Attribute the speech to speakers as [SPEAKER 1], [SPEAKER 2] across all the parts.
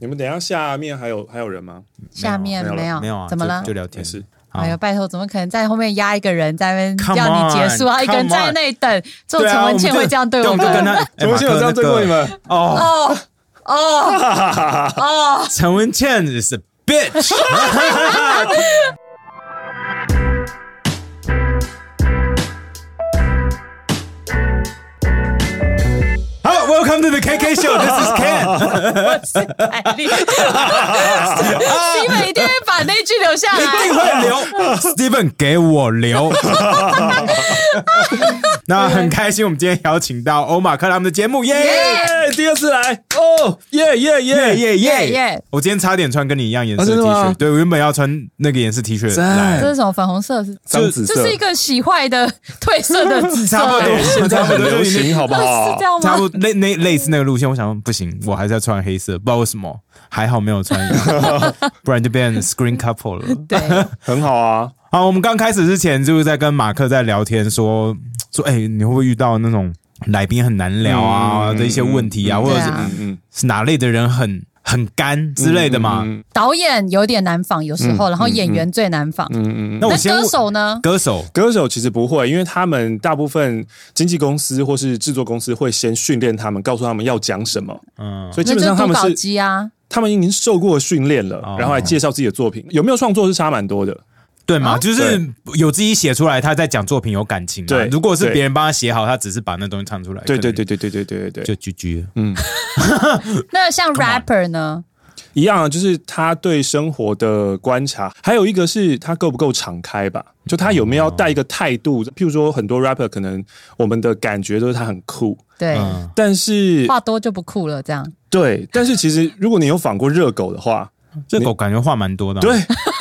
[SPEAKER 1] 你们等一下下面还有还有人吗？
[SPEAKER 2] 下面
[SPEAKER 1] 没有
[SPEAKER 2] 有
[SPEAKER 1] 了
[SPEAKER 2] 没
[SPEAKER 3] 没有啊，
[SPEAKER 2] 怎么
[SPEAKER 3] 就
[SPEAKER 2] 了
[SPEAKER 3] 就？聊天
[SPEAKER 1] 没事，
[SPEAKER 3] 好
[SPEAKER 2] 哎呦，拜托，怎么可能在后面压一个人在那边
[SPEAKER 3] Come
[SPEAKER 2] 要你结束啊？
[SPEAKER 3] on，
[SPEAKER 2] 一个人
[SPEAKER 3] come on
[SPEAKER 2] 站在那里等，只有
[SPEAKER 3] 对
[SPEAKER 2] 陈
[SPEAKER 3] 啊，
[SPEAKER 2] 文倩会这样对
[SPEAKER 3] 我
[SPEAKER 2] 我
[SPEAKER 3] 们就跟
[SPEAKER 2] 们。
[SPEAKER 3] 他， 哎
[SPEAKER 1] 陈文倩有这样对过你？
[SPEAKER 3] 马
[SPEAKER 1] 们？
[SPEAKER 3] 克那个哦，
[SPEAKER 2] 哦 哦哦，
[SPEAKER 3] 陈文倩 is a bitch。好，Welcome to the KK Show. This is Ken.
[SPEAKER 2] 我是凯 莉，西本一定会把那句留下
[SPEAKER 3] 一定
[SPEAKER 2] 来。
[SPEAKER 3] 会留 Steven 给我 留。那很开心，我们今天邀请到欧马克来我们的节目，耶！
[SPEAKER 1] 耶，哎第二次来哦，耶耶
[SPEAKER 3] 耶
[SPEAKER 1] 耶！
[SPEAKER 3] 耶耶
[SPEAKER 2] 耶
[SPEAKER 3] 耶！我今天差点穿跟你一样颜色的
[SPEAKER 1] 啊
[SPEAKER 3] T
[SPEAKER 1] 真的
[SPEAKER 3] 恤，
[SPEAKER 1] 吗
[SPEAKER 3] 对我原本要穿那个颜色 T 恤来
[SPEAKER 2] 这是什么粉红色？是
[SPEAKER 1] 脏紫色
[SPEAKER 2] 这是一个洗坏的褪色的紫色。
[SPEAKER 3] 差不多
[SPEAKER 1] 哎现在很流行，好不
[SPEAKER 2] 哦 是
[SPEAKER 1] 好
[SPEAKER 2] 这？样
[SPEAKER 3] 差
[SPEAKER 2] 吗？
[SPEAKER 3] 不多类类类似那个路线，我想说不行，我还是要穿黑色，不知道为什么，还好没有穿一 样，不然就变 screen couple 了。
[SPEAKER 2] 对，
[SPEAKER 1] 很好啊，
[SPEAKER 3] 好，我们刚开始之前就是在跟马克在聊天说，说哎、你会不会遇到那种来宾很难聊啊、
[SPEAKER 1] 嗯
[SPEAKER 3] 的一些问题啊，
[SPEAKER 1] 嗯
[SPEAKER 3] 或者
[SPEAKER 2] 对
[SPEAKER 3] 是
[SPEAKER 2] 啊，
[SPEAKER 1] 嗯
[SPEAKER 3] 是哪类的人很很干之类的嘛？
[SPEAKER 1] 嗯
[SPEAKER 2] 导演有点难仿，有时
[SPEAKER 3] 嗯
[SPEAKER 2] 候，然后演员最难仿。
[SPEAKER 1] 嗯嗯。
[SPEAKER 3] 那
[SPEAKER 2] 那
[SPEAKER 3] 我先
[SPEAKER 2] 歌手呢？
[SPEAKER 3] 歌手
[SPEAKER 1] 歌手其实不会，因为他们大部分经纪公司或是制作公司会先训练他们，告诉他们要讲什么，
[SPEAKER 3] 嗯，
[SPEAKER 1] 所以基
[SPEAKER 2] 那
[SPEAKER 1] 本
[SPEAKER 2] 就
[SPEAKER 1] 上他
[SPEAKER 2] 读
[SPEAKER 1] 们
[SPEAKER 2] 稿
[SPEAKER 1] 是
[SPEAKER 2] 机啊，
[SPEAKER 1] 他们已经受过训练了，
[SPEAKER 3] 哦
[SPEAKER 1] 然后来介绍自己的作品，有没有创作是差蛮多的。
[SPEAKER 3] 对嘛？
[SPEAKER 2] 啊
[SPEAKER 3] 就是有自己写出来，他在讲作品有感情嘛。啊
[SPEAKER 1] 对
[SPEAKER 3] 如果是
[SPEAKER 1] 对
[SPEAKER 3] 别人帮他写好，他只是把那东西唱出来。
[SPEAKER 1] 对
[SPEAKER 3] 哎可
[SPEAKER 1] 对
[SPEAKER 3] 能
[SPEAKER 1] 对对对对对对对，
[SPEAKER 3] 就 GG 了。
[SPEAKER 2] 那像 rapper 呢？
[SPEAKER 1] 一样啊，就是他对生活的观察，还有一个是他够不够敞开吧，就他有没有要带一个态度，譬如说很多 rapper 可能我们的感觉都是他很酷，
[SPEAKER 2] 对，
[SPEAKER 3] 嗯，
[SPEAKER 1] 但是
[SPEAKER 2] 话多就不酷了，这样。
[SPEAKER 1] 对，但是其实如果你有访过热狗的话，
[SPEAKER 3] 这狗感觉话蛮多的、啊。
[SPEAKER 1] 对，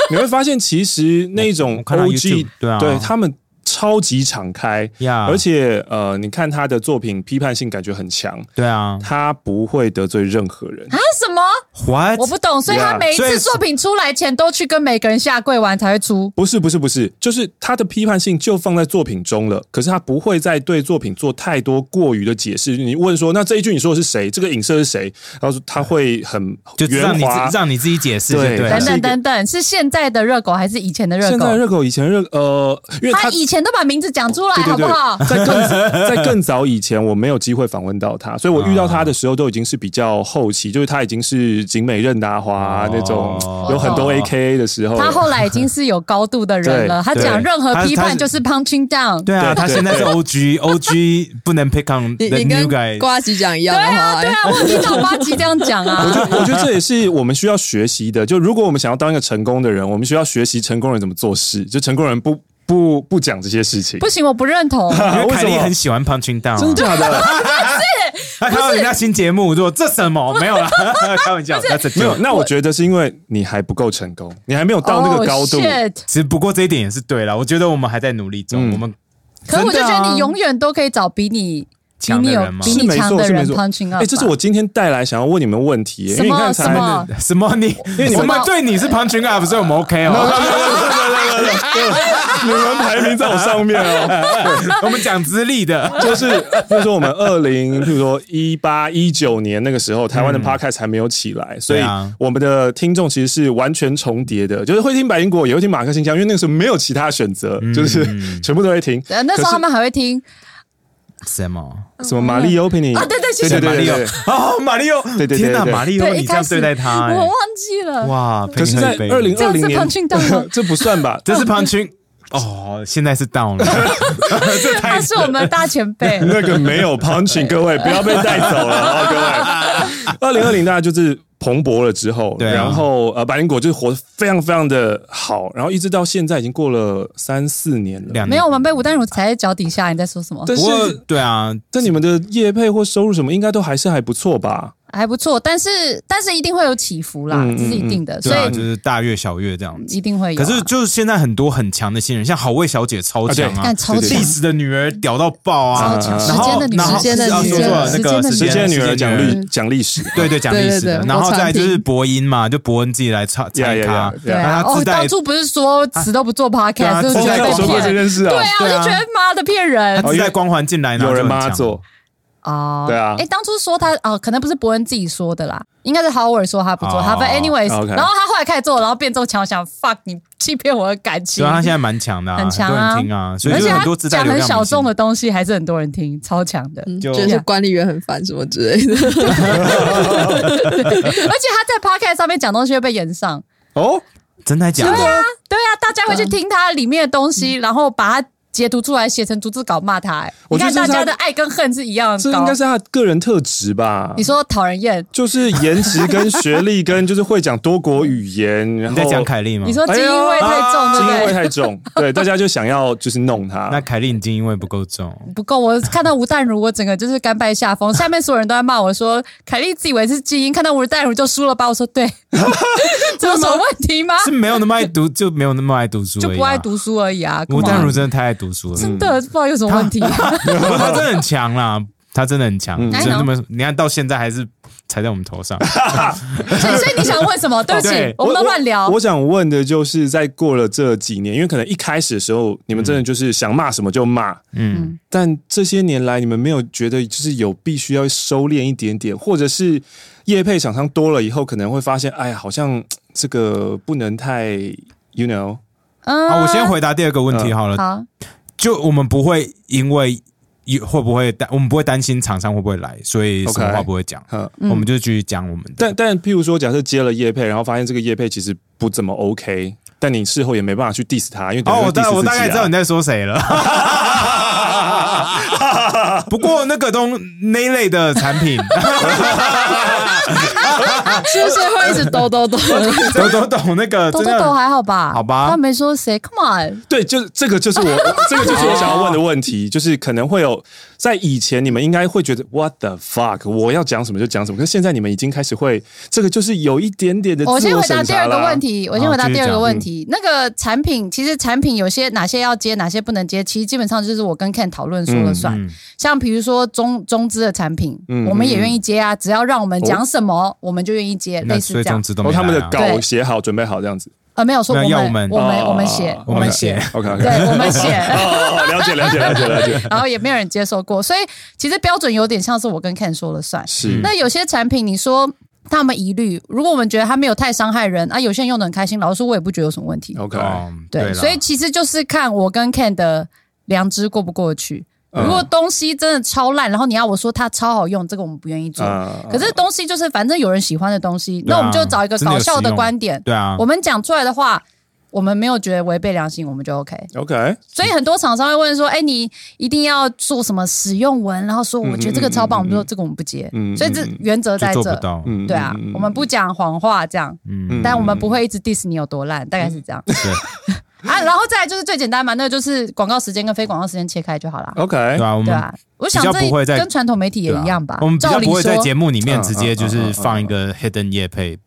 [SPEAKER 1] 你会发现其实那种
[SPEAKER 3] 我看到
[SPEAKER 1] OG
[SPEAKER 3] YouTube，对啊
[SPEAKER 1] 对他们超级敞开，
[SPEAKER 3] 呀，
[SPEAKER 1] 而且呃，你看他的作品批判性感觉很强，
[SPEAKER 3] 对啊
[SPEAKER 1] 他不会得罪任何人。
[SPEAKER 2] 啊什么？
[SPEAKER 3] ，What？
[SPEAKER 2] 我不懂，所以他
[SPEAKER 1] Yeah，
[SPEAKER 2] 每一
[SPEAKER 3] 所
[SPEAKER 2] 次
[SPEAKER 3] 以
[SPEAKER 2] 作品出来前都去跟每个人下跪完才会出。
[SPEAKER 1] 不是不是不是，就是他的批判性就放在作品中了，可是他不会再对作品做太多过于的解释。你问说，那这一句你说的是谁？这个影射是谁？然后他会很
[SPEAKER 3] 就让
[SPEAKER 1] 圆
[SPEAKER 3] 你
[SPEAKER 1] 滑
[SPEAKER 3] 自。让你自己解释，
[SPEAKER 1] 对
[SPEAKER 3] 对对
[SPEAKER 1] 还
[SPEAKER 2] 等
[SPEAKER 3] 了
[SPEAKER 1] 是一
[SPEAKER 2] 等
[SPEAKER 1] 个
[SPEAKER 2] 等等，是现在的热狗还是以前的热
[SPEAKER 1] 现在
[SPEAKER 2] 狗？
[SPEAKER 1] 热狗以前热呃，因为
[SPEAKER 2] 他
[SPEAKER 1] 他
[SPEAKER 2] 以前都把名字讲出来，
[SPEAKER 1] 对对哦
[SPEAKER 2] 好不
[SPEAKER 1] 对在
[SPEAKER 2] 好？
[SPEAKER 1] 更在更早 以前，我没有机会访问到他，所以我遇到他的时候都已经是比较后期，就是他已经是景美任达华、啊
[SPEAKER 3] 哦
[SPEAKER 1] 那种有很多
[SPEAKER 3] 哦
[SPEAKER 1] A K A 的时候了。
[SPEAKER 2] 他后来已经是有高度的人 了，
[SPEAKER 1] 对
[SPEAKER 2] 他讲
[SPEAKER 1] 对
[SPEAKER 2] 任何
[SPEAKER 3] 他
[SPEAKER 2] 批
[SPEAKER 3] 他
[SPEAKER 2] 判
[SPEAKER 3] 是
[SPEAKER 2] 就是 punching down。
[SPEAKER 3] 对啊，
[SPEAKER 1] 对
[SPEAKER 3] 他现在是 OG，OG 不能 pick on
[SPEAKER 4] 你
[SPEAKER 3] the
[SPEAKER 4] 你
[SPEAKER 3] new
[SPEAKER 4] 跟
[SPEAKER 3] guy。
[SPEAKER 4] 瓜吉讲一样的
[SPEAKER 2] 对
[SPEAKER 4] 话、哎
[SPEAKER 2] 啊，对啊，我有听到八吉这样 讲
[SPEAKER 1] 我
[SPEAKER 2] 啊。
[SPEAKER 1] 觉我觉得这也是我们需要学习的。就如果我们想要当一个成功的人，我们需要学习成功人怎么做事。就成功人不不不讲这些事情，
[SPEAKER 2] 不行，我不认同。
[SPEAKER 3] 因 为
[SPEAKER 1] 啊为
[SPEAKER 3] 凯
[SPEAKER 1] 什
[SPEAKER 3] 莉
[SPEAKER 1] 么
[SPEAKER 3] 很？喜欢 punching down，啊
[SPEAKER 1] 真的假的？
[SPEAKER 3] 他看到人家新节目，说这什么没有啦，开玩笑，that's a
[SPEAKER 1] 没有
[SPEAKER 3] joke。。
[SPEAKER 1] 那我觉得是因为你还不够成功，你还没有到那个高度。
[SPEAKER 2] Oh, shit
[SPEAKER 3] 其实不过这一点也是对了，我觉得我们还在努力中，
[SPEAKER 1] 嗯
[SPEAKER 3] 我们
[SPEAKER 2] 可是我就
[SPEAKER 3] 真的
[SPEAKER 2] 觉
[SPEAKER 3] 啊
[SPEAKER 2] 得你永远都可以找比你比
[SPEAKER 3] 强
[SPEAKER 2] 你
[SPEAKER 3] 的
[SPEAKER 2] 有
[SPEAKER 3] 人吗
[SPEAKER 2] 比
[SPEAKER 1] 是
[SPEAKER 2] 你
[SPEAKER 1] 没
[SPEAKER 2] 强
[SPEAKER 1] 错，
[SPEAKER 2] 的
[SPEAKER 1] 是没
[SPEAKER 2] 人
[SPEAKER 1] 错。
[SPEAKER 2] punching
[SPEAKER 1] 哎、
[SPEAKER 2] up。
[SPEAKER 1] 这是我。今天带来想要问你们问题耶，因为你看
[SPEAKER 2] 什
[SPEAKER 1] 才
[SPEAKER 2] 么
[SPEAKER 3] 什么你，因
[SPEAKER 1] 为你
[SPEAKER 3] 我
[SPEAKER 1] 们
[SPEAKER 3] 们对你是 punching up，所以我们 OK 哦。
[SPEAKER 1] 你们排名在我上面哦。
[SPEAKER 3] 我们讲资历的，
[SPEAKER 1] 就是比如说我们二零，比如说一八一九年那个时候，台湾的 podcast 还没有起来，所以
[SPEAKER 3] 嗯对啊
[SPEAKER 1] 我们的听众其实是完全重叠的，就是会听百灵果，也会听马克信箱，因为那个时候没有其他选择，
[SPEAKER 3] 嗯
[SPEAKER 1] 就是全部都会听。
[SPEAKER 2] 呃那时候他们还会听
[SPEAKER 3] 什么？
[SPEAKER 1] 什么玛丽 opening
[SPEAKER 2] 啊对对谢
[SPEAKER 1] 对
[SPEAKER 2] 谢
[SPEAKER 1] 对
[SPEAKER 3] 马
[SPEAKER 1] 对
[SPEAKER 3] 里奥
[SPEAKER 1] 对。
[SPEAKER 3] 哦，马里奥，
[SPEAKER 1] 对对对
[SPEAKER 3] 天哪，
[SPEAKER 1] 对
[SPEAKER 3] 马里奥，
[SPEAKER 2] 对，
[SPEAKER 3] 你
[SPEAKER 2] 一
[SPEAKER 3] 这
[SPEAKER 2] 开
[SPEAKER 3] 样
[SPEAKER 2] 始
[SPEAKER 3] 对待他，哎
[SPEAKER 2] 我忘记了。
[SPEAKER 3] 哇，
[SPEAKER 1] 可是，在
[SPEAKER 3] 佩妮喝
[SPEAKER 1] 二
[SPEAKER 3] 一杯
[SPEAKER 1] 零二零
[SPEAKER 2] 这样
[SPEAKER 1] 年
[SPEAKER 2] 是 punching down 吗，
[SPEAKER 1] 这不算吧？。
[SPEAKER 3] 这是 punching 哦，现在是 down 了。
[SPEAKER 2] 他是我们的大前辈
[SPEAKER 1] 那个没有 punching，各位不要被带走了哦，各位。二零二零大家就是蓬勃了之后，
[SPEAKER 3] 对啊
[SPEAKER 1] 然后呃，百灵果就是活得非常非常的好，然后一直到现在已经过了三四年了。
[SPEAKER 3] 两
[SPEAKER 2] 没有，啊我们被吴淡如踩在脚底下。你在说什么？
[SPEAKER 1] 但
[SPEAKER 3] 不过
[SPEAKER 1] 是
[SPEAKER 3] 对啊，
[SPEAKER 1] 但你们的业配或收入什么，应该都还是还不错吧？
[SPEAKER 2] 还不错，但是但是一定会有起伏啦，
[SPEAKER 1] 嗯
[SPEAKER 2] 这是一定的，
[SPEAKER 3] 对
[SPEAKER 2] 所
[SPEAKER 3] 啊，
[SPEAKER 2] 以
[SPEAKER 3] 就是大月小月这样子。
[SPEAKER 2] 一定会有
[SPEAKER 3] 可
[SPEAKER 2] 啊。
[SPEAKER 3] 是就是现在很多很强的新人，像好味小姐超强
[SPEAKER 1] 啊
[SPEAKER 3] 啊
[SPEAKER 2] 干，超
[SPEAKER 1] 对对
[SPEAKER 3] 历
[SPEAKER 2] 强，
[SPEAKER 3] 史的女儿屌到爆啊，
[SPEAKER 1] 超强
[SPEAKER 3] 然后
[SPEAKER 2] 时间的女
[SPEAKER 3] 然后
[SPEAKER 4] 时间的
[SPEAKER 3] 啊
[SPEAKER 4] 女
[SPEAKER 3] 说错了
[SPEAKER 2] 时
[SPEAKER 3] 那
[SPEAKER 2] 间
[SPEAKER 3] 个
[SPEAKER 2] 的女
[SPEAKER 1] 时间的女
[SPEAKER 3] 时
[SPEAKER 1] 儿
[SPEAKER 3] 间
[SPEAKER 1] 讲
[SPEAKER 2] 嗯
[SPEAKER 1] 历讲历史，
[SPEAKER 3] 对对讲历史
[SPEAKER 4] 对
[SPEAKER 3] 的
[SPEAKER 4] 对，对
[SPEAKER 3] 然后
[SPEAKER 4] 国产
[SPEAKER 3] 再
[SPEAKER 4] 品
[SPEAKER 3] 就是博音嘛，就博恩自己来插
[SPEAKER 1] 呀
[SPEAKER 3] 插
[SPEAKER 1] 呀
[SPEAKER 3] 他
[SPEAKER 1] 呀，
[SPEAKER 2] 对
[SPEAKER 3] 然
[SPEAKER 2] 啊，
[SPEAKER 3] 后他
[SPEAKER 2] 哦，
[SPEAKER 3] 自带
[SPEAKER 2] 到处不是说死都不做 podcast，
[SPEAKER 3] 啊
[SPEAKER 2] 就是
[SPEAKER 3] 自带
[SPEAKER 2] 被
[SPEAKER 1] 哦有说过这
[SPEAKER 2] 骗。
[SPEAKER 1] 件事
[SPEAKER 2] 对
[SPEAKER 1] 啊？
[SPEAKER 2] 啊，我
[SPEAKER 3] 对
[SPEAKER 2] 就
[SPEAKER 3] 啊
[SPEAKER 2] 觉得妈的骗人
[SPEAKER 3] 他。自带光环进来，然后
[SPEAKER 1] 哦有
[SPEAKER 3] 就
[SPEAKER 1] 人
[SPEAKER 3] 很
[SPEAKER 1] 帮他
[SPEAKER 3] 强
[SPEAKER 1] 做，
[SPEAKER 2] 哦，
[SPEAKER 1] 对啊
[SPEAKER 2] 哎，当初说他哦，可能不是伯恩自己说的啦，应该是 Howard 说他不做，
[SPEAKER 3] 哦
[SPEAKER 2] 他 but anyways，、
[SPEAKER 1] OK
[SPEAKER 2] 然后他后来开始做，然后变奏强想 fuck 你欺骗我的感情
[SPEAKER 3] 所以，他现在蛮强的、啊，
[SPEAKER 2] 很强啊
[SPEAKER 3] 很多人听啊，所以
[SPEAKER 2] 而
[SPEAKER 3] 就
[SPEAKER 2] 且
[SPEAKER 3] 是很
[SPEAKER 2] 他
[SPEAKER 3] 多自带
[SPEAKER 2] 讲
[SPEAKER 3] 流
[SPEAKER 2] 很
[SPEAKER 3] 量
[SPEAKER 2] 小
[SPEAKER 3] 明
[SPEAKER 2] 众
[SPEAKER 3] 星。
[SPEAKER 2] 的东西还是很多人听，超强的。
[SPEAKER 4] 嗯
[SPEAKER 3] 就
[SPEAKER 4] 觉得管理员很烦什么之类的。
[SPEAKER 2] 而且他在 podcast 上面讲东西会被延上，
[SPEAKER 1] 哦，
[SPEAKER 3] 真的假
[SPEAKER 2] 对
[SPEAKER 3] 的？
[SPEAKER 2] 啊，对啊，大家会去听他里面的东西，然后把它截图出来写成逐字稿骂他、
[SPEAKER 3] 嗯
[SPEAKER 2] 哎，
[SPEAKER 1] 我
[SPEAKER 2] 你
[SPEAKER 1] 觉得
[SPEAKER 2] 看
[SPEAKER 1] 这是他
[SPEAKER 2] 大家的爱跟恨是一样
[SPEAKER 1] 这
[SPEAKER 2] 的
[SPEAKER 1] 应
[SPEAKER 2] 高
[SPEAKER 1] 该。是他的个人特质吧？
[SPEAKER 2] 你说讨人厌，
[SPEAKER 3] 嗯
[SPEAKER 1] 就是颜值跟学历跟就是会讲多国语言，然后
[SPEAKER 3] 你在讲凯莉吗？
[SPEAKER 2] 你说基因味太重，
[SPEAKER 1] 哎基
[SPEAKER 3] 哎
[SPEAKER 2] 对
[SPEAKER 1] 因
[SPEAKER 2] 不
[SPEAKER 1] 味
[SPEAKER 2] 对？
[SPEAKER 1] 太 重，对，大家就想要就是弄
[SPEAKER 3] 那
[SPEAKER 1] 他。
[SPEAKER 3] 凯莉你基因味不够重，
[SPEAKER 2] 不够，我看到吴淡如，我整个就是甘拜下 风。下面所有人都在骂我说，凯莉自以为是基因，看到吴淡如就输了吧？我说 对，这有什么问题吗？
[SPEAKER 3] 是没有那么爱读，就没有那么爱读书、而
[SPEAKER 2] 就
[SPEAKER 3] 已啊
[SPEAKER 2] 不爱。读书而已啊。
[SPEAKER 3] 吴
[SPEAKER 2] come on
[SPEAKER 3] 淡如真的太爱读书了，
[SPEAKER 2] 真的不知道有什么问题、
[SPEAKER 3] 他真的很强啦，他真的很强，
[SPEAKER 1] 嗯
[SPEAKER 3] 真的那么，你看到现在还是踩在我们 头上。
[SPEAKER 2] 所以，所以你想问什么？对不起
[SPEAKER 3] 哦对，
[SPEAKER 2] 我们都乱聊
[SPEAKER 1] 我。想问的就是，在过了这几年，因为可能一开始的时候，你们真的就是想骂什么就骂，
[SPEAKER 3] 嗯，
[SPEAKER 1] 但这些年来，你们没有觉得就是有必须要收敛一点点，或者是业配厂商多了以后，可能会发现，哎呀，好像嘖这个不能太，you know，
[SPEAKER 2] 嗯
[SPEAKER 3] 好，我先回答第二个问题好
[SPEAKER 1] 嗯
[SPEAKER 3] 了，
[SPEAKER 2] 好，
[SPEAKER 3] 就我们不会因为有会不会担，我们不会担心厂商会不会来，所以什么
[SPEAKER 1] OK
[SPEAKER 3] 话不会讲，
[SPEAKER 1] 呵
[SPEAKER 2] 嗯
[SPEAKER 3] 我们就继续讲我们的。
[SPEAKER 1] 但但譬如说，假设接了业配，然后发现这个业配其实不怎么 OK，但你事后也没办法去 diss 他，因为等于
[SPEAKER 3] 哦，
[SPEAKER 1] 是
[SPEAKER 3] 我大
[SPEAKER 1] diss
[SPEAKER 3] 我大概
[SPEAKER 1] 自
[SPEAKER 3] 知
[SPEAKER 1] 己啊
[SPEAKER 3] 道你在说谁了。 不过那个东那一类的产品，
[SPEAKER 4] 啊是不是会 一直抖抖抖？
[SPEAKER 3] 我都懂那个
[SPEAKER 2] 豆
[SPEAKER 3] 真
[SPEAKER 2] 豆豆
[SPEAKER 3] 的。
[SPEAKER 2] 还好吧？
[SPEAKER 3] 好吧
[SPEAKER 2] 他没说谁，Come on，
[SPEAKER 1] 对，就是这个，就是我这个就是我想要问的问题，就是可能会有在以前你们应该会觉得 What the fuck，我要讲什么就讲什么，可是现在你们已经开始会，这个就是有一点点的自
[SPEAKER 2] 我先回答
[SPEAKER 1] 审
[SPEAKER 2] 第
[SPEAKER 1] 查
[SPEAKER 2] 二个
[SPEAKER 1] 啦
[SPEAKER 2] 问。题，我先
[SPEAKER 3] 好
[SPEAKER 2] 回答
[SPEAKER 3] 继续
[SPEAKER 2] 第二个
[SPEAKER 3] 讲
[SPEAKER 2] 问题。那个产品，其实产品有些哪些要接，哪些不能接，其实基本上就是我跟 Ken 讨论说了算。
[SPEAKER 3] 嗯嗯
[SPEAKER 2] 像比如说中中资的产品，
[SPEAKER 1] 嗯
[SPEAKER 2] 我们也愿意接啊，只要让我们讲什么，我们就愿意接，类
[SPEAKER 3] 嗯那
[SPEAKER 2] 似这
[SPEAKER 3] 所以
[SPEAKER 2] 样
[SPEAKER 3] 总。之都
[SPEAKER 1] 然后
[SPEAKER 3] 没
[SPEAKER 1] 哦他们的
[SPEAKER 3] 来啊
[SPEAKER 1] 稿写好，准备好这样子。
[SPEAKER 2] 呃，没有说
[SPEAKER 3] 那
[SPEAKER 2] 我
[SPEAKER 3] 要
[SPEAKER 2] 们，
[SPEAKER 3] 我
[SPEAKER 2] 我们
[SPEAKER 1] 哦
[SPEAKER 2] 我们写，
[SPEAKER 1] 我
[SPEAKER 3] 们
[SPEAKER 2] 写，
[SPEAKER 1] OK OK，
[SPEAKER 2] 对，我 们写。
[SPEAKER 1] 哦，了解了解了解了解，
[SPEAKER 2] 然后也没有人接受过，所以其实标准有点像是我跟 Ken 说了算。
[SPEAKER 1] 是
[SPEAKER 2] 那有些产品，你说他们疑虑，如果我们觉得它没有太伤害人啊，有些人用的很开心，老实说，我也不觉得有什么问题。
[SPEAKER 1] OK，
[SPEAKER 3] 哦
[SPEAKER 2] 对，
[SPEAKER 3] 啦
[SPEAKER 2] 所以其实就是看我跟 Ken 的良知过不过得去。
[SPEAKER 3] 嗯
[SPEAKER 2] 如果东西真的超烂，然后你要我说它超好用，这个我们不愿意做。
[SPEAKER 1] 啊
[SPEAKER 2] 可是东西就是反正有人喜欢的东西，
[SPEAKER 3] 嗯对
[SPEAKER 2] 那
[SPEAKER 3] 啊
[SPEAKER 2] 我们就找一个
[SPEAKER 3] 真的有
[SPEAKER 2] 搞
[SPEAKER 3] 实
[SPEAKER 2] 笑的
[SPEAKER 3] 用
[SPEAKER 2] 观点，
[SPEAKER 3] 对啊，
[SPEAKER 2] 我们讲出来的话，我们没有觉得违背良心，我们就 OK。
[SPEAKER 1] OK，
[SPEAKER 2] 所以很多厂商会问说：“
[SPEAKER 3] 嗯
[SPEAKER 2] 哎、你一定要做什么使用文？”然后说：“我觉得这个超棒。我们说：“这个我们不接。
[SPEAKER 1] 嗯
[SPEAKER 2] 所以这原则在
[SPEAKER 3] 就做
[SPEAKER 2] 这
[SPEAKER 3] 不，到。
[SPEAKER 1] 嗯
[SPEAKER 2] 对啊，我们不讲谎话这样，
[SPEAKER 1] 嗯
[SPEAKER 2] 但我们不会一直 diss 你有多烂，大概是这样、
[SPEAKER 3] 嗯对
[SPEAKER 2] 啊。然后再来就是最简单嘛，那就是广告时间跟非广告时间切开就好了，
[SPEAKER 1] OK，
[SPEAKER 3] 对啊，我
[SPEAKER 2] 对
[SPEAKER 3] 们
[SPEAKER 2] 啊。我想
[SPEAKER 3] 比较不会
[SPEAKER 2] 这
[SPEAKER 3] 在
[SPEAKER 2] 跟传统媒体也
[SPEAKER 3] 对啊
[SPEAKER 2] 一样吧。
[SPEAKER 3] 我们比
[SPEAKER 2] 照
[SPEAKER 3] 较
[SPEAKER 2] 理
[SPEAKER 3] 不会在
[SPEAKER 2] 说
[SPEAKER 3] 节目里面直接就
[SPEAKER 1] 嗯嗯嗯
[SPEAKER 3] 是
[SPEAKER 1] 嗯
[SPEAKER 3] 放一个 hidden 夜配，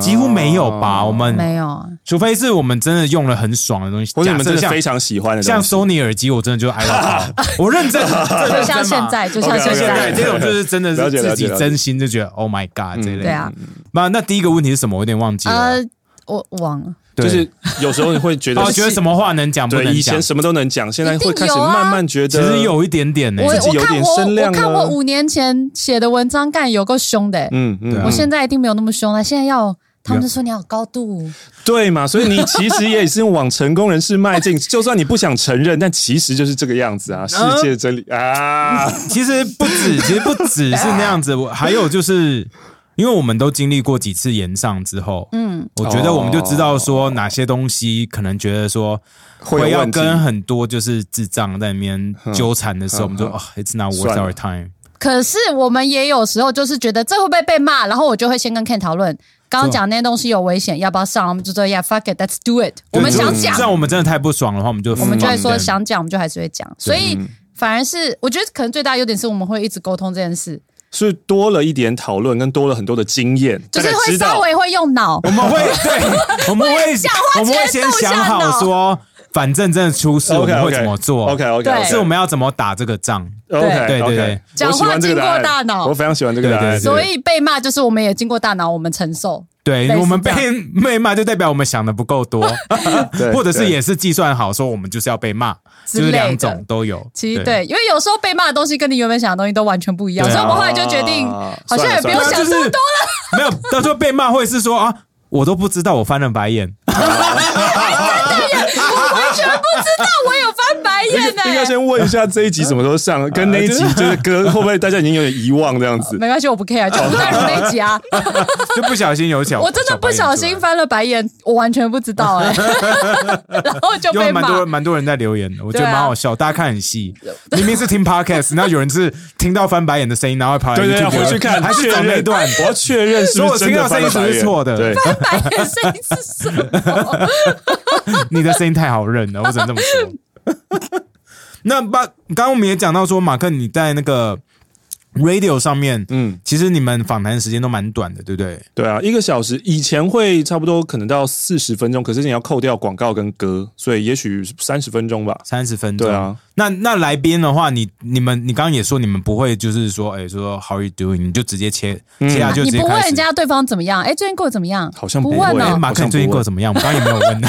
[SPEAKER 3] 几乎没有吧？
[SPEAKER 1] 哦
[SPEAKER 3] 我们
[SPEAKER 2] 没有 啊，
[SPEAKER 3] 除非是我们真的用了很爽的东西，
[SPEAKER 1] 或者你们
[SPEAKER 3] 假
[SPEAKER 1] 真的
[SPEAKER 3] 设像
[SPEAKER 1] 非常喜欢的东
[SPEAKER 3] 像
[SPEAKER 1] 西，
[SPEAKER 3] Sony 耳机，我真的就爱到爆， 我 认真，
[SPEAKER 2] 就
[SPEAKER 3] 就
[SPEAKER 2] 像现在，就像
[SPEAKER 1] OK，OK，OK
[SPEAKER 2] 现
[SPEAKER 3] 现
[SPEAKER 2] 在
[SPEAKER 3] 在这种就是真的
[SPEAKER 1] 了
[SPEAKER 3] 是
[SPEAKER 1] 解了解
[SPEAKER 3] 自己
[SPEAKER 1] 了解
[SPEAKER 3] 真心就觉得 Oh my God 这一类的。
[SPEAKER 2] 对啊，
[SPEAKER 3] 那那第一个问题是什么？我有点忘记了
[SPEAKER 2] 呃。，我忘了。
[SPEAKER 3] 对
[SPEAKER 1] 就是有时候你会觉得
[SPEAKER 3] 哦，觉得什么话能讲不
[SPEAKER 1] 对，
[SPEAKER 3] 能
[SPEAKER 1] 以
[SPEAKER 3] 讲
[SPEAKER 1] 前？什么都能讲，现在
[SPEAKER 2] 一定
[SPEAKER 1] 会开始
[SPEAKER 2] 有啊
[SPEAKER 1] 慢慢觉
[SPEAKER 3] 其
[SPEAKER 1] 得
[SPEAKER 3] 实哎有一点点呢啊
[SPEAKER 2] 我。
[SPEAKER 1] 自己
[SPEAKER 2] 我
[SPEAKER 1] 有
[SPEAKER 2] 看
[SPEAKER 1] 点
[SPEAKER 2] 我
[SPEAKER 1] 声量
[SPEAKER 2] 我看我
[SPEAKER 1] 了
[SPEAKER 2] 五年前写的文章，干有够凶的、欸。
[SPEAKER 1] 嗯嗯
[SPEAKER 3] 对啊
[SPEAKER 2] 我现在一定没有那么凶了，现在要他们就说你要有高度，
[SPEAKER 1] 对嘛，所以你其实也是往成功人士迈进，就算你不想承认，但其实就是这个样子
[SPEAKER 3] 嗯
[SPEAKER 1] 啊，世界真理 啊，
[SPEAKER 3] 其实不 止，其实不只是那样
[SPEAKER 2] 啊
[SPEAKER 3] 子。我还有就是，因为我们都经历过几次延上之后，嗯，
[SPEAKER 1] 哦
[SPEAKER 3] 我觉得我们就知道说哪些东西可能觉得说
[SPEAKER 1] 会有
[SPEAKER 3] 要
[SPEAKER 1] 问题。
[SPEAKER 3] 跟很多就是智障在那边纠缠的时候，我们就
[SPEAKER 1] 嗯
[SPEAKER 3] 哦，It's not
[SPEAKER 1] 算
[SPEAKER 3] worth
[SPEAKER 1] 了
[SPEAKER 3] our time。
[SPEAKER 2] 可是我们也有时候就是觉得这会不会被骂，然后我就会先跟 Ken 讨论，刚刚讲那些东西有危险，要不要上？我们就说 Yeah fuck it, let's do it。我们想讲
[SPEAKER 3] 这，样我们真的太不爽的话，我们就
[SPEAKER 1] 嗯
[SPEAKER 2] 我们就会说
[SPEAKER 3] 放
[SPEAKER 2] 想讲，我们就还是会讲。所以反而是我觉得可能最大优点是我们会一直沟通这件事，
[SPEAKER 1] 是多了一点讨论，跟多了很多的经验，
[SPEAKER 2] 就
[SPEAKER 1] 大
[SPEAKER 2] 是
[SPEAKER 1] 概
[SPEAKER 2] 会
[SPEAKER 1] 知
[SPEAKER 2] 稍
[SPEAKER 1] 道
[SPEAKER 2] 微会用脑。
[SPEAKER 3] 我们 会对，我们会
[SPEAKER 2] 话
[SPEAKER 3] 我们会
[SPEAKER 2] 直接
[SPEAKER 3] 先
[SPEAKER 2] 动
[SPEAKER 3] 想
[SPEAKER 2] 下
[SPEAKER 3] 好
[SPEAKER 2] 脑
[SPEAKER 3] 说，反正真的出事我
[SPEAKER 1] OK
[SPEAKER 3] 们
[SPEAKER 1] OK
[SPEAKER 3] 会怎么做
[SPEAKER 1] OK OK，
[SPEAKER 2] 对
[SPEAKER 3] 是我们要怎么打这个仗。
[SPEAKER 1] OK
[SPEAKER 3] 对对
[SPEAKER 1] OK，
[SPEAKER 3] 对
[SPEAKER 2] 讲话
[SPEAKER 1] 我喜欢这个答
[SPEAKER 2] 经过大
[SPEAKER 1] 案，
[SPEAKER 2] 脑
[SPEAKER 1] 我非常喜欢这个答
[SPEAKER 3] 对对
[SPEAKER 1] 案，
[SPEAKER 3] 对
[SPEAKER 2] 所以被骂就是我们也经过大脑，我们承受。
[SPEAKER 3] 对
[SPEAKER 2] 类似
[SPEAKER 3] 我们被
[SPEAKER 2] 这
[SPEAKER 3] 被 骂，就代表我们想的不够多，
[SPEAKER 1] 对
[SPEAKER 3] 或者是
[SPEAKER 1] 对
[SPEAKER 3] 也是计算好说我们就是要被骂，
[SPEAKER 2] 之
[SPEAKER 3] 就是
[SPEAKER 2] 类的
[SPEAKER 3] 两种都有。
[SPEAKER 2] 其实对，因为有时候被骂的东西跟你原本想的东西都完全不一样，
[SPEAKER 3] 对啊
[SPEAKER 2] 所以我们后来就决定，好像也不
[SPEAKER 1] 算
[SPEAKER 2] 用
[SPEAKER 1] 了
[SPEAKER 2] 想这么多了。
[SPEAKER 3] 没有，到时候被骂会是说啊，我都不知道，我翻了白眼。
[SPEAKER 2] 我完全不知道，我有翻白眼呢、
[SPEAKER 1] 应该先问一下这一集什么时候上，跟那一
[SPEAKER 3] 啊
[SPEAKER 1] 集就是歌会不会大家已经有点遗忘这样子？
[SPEAKER 2] 没关系，我不 care，就吴淡如那一集啊，
[SPEAKER 3] 就不小心有小，
[SPEAKER 2] 我真的不小心翻了白眼，我完全不知道 哎、然后 就
[SPEAKER 3] 有
[SPEAKER 2] 被
[SPEAKER 3] 蛮
[SPEAKER 2] 骂。
[SPEAKER 3] 多人蛮多人在留言的，我觉得
[SPEAKER 2] 对啊
[SPEAKER 3] 蛮好笑，大家看 很细。明明是听 podcast，然后有人是听到翻白眼的声音，然后跑来
[SPEAKER 1] 对对对，
[SPEAKER 3] YouTube
[SPEAKER 1] 回去看，
[SPEAKER 3] 还是
[SPEAKER 1] 确
[SPEAKER 3] 找那一
[SPEAKER 1] 认
[SPEAKER 3] 段。
[SPEAKER 1] 我要确认是不是
[SPEAKER 3] 所以我
[SPEAKER 1] 真
[SPEAKER 3] 听
[SPEAKER 1] 的
[SPEAKER 3] 到声
[SPEAKER 1] 翻
[SPEAKER 3] 音
[SPEAKER 1] 了白眼
[SPEAKER 3] 是不是错的
[SPEAKER 1] 对，
[SPEAKER 2] 翻白眼声音是什么？
[SPEAKER 3] 你的声音太好认了，我只能这么说。 那把刚刚我们也讲到说，马克你在那个 radio 上面，
[SPEAKER 1] 嗯，
[SPEAKER 3] 其实你们访谈的时间都蛮短的，对不对？
[SPEAKER 1] 对啊，一个小时以前会差不多可能到四十分钟，可是你要扣掉广告跟歌，所以也许三十分钟吧。
[SPEAKER 3] 三十分钟。
[SPEAKER 1] 对啊，
[SPEAKER 3] 那那来宾的话，你你们你刚刚也说你们不会就是说，哎、说 How are you doing，你就直接切、
[SPEAKER 1] 嗯
[SPEAKER 3] 切下就直
[SPEAKER 2] 你
[SPEAKER 3] 接
[SPEAKER 2] 不问
[SPEAKER 3] 开始。
[SPEAKER 2] 人家对方怎么样？哎，最近过得怎么样？
[SPEAKER 1] 好像
[SPEAKER 2] 不
[SPEAKER 1] 不
[SPEAKER 2] 问
[SPEAKER 1] 会
[SPEAKER 3] 哎
[SPEAKER 2] 哦。
[SPEAKER 3] 马克，你最近过得怎么样？我刚刚也没有问。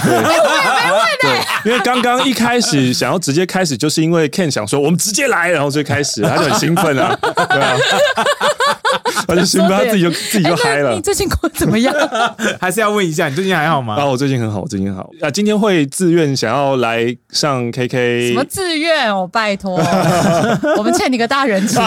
[SPEAKER 1] 对，因为刚刚一开始想要直接开始，就是因为 Ken 想说我们直接来，然后就开始，他就很兴奋 啊，对啊，他就兴奋，他自己就自己
[SPEAKER 2] 哎
[SPEAKER 1] 就嗨
[SPEAKER 2] 那
[SPEAKER 1] 了
[SPEAKER 2] 你。最近过得怎么 样？
[SPEAKER 3] 还是要问一下，你最近还好吗？
[SPEAKER 1] 啊，我最近很好，我最近很好啊，今天会自愿想要来上 KK，
[SPEAKER 2] 什么自愿？我拜 托，我们欠你个大 人情。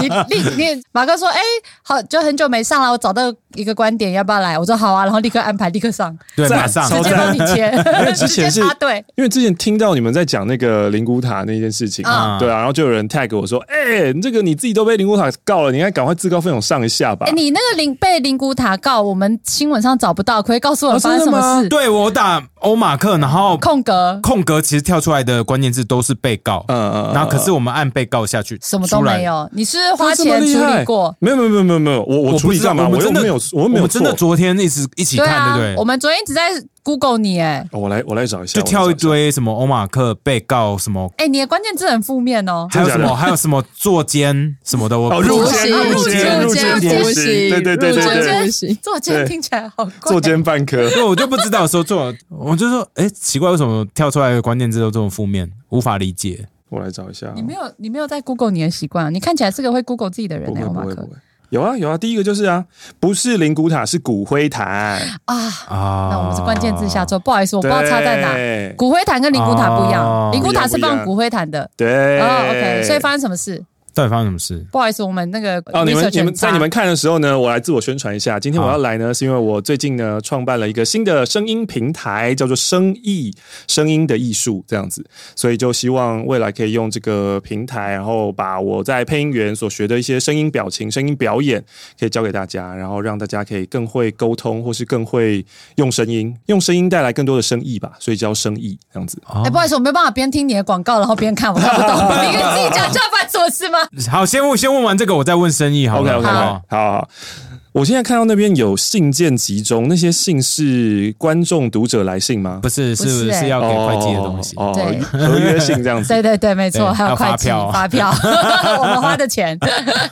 [SPEAKER 2] 你你你，马哥说，哎，好，就很久没上了，我找到一个观点，要不要来？我说好啊，然后立刻安排，立刻上，
[SPEAKER 3] 对，
[SPEAKER 1] 哦在
[SPEAKER 3] 马上
[SPEAKER 1] 超
[SPEAKER 2] 直接
[SPEAKER 1] 赞
[SPEAKER 2] 帮你签
[SPEAKER 1] 因为，之
[SPEAKER 2] 直接啊
[SPEAKER 1] 前是
[SPEAKER 2] 插队。
[SPEAKER 1] 因为之前听到你们在讲那个灵骨塔那件事情，
[SPEAKER 2] 嗯
[SPEAKER 3] 啊
[SPEAKER 1] 对啊，然后就有人 tag 我说：“哎、你这个你自己都被灵骨塔告了，你应该赶快自告奋勇上一下吧。
[SPEAKER 2] 哎，你那个灵被灵骨塔告，我们新闻上找不到，可不可以告诉我们
[SPEAKER 1] 哦
[SPEAKER 2] 发生什
[SPEAKER 1] 真的
[SPEAKER 2] 么
[SPEAKER 1] 吗
[SPEAKER 2] 事？
[SPEAKER 3] 对我打欧马克，然后
[SPEAKER 2] 空格
[SPEAKER 3] 空格其实跳出来的关键字都是被告，
[SPEAKER 1] 嗯嗯嗯
[SPEAKER 3] 然后可是我们按被告下去，
[SPEAKER 2] 什么都
[SPEAKER 3] 出来
[SPEAKER 2] 没。有，你是不是花
[SPEAKER 1] 他这么
[SPEAKER 2] 钱
[SPEAKER 1] 厉
[SPEAKER 2] 处
[SPEAKER 1] 害
[SPEAKER 2] 理过？
[SPEAKER 1] 没有没有没有没有没有，我我处
[SPEAKER 3] 不
[SPEAKER 1] 理
[SPEAKER 3] 知道
[SPEAKER 1] 干嘛？
[SPEAKER 3] 我
[SPEAKER 1] 我
[SPEAKER 3] 们
[SPEAKER 1] 又
[SPEAKER 3] 真的
[SPEAKER 1] 没有，我又没
[SPEAKER 3] 我
[SPEAKER 1] 有
[SPEAKER 3] 们真的
[SPEAKER 1] 做。
[SPEAKER 3] 昨天一直一起
[SPEAKER 2] 对
[SPEAKER 3] 看，
[SPEAKER 2] 啊
[SPEAKER 3] 对不，
[SPEAKER 2] 我
[SPEAKER 3] 对？
[SPEAKER 2] 们昨天一直在 Google 你，哎，
[SPEAKER 1] 哦我来我来找一下，
[SPEAKER 3] 就跳
[SPEAKER 1] 我
[SPEAKER 3] 一
[SPEAKER 1] 来找下。
[SPEAKER 3] 堆什么欧马克被告什么，
[SPEAKER 2] 哎，你的关键字很负面 哦。
[SPEAKER 3] 还有什
[SPEAKER 1] 真的假
[SPEAKER 3] 么
[SPEAKER 1] 的
[SPEAKER 3] 还有什么坐监什么的，我
[SPEAKER 1] 哦，入
[SPEAKER 4] 不
[SPEAKER 1] 监
[SPEAKER 4] 行
[SPEAKER 1] 入监
[SPEAKER 4] 入
[SPEAKER 1] 监
[SPEAKER 4] 监
[SPEAKER 1] 不
[SPEAKER 4] 不
[SPEAKER 1] 行，
[SPEAKER 4] 行
[SPEAKER 1] 对对对
[SPEAKER 4] 入
[SPEAKER 1] 对
[SPEAKER 4] 监
[SPEAKER 1] 对，
[SPEAKER 4] 不行
[SPEAKER 2] 坐监
[SPEAKER 1] 对
[SPEAKER 2] 听起来好怪，
[SPEAKER 1] 作奸犯 科。
[SPEAKER 3] 对，我就不知道说做，我就说，哎，奇怪，为什么跳出来的关键字都这么负面，无法理解。
[SPEAKER 1] 我来找一下。
[SPEAKER 2] 你没有，你没有在 Google 你的习惯，啊你看起来是个会 Google 自己的人
[SPEAKER 1] 不
[SPEAKER 2] 呢、
[SPEAKER 1] 会
[SPEAKER 2] 欸，
[SPEAKER 1] 不
[SPEAKER 2] 马
[SPEAKER 1] 会不
[SPEAKER 2] 克
[SPEAKER 1] 会。有啊有啊，第一个就是啊，不是灵骨塔是骨灰坛，
[SPEAKER 2] 啊。
[SPEAKER 3] 啊，
[SPEAKER 2] 那我们是关键字下周，不好意思，我不知道差在哪。
[SPEAKER 1] 对
[SPEAKER 2] 骨灰坛跟灵骨塔不一样
[SPEAKER 3] 哦，
[SPEAKER 2] 灵骨塔是
[SPEAKER 1] 不一样不一
[SPEAKER 2] 放
[SPEAKER 1] 样
[SPEAKER 2] 骨灰坛的。
[SPEAKER 1] 对。
[SPEAKER 2] 哦，OK，所以发生什么事？
[SPEAKER 3] 到底发生什么事？
[SPEAKER 2] 不好意思，我们那个
[SPEAKER 1] 哦，你们
[SPEAKER 2] research
[SPEAKER 1] 你们
[SPEAKER 2] 很差
[SPEAKER 1] 在你们看的时候呢，我来自我宣传一下。今天我要来呢，是因为我最近呢创办了一个新的声音平台，叫做“声艺”，声音的艺术这样子，所以就希望未来可以用这个平台，然后把我在配音员所学的一些声音表情、声音表演，可以教给大家，然后让大家可以更会沟通，或是更会用声音，用声音带来更多的生意吧。所以叫声艺这样子。
[SPEAKER 2] 哎，不好意思，我没办法边听你的广告然后边看，我 看不懂。你可以自己讲这发生什么事吗？
[SPEAKER 3] 好，先问先问完这个，我再问生意好
[SPEAKER 1] OK
[SPEAKER 3] 了
[SPEAKER 1] OK，
[SPEAKER 3] 好不
[SPEAKER 1] 好
[SPEAKER 3] 好
[SPEAKER 1] 好好。我现在看到那边有信件集中，那些信是观众读者来信吗？
[SPEAKER 3] 不是
[SPEAKER 2] 不是
[SPEAKER 3] 是
[SPEAKER 2] 欸
[SPEAKER 3] 是要给会计的东西。
[SPEAKER 1] 哦，
[SPEAKER 2] 对
[SPEAKER 1] 哦合约信这样 子。
[SPEAKER 2] 对对对，没错，
[SPEAKER 3] 对
[SPEAKER 2] 还有会计
[SPEAKER 3] 还有
[SPEAKER 2] 发
[SPEAKER 3] 发
[SPEAKER 2] 票，我们花的钱，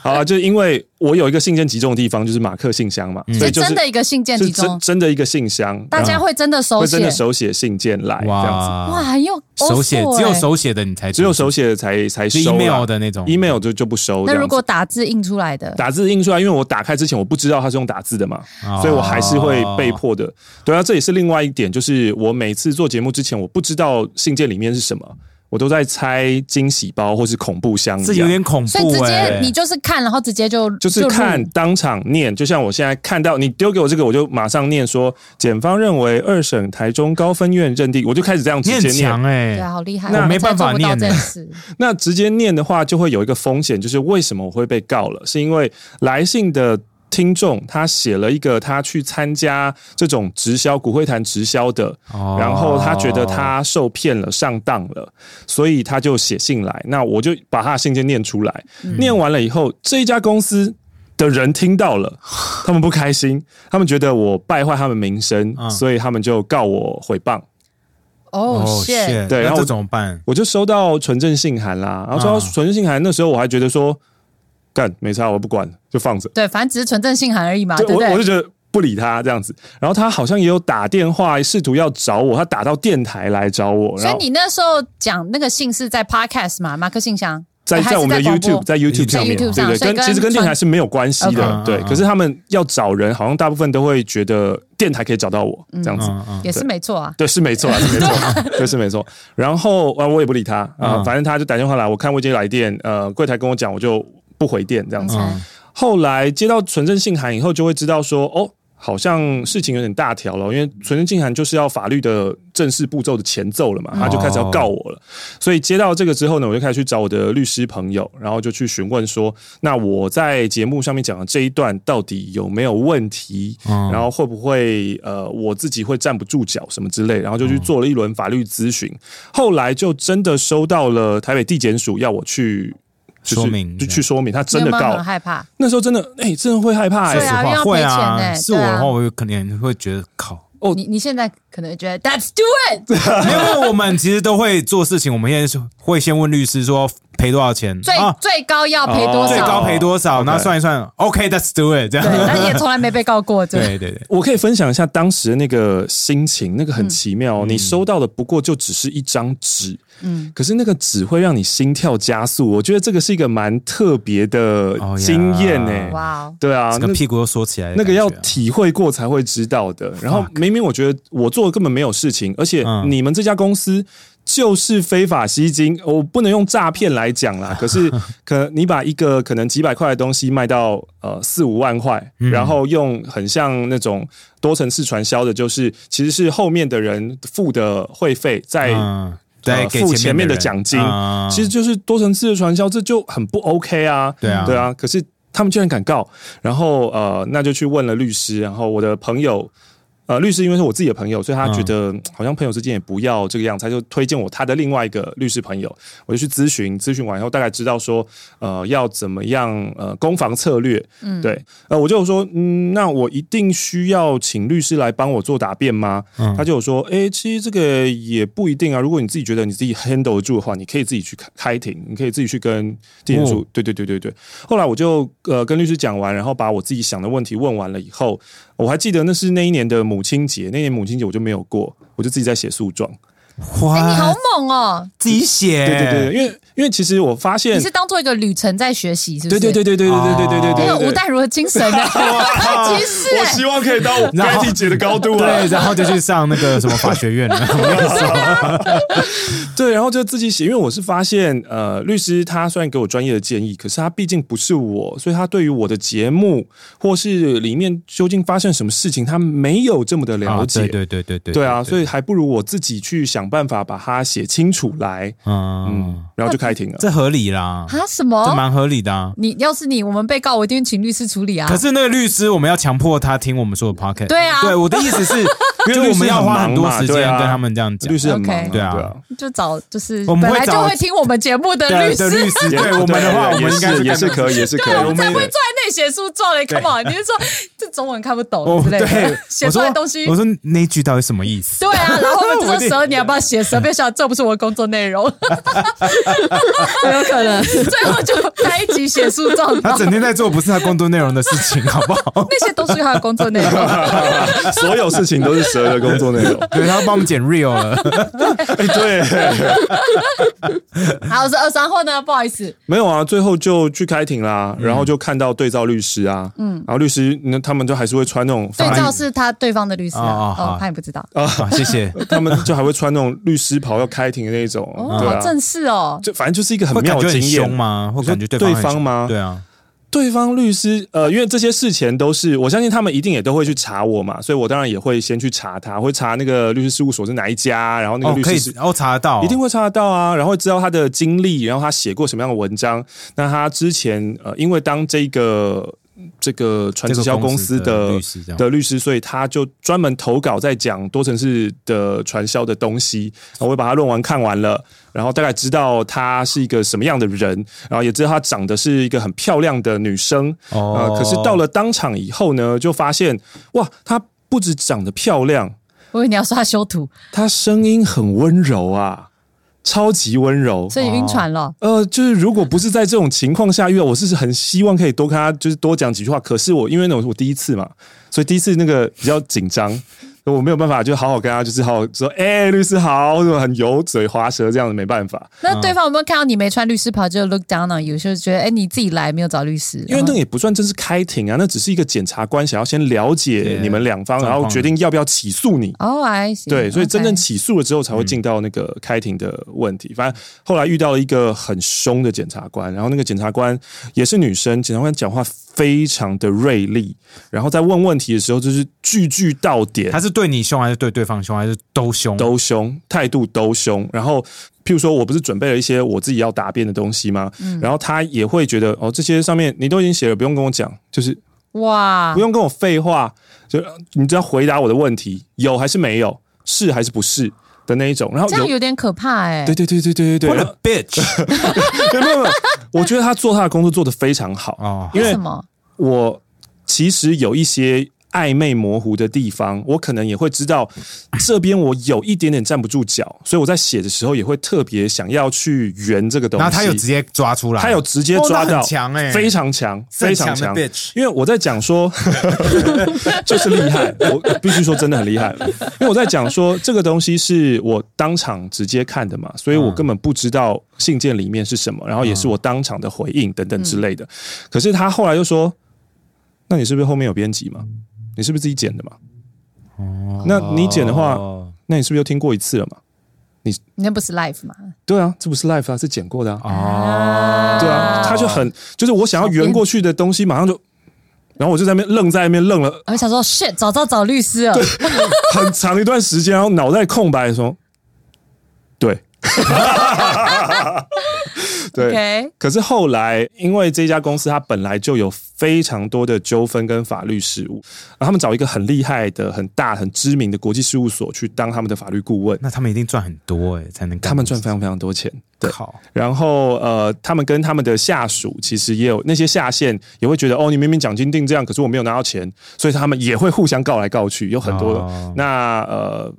[SPEAKER 1] 好啊，就是因为我有一个信件集中的地方，就是马克信箱
[SPEAKER 3] 嗯
[SPEAKER 1] 嘛，所
[SPEAKER 2] 是
[SPEAKER 1] 以就是
[SPEAKER 2] 真的一个信件
[SPEAKER 1] 是
[SPEAKER 2] 集
[SPEAKER 1] 真
[SPEAKER 2] 中，
[SPEAKER 1] 真的一个信箱，
[SPEAKER 2] 大
[SPEAKER 1] 然
[SPEAKER 2] 家
[SPEAKER 1] 后
[SPEAKER 2] 会真的手
[SPEAKER 1] 会真
[SPEAKER 2] 写
[SPEAKER 1] 的，手啊写信件来哎这样子，
[SPEAKER 2] 哇，
[SPEAKER 3] 哇，
[SPEAKER 2] 很有
[SPEAKER 3] 手写
[SPEAKER 2] old school
[SPEAKER 3] 只有
[SPEAKER 2] 欸
[SPEAKER 3] 手写的你才
[SPEAKER 1] 只有手写的才才
[SPEAKER 3] 是
[SPEAKER 1] 收啦
[SPEAKER 3] email 的那种
[SPEAKER 1] email 就就不收。这
[SPEAKER 2] 那
[SPEAKER 1] 样
[SPEAKER 2] 如
[SPEAKER 1] 子
[SPEAKER 2] 果打字印出来的，
[SPEAKER 1] 打字印出来，因为我打开之前我不知道它是用打字的嘛，
[SPEAKER 3] 哦
[SPEAKER 1] 所以我还是会被迫的。对啊，这也是另外一点，就是我每次做节目之前，我不知道信件里面是什么，我都在拆惊喜包或是恐怖箱一
[SPEAKER 3] 这
[SPEAKER 1] 样。
[SPEAKER 3] 有点恐
[SPEAKER 2] 所以直
[SPEAKER 3] 怖
[SPEAKER 2] 接
[SPEAKER 3] 哎。
[SPEAKER 2] 你就是看，然后直接就
[SPEAKER 1] 欸就是
[SPEAKER 2] 录
[SPEAKER 1] 看当场念，就像我现在看到你丢给我这个，我就马上念说，检方认为二审台中高分院认定，我就开始这样直
[SPEAKER 3] 你很
[SPEAKER 1] 接念
[SPEAKER 3] 强。哎
[SPEAKER 2] 对啊，，好厉害，
[SPEAKER 3] 那
[SPEAKER 2] 我
[SPEAKER 3] 没办法念欸
[SPEAKER 2] 这
[SPEAKER 3] 呢
[SPEAKER 2] 事。
[SPEAKER 1] 那直接念的话，就会有一个风险，就是为什么我会被告了？是因为来信的听众他写了一个他去参加这种直销骨灰坛直销的，
[SPEAKER 3] 哦
[SPEAKER 1] 然后他觉得他受骗了、上当了，所以他就写信来。那我就把他的信件念出来，
[SPEAKER 3] 嗯
[SPEAKER 1] 念完了以后，这一家公司。的人听到 了，他们不开心，他们觉得我败坏他们名声，
[SPEAKER 3] 嗯
[SPEAKER 1] 所以他们就告我诽谤。
[SPEAKER 2] 哦，谢，
[SPEAKER 3] shit，
[SPEAKER 1] 对然
[SPEAKER 3] 那
[SPEAKER 1] 后
[SPEAKER 3] 这
[SPEAKER 1] 我
[SPEAKER 3] 怎么办？
[SPEAKER 1] 我就收到纯正信函啦，然后收
[SPEAKER 3] 啊
[SPEAKER 1] 到纯正信函，那时候我还觉得说，干没差，我不管，就放着。
[SPEAKER 2] 对，反正只是纯正信函而已嘛，
[SPEAKER 1] 就
[SPEAKER 2] 啊对不
[SPEAKER 1] 我我就
[SPEAKER 2] 对？
[SPEAKER 1] 觉得不理他这样子。然后他好像也有打电话试图要找我，他打到电台来找我，
[SPEAKER 2] 所
[SPEAKER 1] 然
[SPEAKER 2] 以
[SPEAKER 1] 后
[SPEAKER 2] 你哦那时候讲那个信是在 podcast 嘛，马克信箱，
[SPEAKER 1] 在
[SPEAKER 2] 还是
[SPEAKER 1] 在我们的
[SPEAKER 2] 广播
[SPEAKER 1] YouTube 在 YouTube 上面，对
[SPEAKER 2] YouTube 上
[SPEAKER 1] 对，
[SPEAKER 2] 所以
[SPEAKER 1] 跟
[SPEAKER 2] 跟嗯
[SPEAKER 1] 其实跟电台是没有关系的，
[SPEAKER 3] 传
[SPEAKER 1] 对。
[SPEAKER 3] OK
[SPEAKER 1] 可是他们要找人，好像大部分都会觉得电台可以找到我这样子。
[SPEAKER 3] 嗯嗯，
[SPEAKER 2] 也是没错啊。
[SPEAKER 1] 对，是没错啊，是没错啊，对，是没错。然后啊，我也不理他啊、
[SPEAKER 3] 嗯
[SPEAKER 1] 反正他就打电话来，我看未接来电，呃，柜台跟我讲，我就不回电这样子。
[SPEAKER 3] 嗯
[SPEAKER 1] 后来接到存证信函以后，就会知道说，哦，好像事情有点大条了，因为存证信函就是要法律的正式步骤的前奏了
[SPEAKER 3] 哦
[SPEAKER 1] 嘛，他就开始要告我了。所以接到这个之后呢，我就开始去找我的律师朋友，然后就去询问说，那我在节目上面讲的这一段到底有没有问题？
[SPEAKER 3] 嗯
[SPEAKER 1] 然后会不会呃我自己会站不住脚什么之类，然后就去做了一轮法律咨询，后来就真的收到了台北地检署要我去。就是
[SPEAKER 3] 说明
[SPEAKER 1] 就去说明，他真
[SPEAKER 2] 你
[SPEAKER 1] 的
[SPEAKER 2] 有没有
[SPEAKER 1] 告
[SPEAKER 2] 很，害怕？
[SPEAKER 1] 那时候真的，哎、真的会害怕、哎
[SPEAKER 2] 对啊因为要
[SPEAKER 3] 会
[SPEAKER 2] 赔钱
[SPEAKER 3] 啊，
[SPEAKER 2] 欸
[SPEAKER 3] 是我的话，
[SPEAKER 2] 对啊
[SPEAKER 3] 我肯定会觉得 靠。
[SPEAKER 1] 哦
[SPEAKER 2] 你你现在可能觉得 Let's do it
[SPEAKER 3] 没有因为我们其实都会做事情，我们也是会先问律师说赔多少钱
[SPEAKER 2] 最、
[SPEAKER 3] 啊，
[SPEAKER 2] 最高要赔多
[SPEAKER 1] 哦
[SPEAKER 3] 最高
[SPEAKER 2] 少？
[SPEAKER 3] 赔多少，
[SPEAKER 1] OK
[SPEAKER 3] 然后算一算，OK，let's do it，
[SPEAKER 2] 对，
[SPEAKER 3] 这样。
[SPEAKER 2] 但也从来没被告过，对。
[SPEAKER 3] 对对对，
[SPEAKER 1] 我可以分享一下当时的那个心情，那个很奇妙、
[SPEAKER 2] 嗯
[SPEAKER 1] 哦。你收到的不过就只是一张纸，嗯，可是那个纸会让你心跳加速。我觉得这个是一个蛮特别的
[SPEAKER 3] 哦呀
[SPEAKER 1] 经验呢、
[SPEAKER 2] 哇哦，
[SPEAKER 1] 对啊，
[SPEAKER 3] 这
[SPEAKER 1] 那
[SPEAKER 3] 个屁股又缩起来的
[SPEAKER 1] 那
[SPEAKER 3] 感觉啊，
[SPEAKER 1] 个要体会过才会知道的。然后明明我觉得我做的根本没有事情，而且
[SPEAKER 3] 嗯
[SPEAKER 1] 你们这家公司就是非法吸金，我不能用诈骗来讲 啦。可是可你把一个可能几百块的东西卖到呃四五万块，
[SPEAKER 3] 嗯
[SPEAKER 1] 然后用很像那种多层次传销的，就是其实是后面的人付的会费在。
[SPEAKER 3] 嗯，对，
[SPEAKER 1] 呃
[SPEAKER 3] 给
[SPEAKER 1] 付前面的
[SPEAKER 3] 人
[SPEAKER 1] 奖金
[SPEAKER 3] 嗯
[SPEAKER 1] 其实就是多层次的传销，这就很不 OK 啊。
[SPEAKER 3] 对啊
[SPEAKER 1] 对啊。可是他们居然敢告，然后呃，那就去问了律师，然后我的朋友。呃，律师因为是我自己的朋友，所以他觉得嗯好像朋友之间也不要这个样子，他就推荐我他的另外一个律师朋友，我就去咨询，咨询完以后大概知道说，呃，要怎么样呃攻防策略，嗯，对，呃，我就有说，嗯，那我一定需要请律师来帮我做答辩吗？
[SPEAKER 3] 嗯
[SPEAKER 1] 他就有说，诶，其实这个也不一定啊，如果你自己觉得你自己 handle 得住的话，你可以自己去开开庭，你可以自己去跟地检署，对对对对对，后来我就呃跟律师讲完，然后把我自己想的问题问完了以后，我还记得那是那一年的母亲节，那年母亲节我就没有过，我就自己在写诉状。
[SPEAKER 2] 哎、你好
[SPEAKER 3] 哇，
[SPEAKER 2] 猛哦！
[SPEAKER 3] 自己写，
[SPEAKER 1] 对对对，对因为因为其实我发现
[SPEAKER 2] 你，是当做一个旅程在学习，是不
[SPEAKER 1] 对
[SPEAKER 2] 是？
[SPEAKER 1] 哎对对对
[SPEAKER 2] 对，
[SPEAKER 1] 对对对对对对
[SPEAKER 2] 很
[SPEAKER 1] 对
[SPEAKER 2] 有
[SPEAKER 1] 对
[SPEAKER 2] 吴淡如的精神 啊，很歧视
[SPEAKER 1] 我
[SPEAKER 2] 哎、
[SPEAKER 1] 希望可以到我
[SPEAKER 3] 然后
[SPEAKER 1] Betty 姐的高度啊！
[SPEAKER 3] 对，然后就去上那个什么法学院 了。啊
[SPEAKER 1] 对，然后就自己写，因为我是发现，呃，律师他虽然给我专业的建议，可是他毕竟不是我，所以他对于我的节目或是里面究竟发生什么事情，他没有这么的了解。
[SPEAKER 3] 啊对对对对对，
[SPEAKER 1] 对啊，所以还不如我自己去想办法把它写清楚来，
[SPEAKER 3] 嗯
[SPEAKER 1] 嗯，，然后就开庭了。
[SPEAKER 3] 这合理啦，
[SPEAKER 2] 啊什
[SPEAKER 3] 这
[SPEAKER 2] 么？
[SPEAKER 3] 蛮合理的啊。
[SPEAKER 2] 你要是你，我们被告，我一定会请律师处理啊。
[SPEAKER 3] 可是那个律师，我们要强迫他听我们说的 pocket。
[SPEAKER 2] 对啊
[SPEAKER 3] 对，我的意思是，
[SPEAKER 1] 因为
[SPEAKER 3] 就
[SPEAKER 1] 律
[SPEAKER 3] 我
[SPEAKER 1] 师
[SPEAKER 3] 们要
[SPEAKER 1] 很
[SPEAKER 3] 花
[SPEAKER 1] 忙
[SPEAKER 3] 很多
[SPEAKER 1] 嘛
[SPEAKER 3] 时间
[SPEAKER 1] 对啊
[SPEAKER 3] 跟他们这样讲。
[SPEAKER 1] 律师很忙
[SPEAKER 2] OK
[SPEAKER 1] 啊，对啊，
[SPEAKER 3] 对啊
[SPEAKER 2] 就找就是
[SPEAKER 3] 我们
[SPEAKER 2] 本
[SPEAKER 3] 会
[SPEAKER 2] 来就
[SPEAKER 3] 找
[SPEAKER 2] 会听我们节目的
[SPEAKER 3] 对
[SPEAKER 2] 律
[SPEAKER 3] 对
[SPEAKER 2] 师，
[SPEAKER 3] 律师，对我们的话，我
[SPEAKER 1] 也
[SPEAKER 3] 们应该
[SPEAKER 1] 啊是也是
[SPEAKER 3] 跟他们
[SPEAKER 1] 可以，也是可以，
[SPEAKER 2] 对，我们才
[SPEAKER 1] 也
[SPEAKER 2] 不会坐在那里写书状嘞。Come on，你是说这中文看不懂
[SPEAKER 3] 我
[SPEAKER 2] 之类
[SPEAKER 3] 哦对
[SPEAKER 2] 的，写
[SPEAKER 3] 我
[SPEAKER 2] 出
[SPEAKER 3] 说
[SPEAKER 2] 来的东西
[SPEAKER 3] 我。说那句到底什么意思？
[SPEAKER 2] 对啊，然后我们
[SPEAKER 3] 我
[SPEAKER 2] 就
[SPEAKER 3] 一定
[SPEAKER 2] 说蛇，你要不要写蛇？别想这不是我的工作内容。
[SPEAKER 4] 有可能。
[SPEAKER 2] 最后就在一起写书状，然
[SPEAKER 3] 他
[SPEAKER 2] 后
[SPEAKER 3] 整天在做不是他工作内容的事情，好 不好？
[SPEAKER 2] 那些都是他的工作内容。
[SPEAKER 1] 所有事情都是蛇的工作内容。
[SPEAKER 3] 对，他要帮我们剪 real 了。
[SPEAKER 1] 哎，对，
[SPEAKER 2] 好，我是二三后呢，不好意思，
[SPEAKER 1] 没有啊，最后就去开庭啦，
[SPEAKER 2] 嗯
[SPEAKER 1] 然后就看到对照律师啊，嗯，然后律师那他们就还是会穿那种
[SPEAKER 2] 对
[SPEAKER 1] 法
[SPEAKER 2] 照是他对方的律师
[SPEAKER 3] 哦
[SPEAKER 2] 啊，
[SPEAKER 3] 哦好
[SPEAKER 2] 哦，他也不知道，
[SPEAKER 1] 啊
[SPEAKER 3] 好，谢谢。
[SPEAKER 1] 他们就还会穿那种律师袍要开庭的那种，
[SPEAKER 2] 哦，
[SPEAKER 1] 对
[SPEAKER 2] 好
[SPEAKER 1] 啊，
[SPEAKER 2] 正式哦，
[SPEAKER 1] 就反正就是一个很
[SPEAKER 3] 会
[SPEAKER 1] 妙
[SPEAKER 3] 感觉
[SPEAKER 1] 的
[SPEAKER 3] 很
[SPEAKER 1] 经
[SPEAKER 3] 凶
[SPEAKER 1] 验。
[SPEAKER 3] 吗？会感觉
[SPEAKER 1] 你说
[SPEAKER 3] 方很
[SPEAKER 1] 对方
[SPEAKER 3] 凶
[SPEAKER 1] 吗
[SPEAKER 3] 对啊，
[SPEAKER 1] 对方律师，呃，因为这些事前都是，我相信他们一定也都会去查我嘛，所以我当然也会先去查他，会查那个律师事务所是哪一家，然后那
[SPEAKER 3] 哦
[SPEAKER 1] 个，律
[SPEAKER 3] 可以
[SPEAKER 1] 师是、
[SPEAKER 3] 哦，查得到，
[SPEAKER 1] 一定会查得到啊，然后会知道他的经历，然后他写过什么样的文章，那他之前呃，因为当这个这个传
[SPEAKER 3] 这
[SPEAKER 1] 直
[SPEAKER 3] 个
[SPEAKER 1] 销公
[SPEAKER 3] 公
[SPEAKER 1] 司
[SPEAKER 3] 的
[SPEAKER 1] 的
[SPEAKER 3] 律师这样。
[SPEAKER 1] 的律师，所以他就专门投稿在讲多层次的传销的东西。然后我也把他论文看完了，然后大概知道他是一个什么样的人，然后也知道他长得是一个很漂亮的女生。呃
[SPEAKER 3] 哦，
[SPEAKER 1] 可是到了当场以后呢，就发现哇，她不止长得漂亮，
[SPEAKER 2] 我以为你要说他修图，
[SPEAKER 1] 她声音很温柔啊，超级温柔。
[SPEAKER 2] 所以晕船了。
[SPEAKER 1] 呃，就是如果不是在这种情况下遇到，我是很希望可以多跟他就是多讲几句话。可是我因为那种是我第一次嘛，所以第一次那个比较紧张。我没有办法，就好好跟他，就是好好说，哎、律师好，或者很油嘴滑舌这样子，没办法。
[SPEAKER 2] 那对方有没有看到你没穿律师袍就 look down on you，就是觉得哎、你自己来没有找律师？
[SPEAKER 1] 因为那个也不算正式开庭啊，那只是一个检察官想要先了解
[SPEAKER 3] Yeah，
[SPEAKER 1] 你们两方，然
[SPEAKER 3] 状况
[SPEAKER 1] 后决定要不要起诉你。
[SPEAKER 2] 哦，哎，
[SPEAKER 1] 对，
[SPEAKER 3] 嗯
[SPEAKER 1] 所以真正
[SPEAKER 2] OK
[SPEAKER 1] 起诉了之后，才会进到那个开庭的问题。反正后来遇到了一个很凶的检察官，然后那个检察官也是女生，检察官讲话非常的锐利，然后在问问题的时候就是句句到点
[SPEAKER 3] 他，是对你凶还是对对方凶还是都凶？
[SPEAKER 1] 都凶，态度都凶。然后，譬如说我不是准备了一些我自己要答辩的东西吗？
[SPEAKER 3] 嗯
[SPEAKER 1] 然后他也会觉得哦，这些上面你都已经写了，不用跟我讲，就是
[SPEAKER 2] 哇
[SPEAKER 1] 不，用跟我废话，就呃你只要回答我的问题，有还是没有，是还是不是的那一种。然后
[SPEAKER 2] 这样
[SPEAKER 1] 有。
[SPEAKER 2] 有点可怕哎、
[SPEAKER 1] 对对对对对对对，
[SPEAKER 3] What
[SPEAKER 1] 然后
[SPEAKER 3] a bitch！
[SPEAKER 1] 没有没有没有，我觉得他做他的工作做得非常好。
[SPEAKER 3] 哦，
[SPEAKER 1] 因为
[SPEAKER 2] 为什么？
[SPEAKER 1] 我其实有一些暧昧模糊的地方，我可能也会知道这边我有一点点站不住脚，所以我在写的时候也会特别想要去圆这个东西。
[SPEAKER 3] 然后他有直接抓出来，
[SPEAKER 1] 他有直接抓
[SPEAKER 3] 哦那
[SPEAKER 1] 到，
[SPEAKER 3] 很强欸
[SPEAKER 1] 非常强，非
[SPEAKER 3] 非
[SPEAKER 1] 常
[SPEAKER 3] 常
[SPEAKER 1] 强
[SPEAKER 3] 强的 bitch
[SPEAKER 1] 因为我在讲说，就是厉害，我必须说真的很厉害。因为我在讲说这个东西是我当场直接看的嘛，所以我根本不知道信件里面是什么，然后也是我当场的回应等等之类的。可是他后来又说，那你是不是后面有编辑嘛？你是不是自己剪的嘛？那你剪的话，
[SPEAKER 3] 哦
[SPEAKER 1] 那你是不是又听过一次了嘛？
[SPEAKER 2] 你那不是 life 吗？
[SPEAKER 1] 对啊，这不是 live 啊，是剪过的啊。
[SPEAKER 3] 哦，
[SPEAKER 1] 对啊，他就很就是我想要圆过去的东西，马上就，然后我就在那边愣在那边愣了
[SPEAKER 2] 我想说 shit，早知道找律师了。
[SPEAKER 1] 很长一段时间，然后脑袋空白说，对， 对。
[SPEAKER 2] OK，
[SPEAKER 1] 可是后来，因为这家公司它本来就有非常多的纠纷跟法律事务，然后他们找一个很厉害的、很大、很知名的国际事务所去当他们的法律顾问，
[SPEAKER 3] 那他们一定赚很多哎，才能干
[SPEAKER 1] 他们赚非常非常多钱。对，
[SPEAKER 3] 好，
[SPEAKER 1] 然后呃，他们跟他们的下属其实也有那些下线也会觉得，哦，你明明奖金定这样，可是我没有拿到钱，所以他们也会互相告来告去，有很多。
[SPEAKER 3] 哦
[SPEAKER 1] 那呃，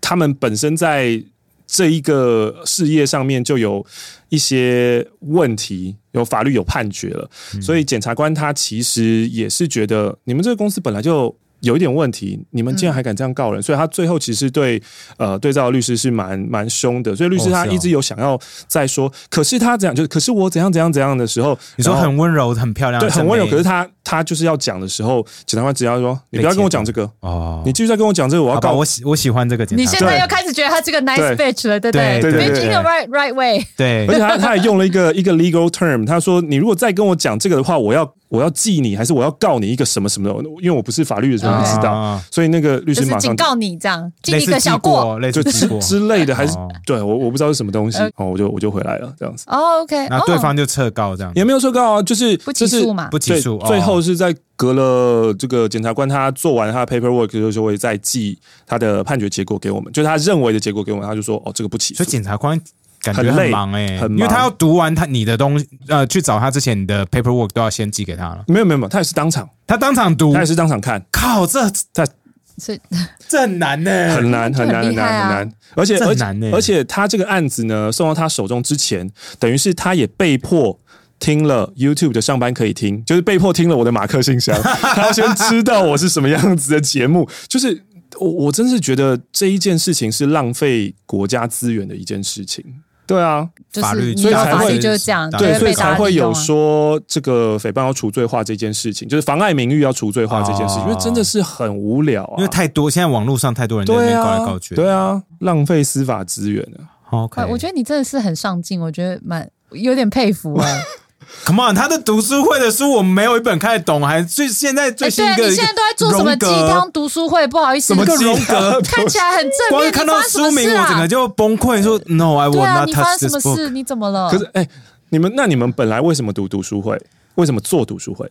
[SPEAKER 1] 他们本身在这一个事业上面就有一些问题，有法律有判决了，
[SPEAKER 3] 嗯
[SPEAKER 1] 所以检察官他其实也是觉得你们这个公司本来就。有一点问题，你们竟然还敢这样告人，
[SPEAKER 3] 嗯
[SPEAKER 1] 所以他最后其实对呃对照的律师是蛮蛮凶的，所以律师
[SPEAKER 3] 哦
[SPEAKER 1] 他
[SPEAKER 3] 是哦
[SPEAKER 1] 一直有想要再说，可是他怎样就是可是我怎样怎样怎样的时候，
[SPEAKER 3] 你说
[SPEAKER 1] 然后
[SPEAKER 3] 很温柔、很漂亮，
[SPEAKER 1] 对很温柔，可是
[SPEAKER 3] 他
[SPEAKER 1] 他他就是要讲的时候，检察官只要说你不要跟我讲这个，
[SPEAKER 3] 哦，
[SPEAKER 1] 你继续再跟我讲这个，我要
[SPEAKER 3] 好吧，
[SPEAKER 1] 告
[SPEAKER 3] 我喜我喜欢这个检察
[SPEAKER 2] 你
[SPEAKER 3] 官
[SPEAKER 2] 现在
[SPEAKER 1] 对
[SPEAKER 2] 又开始觉得他是个 nice
[SPEAKER 1] 对
[SPEAKER 2] bitch 了，对不
[SPEAKER 3] 对
[SPEAKER 1] 对对
[SPEAKER 2] Bitch
[SPEAKER 1] 对
[SPEAKER 2] in the right right way。
[SPEAKER 3] 对
[SPEAKER 1] 而且他他还用了一个一个 legal term，他说你如果再跟我讲这个的话，我要我要记你，还是我要告你一个什么什么的，因为我不是法律人，所以我不知道，
[SPEAKER 3] 啊
[SPEAKER 1] 所以那个律
[SPEAKER 2] 就
[SPEAKER 1] 师
[SPEAKER 2] 是
[SPEAKER 1] 马
[SPEAKER 2] 警
[SPEAKER 1] 上
[SPEAKER 2] 告你这样，记
[SPEAKER 3] 类
[SPEAKER 2] 一
[SPEAKER 3] 似
[SPEAKER 2] 个小
[SPEAKER 3] 记
[SPEAKER 2] 过。
[SPEAKER 3] 过，类
[SPEAKER 1] 就
[SPEAKER 3] 似
[SPEAKER 1] 之
[SPEAKER 3] 记过，
[SPEAKER 1] 之类的，还是
[SPEAKER 3] 哦
[SPEAKER 1] 对我我不知道是什么东西
[SPEAKER 2] 呃，
[SPEAKER 1] 哦，我就我就回来了，这样子
[SPEAKER 2] 哦，OK，
[SPEAKER 3] 那
[SPEAKER 2] 哦
[SPEAKER 3] 对方就撤告这样，
[SPEAKER 1] 也没有说告啊，就是
[SPEAKER 2] 不
[SPEAKER 1] 就
[SPEAKER 2] 起
[SPEAKER 1] 是
[SPEAKER 2] 诉嘛
[SPEAKER 3] 不起诉，
[SPEAKER 1] 对
[SPEAKER 3] 哦
[SPEAKER 1] 最后是在隔了这个检察官他做完他的 paperwork 之后，就会再寄他的判决结果给我们，就是他认为的结果给我们，他就说哦，这个不起诉
[SPEAKER 3] 所以。检察官感觉
[SPEAKER 1] 很累
[SPEAKER 3] 很忙哎、
[SPEAKER 1] 很忙
[SPEAKER 3] 因为他要读完他你的东西，呃，去找他之前，你的 paperwork 都要先寄给他了。
[SPEAKER 1] 没有没有没有，他也是当场，
[SPEAKER 3] 他当场读
[SPEAKER 1] 他，也是当场看，
[SPEAKER 3] 靠，这
[SPEAKER 2] 是
[SPEAKER 3] 这很难呢、欸
[SPEAKER 1] 很难
[SPEAKER 2] 这
[SPEAKER 1] 很
[SPEAKER 2] 很
[SPEAKER 1] 难很
[SPEAKER 2] 厉害
[SPEAKER 1] 难
[SPEAKER 2] 啊
[SPEAKER 1] 很难，而且
[SPEAKER 3] 这
[SPEAKER 1] 而
[SPEAKER 3] 很
[SPEAKER 1] 且
[SPEAKER 3] 难欸
[SPEAKER 1] 而且他这个案子呢送到他手中之前，等于是他也被迫。听了 YouTube 的上班可以听，就是被迫听了我的马克信 箱，他要先知道我是什么样子的节目。就是我，我真是觉得这一件事情是浪费国家资源的一件事情。对啊，
[SPEAKER 2] 就
[SPEAKER 3] 法律
[SPEAKER 2] 是你
[SPEAKER 1] 所以
[SPEAKER 2] 有
[SPEAKER 1] 才
[SPEAKER 2] 法
[SPEAKER 1] 会
[SPEAKER 2] 律就是这样，
[SPEAKER 3] 对
[SPEAKER 1] 对，
[SPEAKER 2] 就
[SPEAKER 1] 所以
[SPEAKER 2] 被大
[SPEAKER 1] 才
[SPEAKER 2] 家
[SPEAKER 1] 会
[SPEAKER 2] 利
[SPEAKER 1] 有
[SPEAKER 2] 用啊。
[SPEAKER 1] 说这个诽谤要除罪化这件事情，就是妨碍名誉要除罪化这件事情，
[SPEAKER 3] 哦
[SPEAKER 1] 因为真的是很无聊啊。
[SPEAKER 3] 因为太多，现在网络上太多人在那
[SPEAKER 1] 对
[SPEAKER 3] 边
[SPEAKER 1] 啊，
[SPEAKER 3] 告来告去。
[SPEAKER 1] 对啊，浪费司法资源啊。
[SPEAKER 3] ，OK，
[SPEAKER 2] 哎我觉得你真的是很上进，我觉得蛮有点佩服哎。
[SPEAKER 3] Come on，他的读书会的书我没有一本看得懂，还最现在最
[SPEAKER 2] 哎，
[SPEAKER 3] 新
[SPEAKER 2] 对啊，
[SPEAKER 3] 一个
[SPEAKER 2] 你现在都在做什么
[SPEAKER 3] 荣
[SPEAKER 2] 鸡
[SPEAKER 3] 格
[SPEAKER 2] 汤读书会？不好意思，
[SPEAKER 3] 什么
[SPEAKER 2] 你
[SPEAKER 3] 鸡
[SPEAKER 1] 荣格
[SPEAKER 2] 看起来很正
[SPEAKER 3] 光
[SPEAKER 2] 面，
[SPEAKER 3] 看
[SPEAKER 2] 你
[SPEAKER 3] 到
[SPEAKER 2] 发生什
[SPEAKER 3] 书
[SPEAKER 2] 么
[SPEAKER 3] 名
[SPEAKER 2] 事
[SPEAKER 3] 我
[SPEAKER 2] 啊
[SPEAKER 3] 整个就崩溃，说 No I
[SPEAKER 2] 对
[SPEAKER 3] will
[SPEAKER 2] 啊，
[SPEAKER 3] not
[SPEAKER 2] 你发
[SPEAKER 3] touch
[SPEAKER 2] 生什
[SPEAKER 3] this
[SPEAKER 2] 么
[SPEAKER 3] book。
[SPEAKER 2] 事？你怎么了？
[SPEAKER 1] 可是，哎、你们那你们本来为什么读读书会？为什么做读书会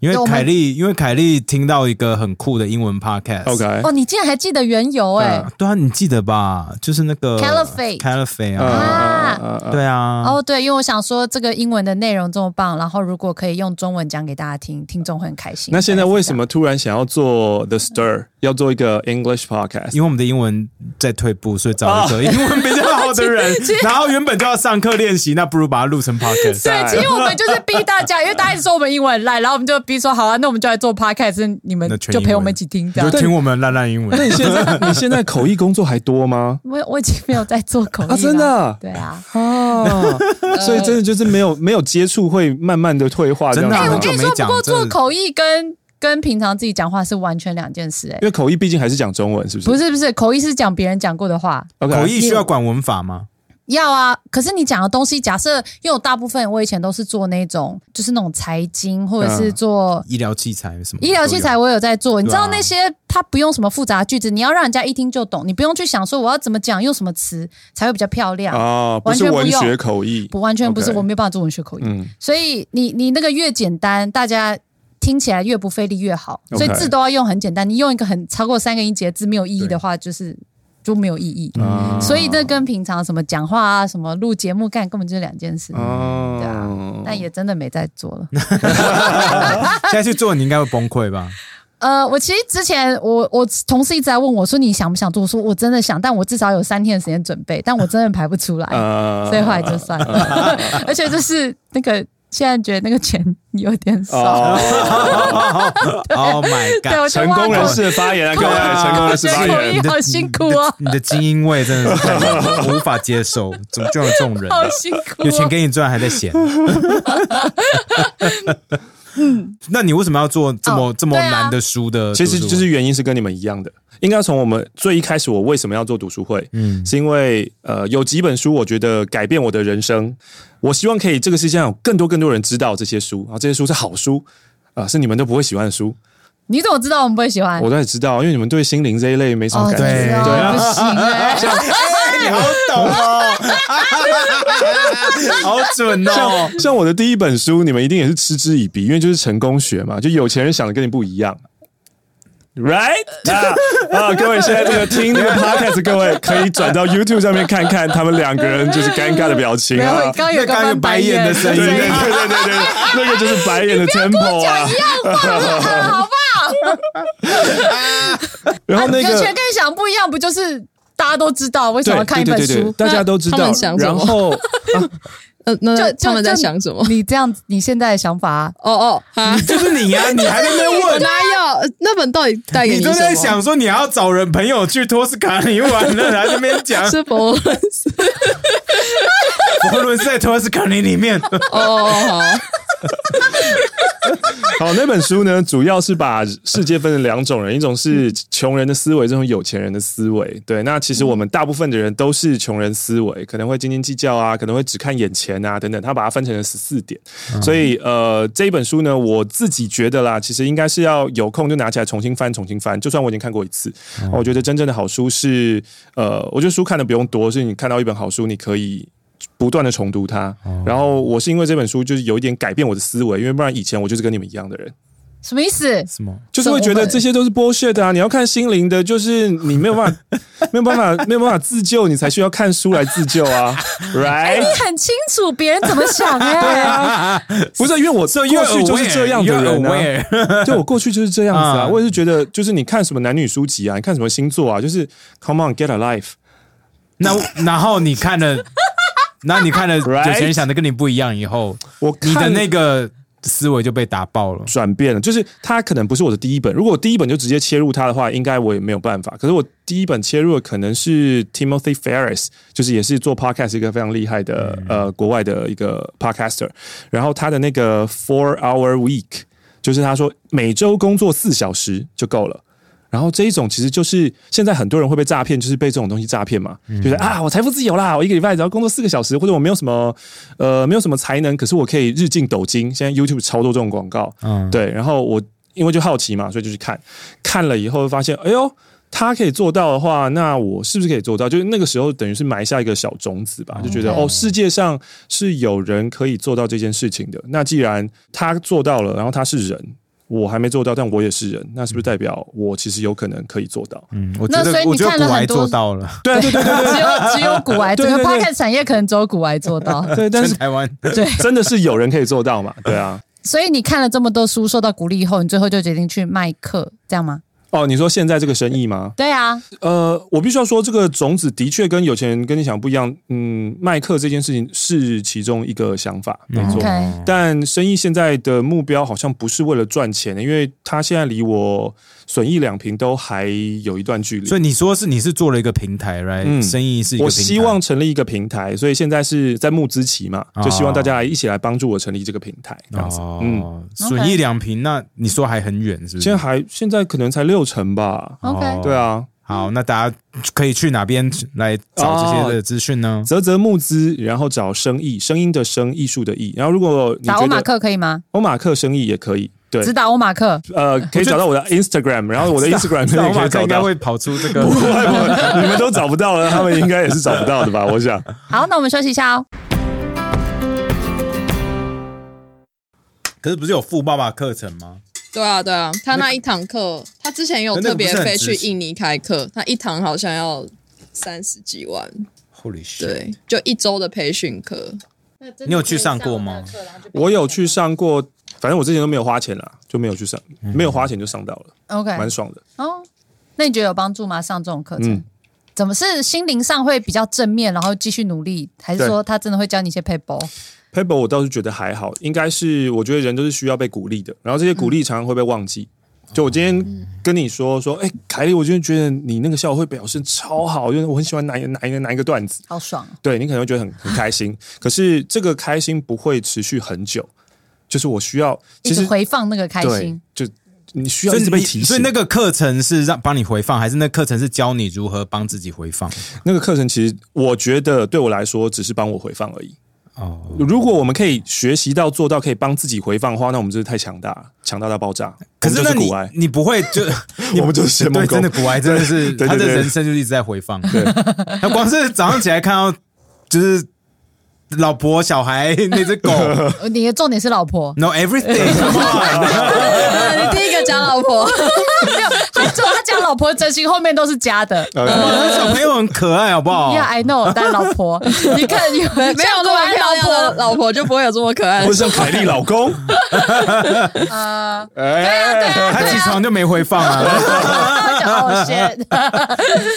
[SPEAKER 3] 因
[SPEAKER 2] 对我
[SPEAKER 3] 为
[SPEAKER 2] 们
[SPEAKER 3] 凯莉，因为凯莉听到一个很酷的英文 podcast。
[SPEAKER 1] ？OK，、
[SPEAKER 2] 哦，你竟然还记得缘由哎
[SPEAKER 3] 嗯。对啊，你记得吧？就是那个
[SPEAKER 2] Caliphate
[SPEAKER 3] Caliphate
[SPEAKER 1] 嗯
[SPEAKER 3] 啊，
[SPEAKER 2] 啊
[SPEAKER 1] 嗯嗯嗯
[SPEAKER 3] 对啊，
[SPEAKER 2] 哦，对，因为我想说这个英文的内容这么棒，然后如果可以用中文讲给大家听，听众会很开心。
[SPEAKER 1] 那现在为什
[SPEAKER 2] 大概嗯
[SPEAKER 1] 么突然想要做 The Stir？要做一个 English podcast，
[SPEAKER 3] 因为我们的英文在退步，所以找
[SPEAKER 1] 哦
[SPEAKER 3] 一个英文比较好的 人，然后原本就要上课练习，那不如把它录成 podcast。
[SPEAKER 2] 对，其实我们就是逼大家，因为大家一直说我们英文很烂，然后我们就逼说好啊，那我们就来做 podcast，你们
[SPEAKER 3] 那全英
[SPEAKER 2] 就
[SPEAKER 3] 文
[SPEAKER 2] 陪我们一起听这
[SPEAKER 3] 你
[SPEAKER 2] 样
[SPEAKER 3] 就。听我们烂烂英
[SPEAKER 1] 那
[SPEAKER 3] 文，
[SPEAKER 1] 你现在你现在口译工作还多吗？
[SPEAKER 2] 我我已经没有在做口译 了
[SPEAKER 1] 啊真的
[SPEAKER 2] 对啊，
[SPEAKER 1] 啊， 所以真的就是没有没有接触，会慢慢的退化这样
[SPEAKER 3] 真的啊
[SPEAKER 1] 子
[SPEAKER 2] 我
[SPEAKER 1] 吗
[SPEAKER 3] 很久
[SPEAKER 2] 跟你
[SPEAKER 3] 没
[SPEAKER 2] 说，不
[SPEAKER 3] 讲
[SPEAKER 2] 过
[SPEAKER 3] 真的
[SPEAKER 2] 做口译跟跟平常自己讲话是完全两件事、哎
[SPEAKER 1] 因，为口译毕竟还是讲中文，是不是？
[SPEAKER 2] 不是不是，口译是讲别人讲过的话，
[SPEAKER 1] OK
[SPEAKER 3] 口译需要管文法吗？
[SPEAKER 2] 要啊，可是你讲的东西，假设因为我大部分我以前都是做那种，就是那种财经或者是做
[SPEAKER 3] 医疗器材什么的都有？
[SPEAKER 2] 医疗器材，我有在嗯做。你知道
[SPEAKER 3] 对啊
[SPEAKER 2] 那些它不用什么复杂的句子，你要让人家一听就懂，你不用去想说我要怎么讲，用什么词才会比较漂亮。
[SPEAKER 1] 啊，不
[SPEAKER 2] 完
[SPEAKER 1] 是
[SPEAKER 2] 全不
[SPEAKER 1] 文
[SPEAKER 2] 用
[SPEAKER 1] 学口译，
[SPEAKER 2] 不，完全不是
[SPEAKER 1] OK
[SPEAKER 2] 我没有办法做文学口译，
[SPEAKER 1] 嗯，
[SPEAKER 2] 所以你你那个越简单，大家。听起来越不费力越好，所以
[SPEAKER 1] OK
[SPEAKER 2] 字都要用很简单。你用一个很超过三个音节的字没有意义的话，就是就没有意义。
[SPEAKER 1] 啊
[SPEAKER 2] 所以这跟平常什么讲话啊、什么录节目干根本就是两件事。对
[SPEAKER 1] 哦
[SPEAKER 2] 啊，但也真的没在做了。
[SPEAKER 3] 现在去做你应该会崩溃吧？
[SPEAKER 2] 呃，我其实之前我我同事一直在问我说你想不想做，我说我真的想，但我至少有三天的时间准备，但我真的排不出来，
[SPEAKER 1] 呃
[SPEAKER 2] 所以后来就算 了。而且就是那个现在觉得那个钱有点少。
[SPEAKER 1] 哦
[SPEAKER 3] Oh my
[SPEAKER 2] 对，我
[SPEAKER 3] god！
[SPEAKER 2] 就
[SPEAKER 1] 成
[SPEAKER 2] 挖
[SPEAKER 1] 功
[SPEAKER 2] 口
[SPEAKER 1] 人士的发言啊，各位成功人士发
[SPEAKER 2] 对口
[SPEAKER 1] 言
[SPEAKER 2] 译。
[SPEAKER 3] 你的
[SPEAKER 2] 好辛苦哦
[SPEAKER 3] 你的你的精英味真的是太 我无法接受，怎么就有这种人啊？
[SPEAKER 2] 好辛苦、
[SPEAKER 3] 有钱
[SPEAKER 2] 哦。
[SPEAKER 3] 给你赚还在嫌。 那你为什么要做这么、
[SPEAKER 2] 哦
[SPEAKER 3] 这么
[SPEAKER 2] 对啊
[SPEAKER 3] 难的书的读
[SPEAKER 1] 其
[SPEAKER 3] 书会？
[SPEAKER 1] 实就是原因是跟你们一样的，应该从我们最一开始，我为什么要做读书会，
[SPEAKER 3] 嗯，
[SPEAKER 1] 是因为呃有几本书我觉得改变我的人生，我希望可以这个世界上有更多更多人知道这些书，然后这些书是好书。啊，是你们都不会喜欢的书，
[SPEAKER 2] 你怎么知道我们不会喜欢？
[SPEAKER 1] 我当然知道，因为你们对心灵这一类没什么
[SPEAKER 2] 哦，
[SPEAKER 1] 感
[SPEAKER 2] 真
[SPEAKER 1] 觉。啊
[SPEAKER 2] 是哦，
[SPEAKER 3] 对对
[SPEAKER 2] 不行哎、
[SPEAKER 3] 哎你好懂哦， 好准哦。
[SPEAKER 1] 像我的第一本书，你们一定也是嗤之以鼻，因为就是成功学嘛，就有钱人想的跟你不一样。Right 啊啊！各位现在这个听这个 podcast，各位可以转到 YouTube 上面看看他们两个人就是尴尬的表情
[SPEAKER 2] 没有，
[SPEAKER 1] 啊
[SPEAKER 2] 刚。刚有
[SPEAKER 3] 那刚
[SPEAKER 2] 个
[SPEAKER 3] 有白眼的声
[SPEAKER 1] 对
[SPEAKER 3] 音
[SPEAKER 1] 对对对对对，那个就是白眼的 tempo 啊。
[SPEAKER 2] 好吧？
[SPEAKER 1] 然后那
[SPEAKER 2] 完
[SPEAKER 1] 个
[SPEAKER 2] 全跟你想不一样，不就是大家都知道为什
[SPEAKER 1] 对
[SPEAKER 2] 么要看一
[SPEAKER 1] 对
[SPEAKER 2] 本
[SPEAKER 1] 对对对，？
[SPEAKER 2] 书
[SPEAKER 1] 大家
[SPEAKER 2] 那
[SPEAKER 1] 都知
[SPEAKER 4] 他
[SPEAKER 1] 道
[SPEAKER 4] 们想。什么
[SPEAKER 1] 然后
[SPEAKER 4] 呃，那
[SPEAKER 2] 就就
[SPEAKER 4] 他们在想什么？
[SPEAKER 2] 你这样，你现在的想法啊、
[SPEAKER 4] 哦哦，哈，
[SPEAKER 3] 就是你呀、你还在那边
[SPEAKER 4] 我
[SPEAKER 3] 问。
[SPEAKER 4] 哪有？ 那本到底带给
[SPEAKER 3] 你
[SPEAKER 4] 什
[SPEAKER 3] 都
[SPEAKER 4] 么？
[SPEAKER 3] 在想说你还要找人朋友去托斯卡尼玩了，然后这边
[SPEAKER 1] 啊
[SPEAKER 3] 讲
[SPEAKER 4] 是 哦佛罗伦斯？
[SPEAKER 3] 佛伦斯在托斯卡尼里面，
[SPEAKER 4] 哦哦好，
[SPEAKER 1] 好，那本书呢，主要是把世界分成两种人，一种是穷人的思维，这种有钱人的思维。对，那其实我们大部分的人都是穷人思维，可能会斤斤计较啊，可能会只看眼前啊，等等。他把它分成了十四点，所以呃，这一本书呢，我自己觉得啦，其实应该是要有空就拿起来重新翻，重新翻。就算我已经看过一次，哦我觉得真正的好书是，呃，我觉得书看的不用多，是你看到一本好书，你可以不断的重读它。
[SPEAKER 3] 哦
[SPEAKER 1] 然后我是因为这本书就是有一点改变我的思维，因为不然以前我就是跟你们一样的人，
[SPEAKER 2] 什么意思？
[SPEAKER 3] 什么？
[SPEAKER 1] 就是会觉得这些都是 bullshit 啊！你要看心灵的，就是你没有办法， 没有办法，没有办法自救，你才需要看书来自救啊 ，right？
[SPEAKER 2] 哎
[SPEAKER 3] 哎
[SPEAKER 2] 你很清楚别人怎么 想哎、
[SPEAKER 1] 啊不是因为我过去就是这样的人啊。
[SPEAKER 3] You're aware，you're aware
[SPEAKER 1] 对，我过去就是这样 子啊。
[SPEAKER 3] 嗯
[SPEAKER 1] 我也是觉得，就是你看什么男女书籍啊，你看什么星座啊，就是 Come on, get a life。
[SPEAKER 3] 那然后你看了，那你看了有
[SPEAKER 1] Right
[SPEAKER 3] 钱人想的跟你不一样以后，
[SPEAKER 1] 我
[SPEAKER 3] 你的
[SPEAKER 1] 看
[SPEAKER 3] 那个思维就被打爆了。
[SPEAKER 1] 转变了，就是它可能不是我的第一本。如果我第一本就直接切入它的话，应该我也没有办法。可是我第一本切入的可能是 Timothy Ferris，就是也是做 podcast 一个非常厉害的、呃国外的一个 podcaster。然后他的那个 Four Hour Week，就是他说每周工作四小时就够了。然后这一种其实就是现在很多人会被诈骗，就是被这种东西诈骗嘛，就是啊，我财富自由啦，我一个礼拜只要工作四个小时，或者我没有什么呃没有什么才能，可是我可以日进斗金。现在 YouTube 超多这种广告，
[SPEAKER 3] 嗯，
[SPEAKER 1] 对，然后我因为就好奇嘛，所以就去看，看了以后发现，哎呦，他可以做到的话，那我是不是可以做到？就是那个时候等于是埋下一个小种子吧，就觉得
[SPEAKER 2] OK
[SPEAKER 1] 哦，世界上是有人可以做到这件事情的。那既然他做到了，然后他是人。我还没做到，但我也是人，那是不是代表我其实有可能可以做到？
[SPEAKER 3] 嗯，我
[SPEAKER 2] 那
[SPEAKER 3] 觉
[SPEAKER 2] 所以
[SPEAKER 3] 得
[SPEAKER 2] 你
[SPEAKER 3] 我觉得
[SPEAKER 2] 看了
[SPEAKER 3] 古
[SPEAKER 2] 很
[SPEAKER 3] 埃
[SPEAKER 2] 多
[SPEAKER 3] 做到 了，
[SPEAKER 1] 对啊对对对
[SPEAKER 2] 只有只 有古癌，整
[SPEAKER 1] 对对对
[SPEAKER 2] 个 podcast 产业可能只有古癌做到。
[SPEAKER 1] 对，但
[SPEAKER 3] 但是
[SPEAKER 1] 是
[SPEAKER 3] 台湾
[SPEAKER 1] 真的是有人可以做到嘛？对啊，
[SPEAKER 2] 所以你看了这么多书，受到鼓励以后，你最后就决定去卖课，这样吗？
[SPEAKER 1] 哦，你说现在这个生意吗？
[SPEAKER 2] 对啊，
[SPEAKER 1] 呃，我必须要说，这个种子的确跟有钱人跟你想不一样。嗯，卖课这件事情是其中一个想法，没错。
[SPEAKER 2] 嗯 OK
[SPEAKER 1] 但生意现在的目标好像不是为了赚钱，因为它现在离我损益两平都还有一段距离。
[SPEAKER 3] 所以你说是你是做了一个平台，right？、
[SPEAKER 1] 嗯
[SPEAKER 3] 生意是一个
[SPEAKER 1] 我
[SPEAKER 3] 平台哦
[SPEAKER 1] 希望成立一个平台，所以现在是在募资期嘛，就希望大家一起来帮助我成立这个平台，这样子。
[SPEAKER 3] 哦，
[SPEAKER 1] 嗯，
[SPEAKER 3] 损益两平，那你说还很远是不
[SPEAKER 1] 现在
[SPEAKER 3] 是？
[SPEAKER 1] 还现在可能才六成吧，
[SPEAKER 2] OK
[SPEAKER 3] 哦
[SPEAKER 1] 对。啊。
[SPEAKER 3] 好，那大家可以去哪边来找这些的资讯呢？
[SPEAKER 1] 泽泽募资，然后找生意，声音的声，艺术的艺。然后如果你
[SPEAKER 2] 打
[SPEAKER 1] 觉
[SPEAKER 2] 欧马
[SPEAKER 1] 得
[SPEAKER 2] 克可以吗？
[SPEAKER 1] 欧马克生意也可以，对
[SPEAKER 2] 只，打欧马克，
[SPEAKER 1] 呃，可以找到我的 Instagram，然后 我的 Instagram
[SPEAKER 3] 知道
[SPEAKER 1] 也
[SPEAKER 3] 我
[SPEAKER 1] 可以
[SPEAKER 3] 马克
[SPEAKER 1] 找
[SPEAKER 3] 应该
[SPEAKER 1] 到。
[SPEAKER 3] 会 跑出这个。
[SPEAKER 1] 不会不会，你们都找不到了，他们应该也是找不到的吧？我想。
[SPEAKER 2] 好，那我们休息一下哦。
[SPEAKER 3] 可是不是有富爸爸课程吗？
[SPEAKER 4] 对啊，对啊，他那一堂课，他之前有特别飞去印尼开课，他一堂好像要三十几万，
[SPEAKER 3] Holy shit！
[SPEAKER 4] 对，就一周的培训课。
[SPEAKER 3] 你有去上过吗？
[SPEAKER 1] 我有去上过，反正我之前都没有花钱啦，就没有去上，
[SPEAKER 3] 嗯
[SPEAKER 1] 没有花钱就上到了，
[SPEAKER 2] OK，
[SPEAKER 1] 蛮爽的。
[SPEAKER 2] 哦，那你觉得有帮助吗？上这种课程，
[SPEAKER 1] 嗯
[SPEAKER 2] 怎么是心灵上会比较正面，然后继续努力，还是
[SPEAKER 1] 对
[SPEAKER 2] 说他真的会教你一些 paper？
[SPEAKER 1] Paper 我倒是觉得还好，应该是我觉得人都是需要被鼓励的，然后这些鼓励常常会被忘记。就我今天跟你说说，哎、凯莉，我真的觉得你那个校会表现超好，就是我很喜欢哪一哪一个哪一个段子，
[SPEAKER 2] 好爽哦！
[SPEAKER 1] 对你可能会觉得很很开心，可是这个开心不会持续很久，就是我需要
[SPEAKER 2] 一
[SPEAKER 1] 其
[SPEAKER 2] 直
[SPEAKER 1] 实
[SPEAKER 2] 回放那个开
[SPEAKER 1] 对
[SPEAKER 2] 心，，
[SPEAKER 1] 就你需要一直被
[SPEAKER 3] 你
[SPEAKER 1] 提醒，
[SPEAKER 3] 所以那个课程是让帮你回放，还是那课程是教你如何帮自己回放？
[SPEAKER 1] 那个课程其实我觉得对我来说只是帮我回放而已。
[SPEAKER 3] 哦，
[SPEAKER 1] 如果我们可以学习到做到可以帮自己回放的话，那我们真是太强大了，强大到爆炸。
[SPEAKER 3] 可是
[SPEAKER 1] 我
[SPEAKER 3] 那
[SPEAKER 1] 们就是
[SPEAKER 3] 你
[SPEAKER 1] 古埃，
[SPEAKER 3] 你不会 就你
[SPEAKER 1] 我们就是神
[SPEAKER 3] 对，
[SPEAKER 1] 梦狗
[SPEAKER 3] 真的古埃真的是
[SPEAKER 1] 对对对
[SPEAKER 3] 他的人生就一直在回放。
[SPEAKER 1] 对，
[SPEAKER 3] 他光是早上起来看到就是老婆、小孩、那只 狗，
[SPEAKER 2] 呃你的重点是老婆
[SPEAKER 3] ，no everything，
[SPEAKER 4] 你第一个讲老 婆，
[SPEAKER 2] 没有，他就他讲老婆真心，后面都是加的。
[SPEAKER 1] OK
[SPEAKER 3] 小朋友很可爱，好不
[SPEAKER 1] 哦
[SPEAKER 3] 好？
[SPEAKER 2] Yeah, I know，但老 婆，你看有没
[SPEAKER 4] 没有那么漂亮的老婆就不会有这么可爱
[SPEAKER 1] 或
[SPEAKER 4] 的
[SPEAKER 1] 者。像凯莉老公，
[SPEAKER 2] 呃，
[SPEAKER 1] 哎，
[SPEAKER 3] 他起床就没回放啊。
[SPEAKER 2] 他讲哦 shit，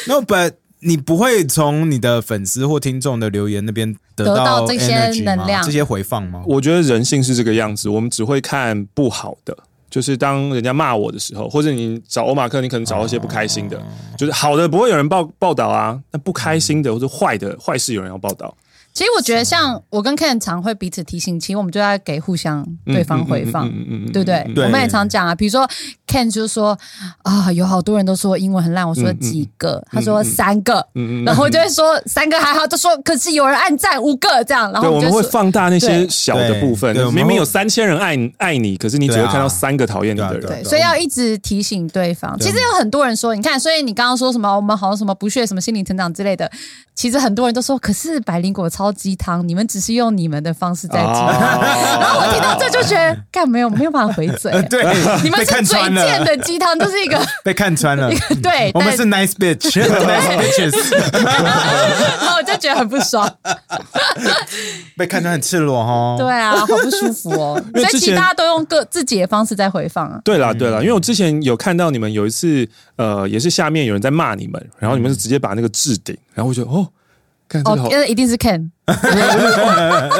[SPEAKER 3] no but 你不会从你的粉丝或听众的留言那边得
[SPEAKER 2] 得
[SPEAKER 3] 到
[SPEAKER 2] 到这些
[SPEAKER 3] energy 吗
[SPEAKER 2] 能量
[SPEAKER 3] 这些回放吗？
[SPEAKER 1] 我觉得人性是这个样子，我们只会看不好的。就是当人家骂我的时候，或者你找欧马克，你可能找到一些不开心的，就是好的不会有人报报道啊，那不开心的或者坏的坏事有人要报道，
[SPEAKER 2] 其实我觉得，像我跟 Ken 常会彼此提醒，其实我们就在给互相
[SPEAKER 1] 嗯
[SPEAKER 2] 对方回放，对不对？
[SPEAKER 3] 对
[SPEAKER 2] 我们也常讲啊，比如说 Ken 就说啊，有好多人都说我英文很烂，我说几个，他说三个，然后我就会说三个还好，就说可是有人按赞五个这样，然
[SPEAKER 1] 对，
[SPEAKER 2] 后
[SPEAKER 1] 我
[SPEAKER 2] 就
[SPEAKER 1] 们
[SPEAKER 2] 说
[SPEAKER 1] 会放大那些
[SPEAKER 2] 对
[SPEAKER 1] 小的部分
[SPEAKER 3] 对对我，们
[SPEAKER 1] 明明有
[SPEAKER 3] 会
[SPEAKER 1] 三千人爱你爱你，可是你只会
[SPEAKER 3] 对啊
[SPEAKER 1] 看到三个讨厌你的
[SPEAKER 3] 对啊对啊
[SPEAKER 1] 人
[SPEAKER 2] 对，。所以要一直提醒对方。其实有很多人说，你看，所以你刚刚说什么，我们好像什么不屑什么心灵成长之类的，其实很多人都说，可是百灵果超鸡汤，你们只是用你们的方式
[SPEAKER 3] 啊
[SPEAKER 2] 在鸡汤。
[SPEAKER 1] 哦
[SPEAKER 2] 然后我听到这就觉得，干没有没有办法回 嘴，
[SPEAKER 3] 呃对，
[SPEAKER 2] 你们
[SPEAKER 3] 被
[SPEAKER 2] 是
[SPEAKER 3] 看
[SPEAKER 2] 嘴
[SPEAKER 3] 穿
[SPEAKER 2] 贱
[SPEAKER 3] 了，
[SPEAKER 2] 的鸡汤，就是一个
[SPEAKER 3] 被看穿了。
[SPEAKER 2] 对，
[SPEAKER 3] 我们
[SPEAKER 2] 但
[SPEAKER 3] 是 nice bitch，nice bitches，
[SPEAKER 2] 然后我就觉得很不爽，
[SPEAKER 3] 被看穿很赤裸哦。
[SPEAKER 2] 对啊，好不舒服 哦。
[SPEAKER 1] 因为
[SPEAKER 2] 所以
[SPEAKER 1] 之前
[SPEAKER 2] 其实大家都用各自己的方式在回放啊，
[SPEAKER 1] 对啦，对
[SPEAKER 3] 嗯
[SPEAKER 1] 啦，因为我之前有看到你们有一次，呃，也是下面有人在骂你们，然后你们是直接把那个置顶，然后我觉得哦，看这
[SPEAKER 2] 嗯哦
[SPEAKER 1] 个好，，
[SPEAKER 2] 那一定是 Ken。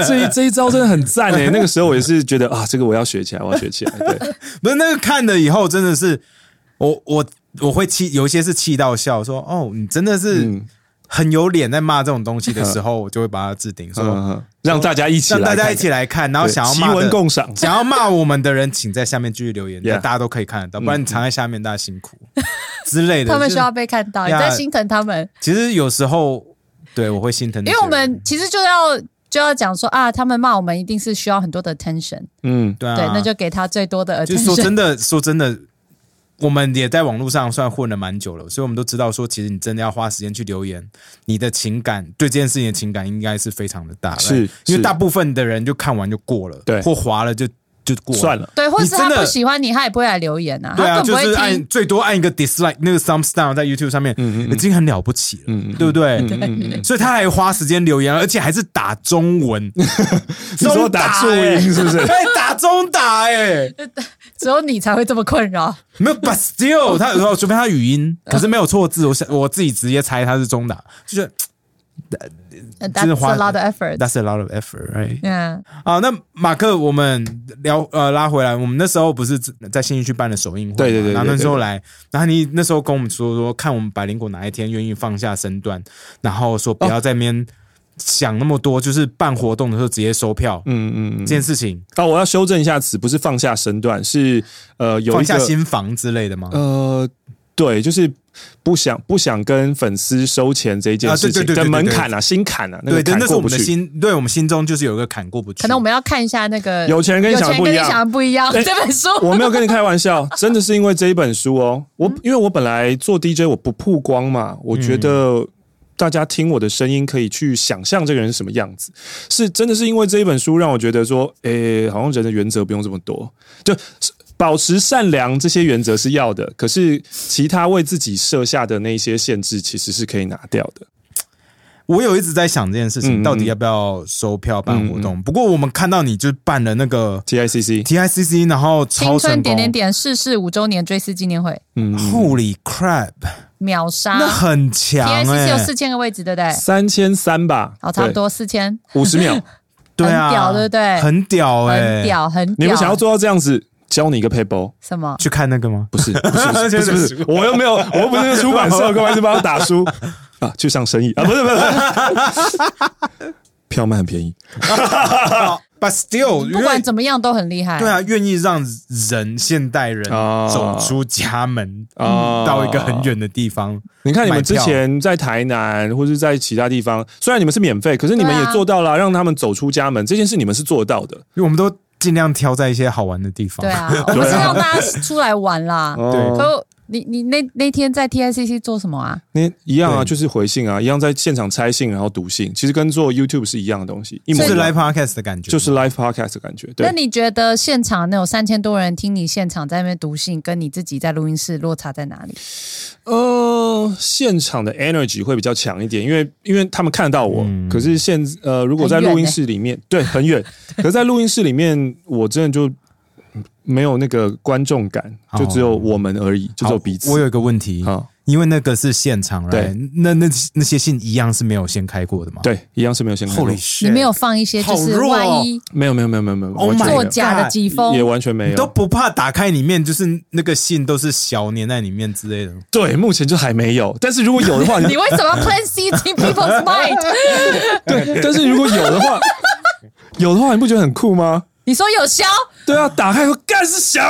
[SPEAKER 1] 这一这一招真的很赞欸诶。那个时候我也是觉得啊，这个我要学起来，我要学起来。对，
[SPEAKER 3] 不是那个看了以后，真的是我我我会气，有一些是气到笑，说哦，你真的是
[SPEAKER 1] 嗯
[SPEAKER 3] 很有脸在骂这种东西的 时候，我就会把它置顶，说
[SPEAKER 1] 嗯，让大家一起来
[SPEAKER 3] 让
[SPEAKER 1] 看看，
[SPEAKER 3] 大家一起来看，然后
[SPEAKER 1] 对
[SPEAKER 3] 想要
[SPEAKER 1] 奇
[SPEAKER 3] 骂
[SPEAKER 1] 闻
[SPEAKER 3] 的。
[SPEAKER 1] 共赏。
[SPEAKER 3] 想要骂我们的人，请在下面继续留言
[SPEAKER 1] Yeah 嗯
[SPEAKER 3] 大家都可以看得到，不然你藏在下面，大家辛苦 之类的。
[SPEAKER 2] 他们
[SPEAKER 3] 就
[SPEAKER 2] 需要被看到，你
[SPEAKER 3] 呀
[SPEAKER 2] 在心疼他们，
[SPEAKER 3] 其实有时候，对我会心疼那
[SPEAKER 2] 因
[SPEAKER 3] 些人，
[SPEAKER 2] 为我们其实就要就要讲说啊，他们骂我们一定是需要很多的 attention，、
[SPEAKER 1] 嗯，
[SPEAKER 3] 对啊，
[SPEAKER 2] 对，那就给他最多的
[SPEAKER 3] 就说
[SPEAKER 2] attention。
[SPEAKER 3] 真的，说真的，我们也在网络上算混了蛮久了，所以我们都知道说，其实你真的要花时间去留言，你的情感对这件事情的情感应该是非常的大，
[SPEAKER 1] 是
[SPEAKER 3] right？因
[SPEAKER 1] 是
[SPEAKER 3] 为大部分的人就看完就过了，
[SPEAKER 1] 对
[SPEAKER 3] 或划了就就过
[SPEAKER 1] 算了。
[SPEAKER 2] 对，或者
[SPEAKER 3] 你
[SPEAKER 2] 是他
[SPEAKER 3] 真的
[SPEAKER 2] 不喜欢你，他也不会来留言啊，
[SPEAKER 3] 对
[SPEAKER 2] 他
[SPEAKER 3] 啊，
[SPEAKER 2] 更不
[SPEAKER 3] 就
[SPEAKER 2] 会
[SPEAKER 3] 是
[SPEAKER 2] 听
[SPEAKER 3] 按。最多按一个 dislike 那个 thumbs down 在 YouTube 上面，
[SPEAKER 1] 嗯嗯嗯
[SPEAKER 3] 已经很了不起了，
[SPEAKER 1] 嗯嗯
[SPEAKER 3] 对不对？
[SPEAKER 1] 嗯嗯嗯，
[SPEAKER 3] 所以他还花时间留言，而且还是打中 文，
[SPEAKER 1] 你说打注音是不是
[SPEAKER 3] 中打欸？对，打中打哎、
[SPEAKER 2] 只有你才会这么困扰。
[SPEAKER 3] 没有，but still，他有时候除非他语音，可是没有错字，我想我自己直接猜他是中打，就觉得真
[SPEAKER 2] That's
[SPEAKER 3] 的花
[SPEAKER 2] a lot of effort。
[SPEAKER 3] that's a lot of effort，right？
[SPEAKER 2] 嗯，
[SPEAKER 3] 啊，那马克，我们聊呃拉回来，我们那时候不是在新义区办了首映会嘛，
[SPEAKER 1] 对对对对
[SPEAKER 3] 然后那
[SPEAKER 1] 对
[SPEAKER 3] 时候来，然后你那时候跟我们说说，看我们百灵果哪一天愿意放下身段，然后说
[SPEAKER 1] 哦
[SPEAKER 3] 不要在那边想那么多，就是办活动的时候直接收票、
[SPEAKER 1] 嗯嗯嗯
[SPEAKER 3] 这。件事情，
[SPEAKER 1] 啊，我要修正一下词，不是放下身段，是呃有
[SPEAKER 3] 放
[SPEAKER 1] 一
[SPEAKER 3] 下
[SPEAKER 1] 个
[SPEAKER 3] 心房之类的吗？
[SPEAKER 1] 呃，对，就是不想不想跟粉丝收钱这一件
[SPEAKER 3] 啊对
[SPEAKER 1] 事情
[SPEAKER 3] 对对对
[SPEAKER 1] 的
[SPEAKER 3] 对
[SPEAKER 1] 门
[SPEAKER 3] 对
[SPEAKER 1] 槛啊，心坎啊，那
[SPEAKER 3] 对，
[SPEAKER 1] 个
[SPEAKER 3] 但
[SPEAKER 1] 坎
[SPEAKER 3] 那是
[SPEAKER 1] 过
[SPEAKER 3] 我
[SPEAKER 1] 不
[SPEAKER 3] 们的
[SPEAKER 1] 去。
[SPEAKER 3] 心，对我们心中就是有一个坎过不去。
[SPEAKER 2] 可能我们要看一下那个
[SPEAKER 1] 有钱人跟你
[SPEAKER 2] 有
[SPEAKER 1] 想的
[SPEAKER 2] 钱
[SPEAKER 1] 不一
[SPEAKER 2] 跟你
[SPEAKER 1] 样
[SPEAKER 2] 想的不一样
[SPEAKER 3] 哎
[SPEAKER 1] 对
[SPEAKER 2] 这本书。
[SPEAKER 1] 我没有跟你开玩 笑，真的是因为这一本书哦。我
[SPEAKER 2] 嗯
[SPEAKER 1] 因为我本来做 DJ，我不曝光嘛，我觉得大家听我的声音可以去想象这个人是什么样子。是真的是因为这一本书让我觉得说，诶、好像人的原则不用这么多，就是保持善良这些原则是要的，可是其他为自己设下的那些限制其实是可以拿掉的。
[SPEAKER 3] 我有一直在想这件事
[SPEAKER 1] 嗯
[SPEAKER 3] 情，
[SPEAKER 1] 嗯嗯
[SPEAKER 3] 到底要不要收票办活动？不过我们看到你就办了那个
[SPEAKER 1] TICC，
[SPEAKER 3] TICC，然后
[SPEAKER 2] 青
[SPEAKER 3] 超成
[SPEAKER 2] 春
[SPEAKER 3] 功，
[SPEAKER 2] 点点点逝世五周年追思纪念会，
[SPEAKER 1] 嗯，
[SPEAKER 3] Holy crap！
[SPEAKER 2] 秒杀
[SPEAKER 3] 那很强
[SPEAKER 2] 啊 T S
[SPEAKER 3] 哎
[SPEAKER 2] C
[SPEAKER 1] 欸
[SPEAKER 2] 有四千个位置，对不对？
[SPEAKER 1] 三千三吧，
[SPEAKER 2] 好，差不多四千，
[SPEAKER 1] 五十秒。
[SPEAKER 3] 对啊，
[SPEAKER 2] 很屌对不对
[SPEAKER 3] 很屌
[SPEAKER 2] 很
[SPEAKER 3] 哎，
[SPEAKER 2] 屌，很
[SPEAKER 1] 你
[SPEAKER 2] 屌。
[SPEAKER 1] 们想要做到这样子，教你一个 paper。哦
[SPEAKER 2] 什么？
[SPEAKER 3] 去看那个吗？
[SPEAKER 1] 不是，不是，不是，不是，不是我又没有，我又不是出版 社，干嘛一直帮我打书啊？去上生意啊？不是，不是，不是 票卖很便宜，
[SPEAKER 3] But
[SPEAKER 1] 哦
[SPEAKER 3] still，
[SPEAKER 2] 不
[SPEAKER 3] 因
[SPEAKER 2] 管
[SPEAKER 3] 为
[SPEAKER 2] 怎么样都很厉害。
[SPEAKER 3] 对啊，愿意让人现代人
[SPEAKER 1] 哦
[SPEAKER 3] 走出家门
[SPEAKER 1] 哦
[SPEAKER 3] 到一个很远的地方。
[SPEAKER 1] 你看你们
[SPEAKER 3] 买
[SPEAKER 1] 之
[SPEAKER 3] 票
[SPEAKER 1] 前在台南或是在其他地方，虽然你们是免费，可是你们
[SPEAKER 2] 对啊
[SPEAKER 1] 也做到了、让他们走出家门这件事，你们是做到的。
[SPEAKER 3] 因为我们都尽量挑在一些好玩的地方。
[SPEAKER 2] 对，啊，我们是让大家出来玩啦。
[SPEAKER 1] 哦
[SPEAKER 2] 可你你那那天在 T I C C 做什么啊？
[SPEAKER 1] 你一样啊，
[SPEAKER 3] 对
[SPEAKER 1] 就是回信啊，一样在现场拆信，然后读信，其实跟做 YouTube 是一样的东西，一模
[SPEAKER 3] 就
[SPEAKER 1] 一
[SPEAKER 3] 是
[SPEAKER 1] 样
[SPEAKER 3] live podcast 的感觉，
[SPEAKER 1] 就是 live podcast 的感觉。对
[SPEAKER 2] 那，你觉得现场那有三千多人听你现场在那边读信，跟你自己在录音室落差在哪里？
[SPEAKER 1] 呃，现场的 energy 会比较强一点，因为因为他们看得到我。可是现呃，如果在
[SPEAKER 2] 很远
[SPEAKER 1] 录音
[SPEAKER 2] 欸
[SPEAKER 1] 室里面，对，很远。可是在录音室里面，我真的就没有那个观众感，就只有我们而已，就只有
[SPEAKER 3] 好
[SPEAKER 1] 彼
[SPEAKER 3] 我
[SPEAKER 1] 此。
[SPEAKER 3] 有一个问题，
[SPEAKER 1] 啊，
[SPEAKER 3] 因为那个是现场，
[SPEAKER 1] 对
[SPEAKER 3] right？那那那些信一样是没有先开过的嘛？
[SPEAKER 1] 对，一样是没有先看过
[SPEAKER 3] ，Holy，shit！
[SPEAKER 2] 你没有放一些就是
[SPEAKER 3] 好弱哦
[SPEAKER 2] 万一
[SPEAKER 1] 没有没有没有没有没有
[SPEAKER 3] Oh
[SPEAKER 1] 完全
[SPEAKER 3] my
[SPEAKER 1] 没有
[SPEAKER 2] 作假的几封
[SPEAKER 1] 哎也，完全没
[SPEAKER 3] 你都
[SPEAKER 1] 有。
[SPEAKER 3] 不怕打开里面，就是那个信都是小粘在里面之类的。
[SPEAKER 1] 对，目前就还没有。但是如果有的话，
[SPEAKER 2] 你为什么要 plan C in people's mind？
[SPEAKER 1] 对，但是如果有的话，有的话，你不觉得很酷吗？
[SPEAKER 2] 你说有消
[SPEAKER 1] 对啊，打开后干是小，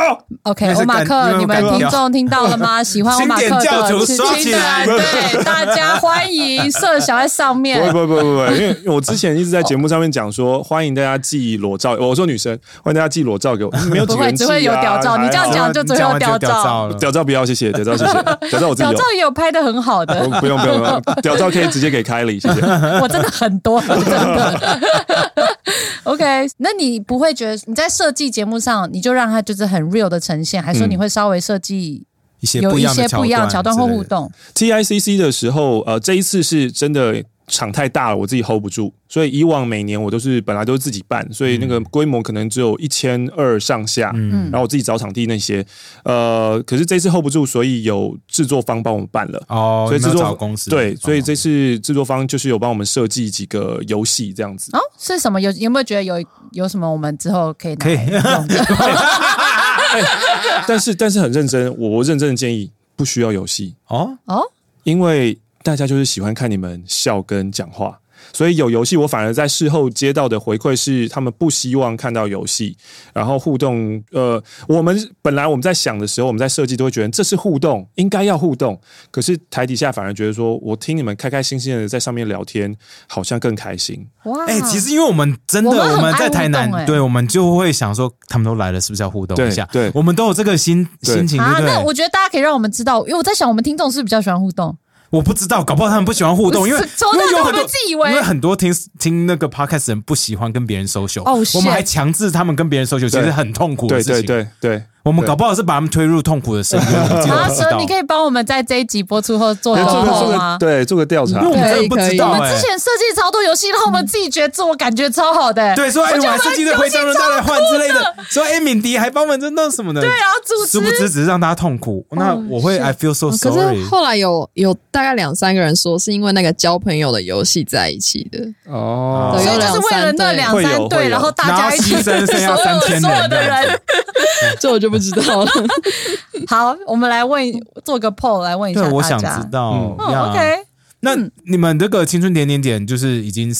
[SPEAKER 2] ？OK，
[SPEAKER 3] 那是
[SPEAKER 2] 欧马
[SPEAKER 3] 干
[SPEAKER 2] 克，
[SPEAKER 3] 那
[SPEAKER 2] 你
[SPEAKER 3] 是干
[SPEAKER 2] 们
[SPEAKER 3] 掉
[SPEAKER 2] 听众听到了 吗？喜欢欧马克
[SPEAKER 3] 请点教
[SPEAKER 2] 的，
[SPEAKER 3] 主
[SPEAKER 2] 请
[SPEAKER 3] 刷
[SPEAKER 2] 请
[SPEAKER 3] 起来
[SPEAKER 2] 的对大家欢迎射小在上 面。
[SPEAKER 1] 不会不会不会不会，因为因为我之前一直在节目上面讲说， 欢迎大家寄裸照。我说女生，欢迎大家寄裸照给我，没有
[SPEAKER 2] 不
[SPEAKER 1] 几个
[SPEAKER 2] 会，
[SPEAKER 1] 人寄、
[SPEAKER 2] 只
[SPEAKER 1] 啊、
[SPEAKER 2] 会有屌照。你这样
[SPEAKER 1] 还好
[SPEAKER 2] 讲就只会有屌照，
[SPEAKER 3] 了。
[SPEAKER 1] 屌照不要，谢谢屌照，谢谢屌照，我自己
[SPEAKER 2] 屌
[SPEAKER 1] 有
[SPEAKER 2] 照。也有拍的很好 的，
[SPEAKER 1] 我不用不用不用，屌照可以直接给凯里，谢谢。
[SPEAKER 2] 我真的很多，真 的。OK，那你不会觉得你在设计节目上，你就让它就是很 real 的呈现，还说你会稍微设计
[SPEAKER 3] 一些
[SPEAKER 2] 有
[SPEAKER 3] 不
[SPEAKER 2] 一
[SPEAKER 3] 样
[SPEAKER 2] 些
[SPEAKER 3] 的
[SPEAKER 2] 不一样的桥段
[SPEAKER 3] 段
[SPEAKER 2] 或
[SPEAKER 3] 之类
[SPEAKER 2] 互
[SPEAKER 3] 的。
[SPEAKER 2] 动？
[SPEAKER 1] TICC 的时候，呃，这一次是真的场太大了，我自己 hold 不住，所以以往每年我都是本来都是自己办，所以那个规模可能只有一千二上下，
[SPEAKER 3] 嗯
[SPEAKER 1] 然后我自己找场地那些，呃，可是这次 hold 不住，所以有制作方帮我们办了。
[SPEAKER 3] 哦，
[SPEAKER 1] 所以
[SPEAKER 3] 你没
[SPEAKER 1] 制
[SPEAKER 3] 有
[SPEAKER 1] 作
[SPEAKER 3] 找公司
[SPEAKER 1] 对，所以
[SPEAKER 3] 哦
[SPEAKER 1] 这次制作方就是有帮我们设计几个游戏这样子。
[SPEAKER 2] 哦，是什么？有有没有觉得有有什么我们之后可以拿
[SPEAKER 3] 可以
[SPEAKER 2] 来用的？
[SPEAKER 1] 但是但是很认真，我我认真的建议不需要游戏，
[SPEAKER 3] 哦，
[SPEAKER 2] 哦，
[SPEAKER 1] 因为大家就是喜欢看你们笑跟讲话。所以有游戏，我反而在事后接到的回馈是，他们不希望看到游戏，然后互动。呃，我们本来我们在想的时候，我们在设计都会觉得这是互动，应该要互动。可是台底下反而觉得说，我听你们开开心心的在上面聊天，好像更开心。
[SPEAKER 2] 哇！
[SPEAKER 3] 哎，其实因为我们真的
[SPEAKER 2] 啊我们很
[SPEAKER 3] 我们在
[SPEAKER 2] 爱互
[SPEAKER 3] 台
[SPEAKER 2] 动哎
[SPEAKER 3] 南，对，我们就会想说他们都来了，是不是要互动一下？
[SPEAKER 1] 对对
[SPEAKER 3] 我们都有这个心欸
[SPEAKER 1] 对
[SPEAKER 3] 心情，对
[SPEAKER 2] 啊，
[SPEAKER 3] 不
[SPEAKER 2] 那
[SPEAKER 3] 对？
[SPEAKER 2] 我觉得大家可以让我们知道，因为我在想，我们听众是不是比较喜欢互动。
[SPEAKER 3] 我不知道，搞不好他们不喜欢互动，因为
[SPEAKER 2] 从头
[SPEAKER 3] 因
[SPEAKER 2] 到尾我
[SPEAKER 3] 为有很多
[SPEAKER 2] 们自以为
[SPEAKER 3] 因为很多听听那个 podcast 人不喜欢跟别人 social，、
[SPEAKER 2] Oh,
[SPEAKER 3] 我
[SPEAKER 2] shit
[SPEAKER 3] 们还强制他们跟别人 social，其实
[SPEAKER 1] 对
[SPEAKER 3] 很痛苦的
[SPEAKER 1] 对
[SPEAKER 3] 事情。
[SPEAKER 1] 对对对，
[SPEAKER 3] 我们
[SPEAKER 1] 对
[SPEAKER 3] 搞不好是把他们推入痛苦的深渊，我们自
[SPEAKER 2] 然
[SPEAKER 3] 己都
[SPEAKER 2] 后
[SPEAKER 3] 不知
[SPEAKER 2] 说
[SPEAKER 3] 道。
[SPEAKER 2] 啊你可以帮我们在这一集播出后做
[SPEAKER 1] 对
[SPEAKER 2] 个
[SPEAKER 1] 哎做个
[SPEAKER 2] 后
[SPEAKER 1] 做个
[SPEAKER 2] 哦吗？
[SPEAKER 1] 对做个调查
[SPEAKER 3] 因为，我们真的不知道
[SPEAKER 2] 我
[SPEAKER 3] 哎、
[SPEAKER 2] 们之前设计超多游戏，让我们自己觉得自我感觉超好的、
[SPEAKER 3] 对，说哎，我还设计的徽章
[SPEAKER 2] 游
[SPEAKER 3] 让
[SPEAKER 2] 戏
[SPEAKER 3] 大家换之类的，说哎，敏迪还帮我们弄什么的，对
[SPEAKER 2] 对，然啊哦后主
[SPEAKER 3] 殊不知
[SPEAKER 2] 持
[SPEAKER 3] 只是让大家痛苦。那我会 I feel
[SPEAKER 2] 哦
[SPEAKER 3] so
[SPEAKER 4] 可
[SPEAKER 3] 哦 sorry
[SPEAKER 4] 是。后来有有大概两三个人说，是因为那个交朋友的游戏在一起 的，
[SPEAKER 1] 哦
[SPEAKER 4] 对
[SPEAKER 2] 所以
[SPEAKER 4] 有
[SPEAKER 2] 就
[SPEAKER 4] 两
[SPEAKER 2] 是为了那两
[SPEAKER 1] 会有
[SPEAKER 2] 三
[SPEAKER 1] 会
[SPEAKER 2] 对，
[SPEAKER 1] 有
[SPEAKER 2] 然后大
[SPEAKER 3] 然
[SPEAKER 2] 家
[SPEAKER 3] 后
[SPEAKER 2] 一起
[SPEAKER 3] 牺牲剩
[SPEAKER 2] 所
[SPEAKER 3] 下
[SPEAKER 2] 有
[SPEAKER 3] 3000人
[SPEAKER 2] 所有的
[SPEAKER 3] 这样
[SPEAKER 2] 人。
[SPEAKER 4] 这我就不知道了。
[SPEAKER 2] 好，我们来问做个 poll 来问一下
[SPEAKER 3] 对，我
[SPEAKER 2] 大
[SPEAKER 3] 想
[SPEAKER 2] 家
[SPEAKER 3] 知道
[SPEAKER 1] 嗯。
[SPEAKER 2] 哦
[SPEAKER 3] 呀
[SPEAKER 2] OK，
[SPEAKER 3] 那
[SPEAKER 2] 嗯
[SPEAKER 3] 你们这个青春点点点就是已经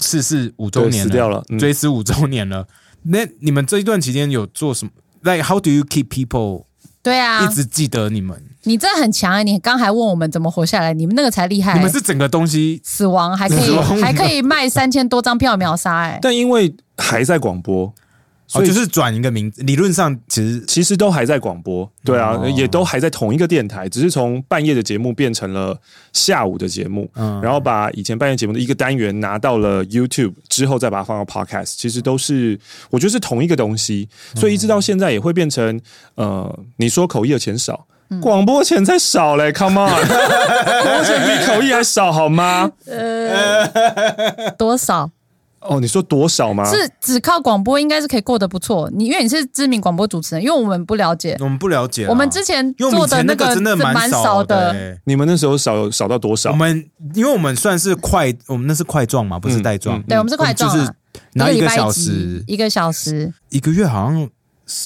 [SPEAKER 3] 逝世五周
[SPEAKER 1] 对
[SPEAKER 3] 年
[SPEAKER 1] 死掉了嗯
[SPEAKER 3] 追思五周年了。那你们这一段期间有做什么？Like how do you keep people
[SPEAKER 2] 对啊
[SPEAKER 3] 一，直记得你们？
[SPEAKER 2] 你这很强啊！你刚还问我们怎么活下来，你们那个才厉害、
[SPEAKER 3] 你们是整个东西
[SPEAKER 2] 死亡还可以
[SPEAKER 3] 死亡
[SPEAKER 2] 还可以卖三千多张票秒杀哎、
[SPEAKER 1] 但因为还在广播，
[SPEAKER 3] 哦，
[SPEAKER 1] 所以
[SPEAKER 3] 就是转一个名字，理论上其实
[SPEAKER 1] 其实都还在广播，对啊，
[SPEAKER 3] 哦
[SPEAKER 1] 也都还在同一个电台，只是从半夜的节目变成了下午的节目，
[SPEAKER 3] 嗯
[SPEAKER 1] 然后把以前半夜节目的一个单元拿到了 YouTube 之后，再把它放到 Podcast，其实都是我觉得是同一个东西，所以一直到现在也会变成呃，你说口译的钱少。广播钱才少嘞，Come on，广播钱比口译还少好吗？
[SPEAKER 2] 多少？
[SPEAKER 1] 哦，你说多少
[SPEAKER 3] 啊
[SPEAKER 1] 吗？
[SPEAKER 2] 是只靠广播应该是可以过得不错。你因为你是知名广播主持人，因为我们不了解，
[SPEAKER 3] 我们不了解啦。
[SPEAKER 2] 我们之前
[SPEAKER 3] 啊因为我
[SPEAKER 2] 做
[SPEAKER 3] 们以前
[SPEAKER 2] 那
[SPEAKER 3] 那个真的
[SPEAKER 2] 是蛮
[SPEAKER 3] 少
[SPEAKER 2] 的。
[SPEAKER 3] 欸
[SPEAKER 1] 你们那时候少少到多少
[SPEAKER 3] 我？们因为我们算是块，我们那是块状嘛，不是带状
[SPEAKER 1] 嗯。
[SPEAKER 2] 对，我们是快撞
[SPEAKER 3] 就
[SPEAKER 2] 了、
[SPEAKER 3] 是拿欸一
[SPEAKER 2] 礼
[SPEAKER 3] 个
[SPEAKER 2] 拜
[SPEAKER 3] 小
[SPEAKER 2] 集
[SPEAKER 3] 时，
[SPEAKER 2] 一个小时
[SPEAKER 3] 一个月好像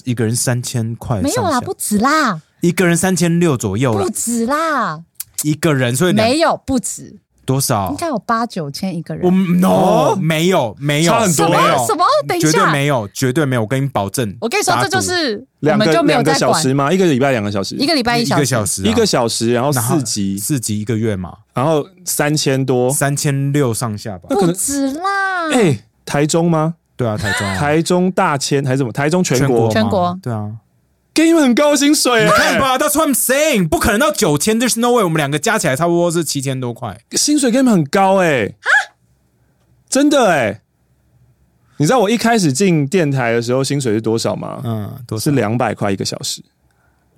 [SPEAKER 3] 一个人三千块上
[SPEAKER 2] 没
[SPEAKER 3] 下，
[SPEAKER 2] 有啦，不止啦，
[SPEAKER 3] 一个人三千六左右
[SPEAKER 2] 不
[SPEAKER 3] 了，
[SPEAKER 2] 止啦，
[SPEAKER 3] 一个人，所以两
[SPEAKER 2] 没有不止，
[SPEAKER 3] 多少
[SPEAKER 2] 应？该有八九千一个
[SPEAKER 3] 我
[SPEAKER 2] 人。
[SPEAKER 3] 们 no
[SPEAKER 1] 哦
[SPEAKER 3] 没有没有
[SPEAKER 1] 差很
[SPEAKER 2] 什
[SPEAKER 1] 多啊
[SPEAKER 3] 没有
[SPEAKER 2] 么什么？等一
[SPEAKER 3] 绝对
[SPEAKER 2] 下，
[SPEAKER 3] 没有绝对没有，我跟你保证。
[SPEAKER 2] 我跟你说，
[SPEAKER 3] 打赌
[SPEAKER 2] 这就是我
[SPEAKER 1] 两
[SPEAKER 2] 们
[SPEAKER 1] 个
[SPEAKER 2] 就没有
[SPEAKER 1] 两个
[SPEAKER 2] 在
[SPEAKER 1] 小
[SPEAKER 2] 管
[SPEAKER 1] 时吗？一个礼拜两个小时，
[SPEAKER 2] 一个礼拜
[SPEAKER 3] 一
[SPEAKER 2] 小
[SPEAKER 3] 个小时啊，
[SPEAKER 1] 一个小时，然后
[SPEAKER 3] 然后
[SPEAKER 1] 四哦集，
[SPEAKER 3] 四集一个月嘛，
[SPEAKER 1] 然后三千多，
[SPEAKER 3] 三千六上下吧
[SPEAKER 1] 那。可
[SPEAKER 2] 不
[SPEAKER 1] 能
[SPEAKER 2] 止啦。
[SPEAKER 1] 哎、台中吗？
[SPEAKER 3] 对啊，台中啊
[SPEAKER 1] 台中大千还是什么？台中全国
[SPEAKER 3] 嘛
[SPEAKER 2] 全国
[SPEAKER 3] 对啊。
[SPEAKER 1] 给你们很高薪水、
[SPEAKER 3] 你看
[SPEAKER 1] 欸，
[SPEAKER 3] 吧，That's what I'm saying，不可能到九千，There's no way，我们两个加起来差不多是七千多块。
[SPEAKER 1] 薪水给你们很高哎、真的哎、你知道我一开始进电台的时候薪水是多少吗？
[SPEAKER 3] 嗯，多
[SPEAKER 1] 是两百块一个小时，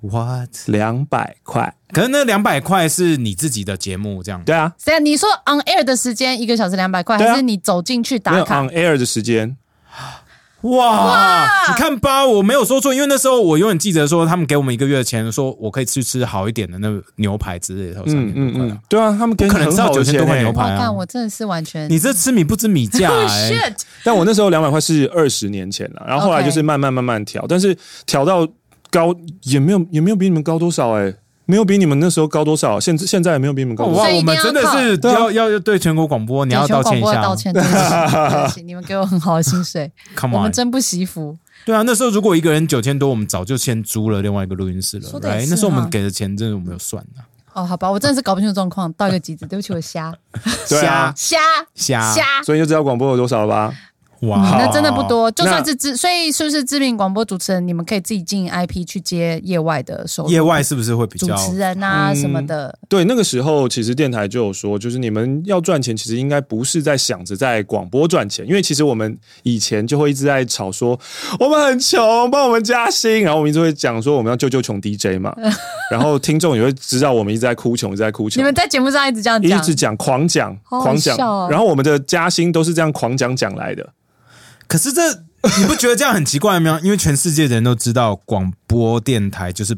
[SPEAKER 3] what？
[SPEAKER 1] 两百块。
[SPEAKER 3] 可是那两百块是你自己的节目这样，
[SPEAKER 1] 对啊，
[SPEAKER 2] 谁啊？你说 on air 的时间一个小时两百块，
[SPEAKER 1] 对啊
[SPEAKER 2] 还是你走进去
[SPEAKER 1] 没有
[SPEAKER 2] 打
[SPEAKER 1] on
[SPEAKER 2] 卡？
[SPEAKER 1] air 的时间，
[SPEAKER 3] 哇，你看吧，我没有说错，因为那时候我永远记得说他们给我们一个月的钱，说我可以去吃好一点的那个牛排之类的，
[SPEAKER 1] 嗯
[SPEAKER 3] 嗯
[SPEAKER 1] 嗯
[SPEAKER 3] 嗯
[SPEAKER 1] 嗯
[SPEAKER 3] 嗯，，
[SPEAKER 1] 对啊，他们给你
[SPEAKER 3] 不可能
[SPEAKER 1] 很
[SPEAKER 3] 知道
[SPEAKER 1] 好的
[SPEAKER 3] 9000
[SPEAKER 1] 钱、
[SPEAKER 3] 多块牛
[SPEAKER 1] 欸
[SPEAKER 3] 排，啊
[SPEAKER 2] 哇干，我真的是完全
[SPEAKER 3] 你这吃米不知米价、
[SPEAKER 2] Oh
[SPEAKER 3] 哎
[SPEAKER 2] shit！
[SPEAKER 1] 但我那时候两百块是二十年前了，然后后来
[SPEAKER 2] OK
[SPEAKER 1] 就是慢慢慢慢调，但是调到高也没有也没有比你们高多少哎、没有比你们那时候高多少，啊现现在也没有比你们高多少
[SPEAKER 3] 哇，
[SPEAKER 2] 所以。一
[SPEAKER 3] 我
[SPEAKER 2] 定要
[SPEAKER 3] 们真的是
[SPEAKER 1] 靠
[SPEAKER 3] 要要要对全国广播，你要
[SPEAKER 2] 对
[SPEAKER 3] 道
[SPEAKER 2] 全
[SPEAKER 3] 歉
[SPEAKER 2] 广
[SPEAKER 3] 一
[SPEAKER 2] 播
[SPEAKER 3] 下
[SPEAKER 2] 的道歉，对不起，对不起，你们给我很好的薪 水，我
[SPEAKER 3] ，Come
[SPEAKER 2] 们
[SPEAKER 3] on，
[SPEAKER 2] 真不惜福。
[SPEAKER 3] 对啊，那时候如果一个人九千多，我们早就先租了另外一个录音室了
[SPEAKER 2] 说，得也
[SPEAKER 3] 来，
[SPEAKER 2] 是
[SPEAKER 3] 那时候我
[SPEAKER 2] 哈
[SPEAKER 3] 们给的钱真的我没有算啊，
[SPEAKER 2] 哦，好吧，我真的是搞不清楚状况，到一个极致，对不起，我瞎
[SPEAKER 1] 对啊，
[SPEAKER 2] 瞎
[SPEAKER 3] 瞎哦
[SPEAKER 2] 瞎。
[SPEAKER 1] 所以你就知道广播有多少了吧？
[SPEAKER 3] 哇，
[SPEAKER 2] 那真的不多，就
[SPEAKER 1] 那
[SPEAKER 2] 算是知，所以是不是知名广播主持人，你们可以自己进 IP 去接业外的收入，
[SPEAKER 3] 业外是不是会比
[SPEAKER 2] 主
[SPEAKER 3] 较嗯
[SPEAKER 2] 持人啊什么的，
[SPEAKER 1] 对，那个时候其实电台就有说，就是你们要赚钱，其实应该不是在想着在广播赚钱，因为其实我们以前就会一直在吵说我们很穷，帮我们加薪，然后我们一直会讲说我们要救救穷 DJ 嘛，然后听众也会知道我们一直在哭穷，一直在哭穷。
[SPEAKER 2] 你们在节目上一直这样
[SPEAKER 1] 一
[SPEAKER 2] 讲，
[SPEAKER 1] 直讲狂讲
[SPEAKER 2] 好好
[SPEAKER 1] 狂讲
[SPEAKER 2] 笑哦，
[SPEAKER 1] 然后我们的加薪都是这样狂讲讲来的。
[SPEAKER 3] 可是这你不觉得这样很奇怪吗？因为全世界的人都知道广播电台就是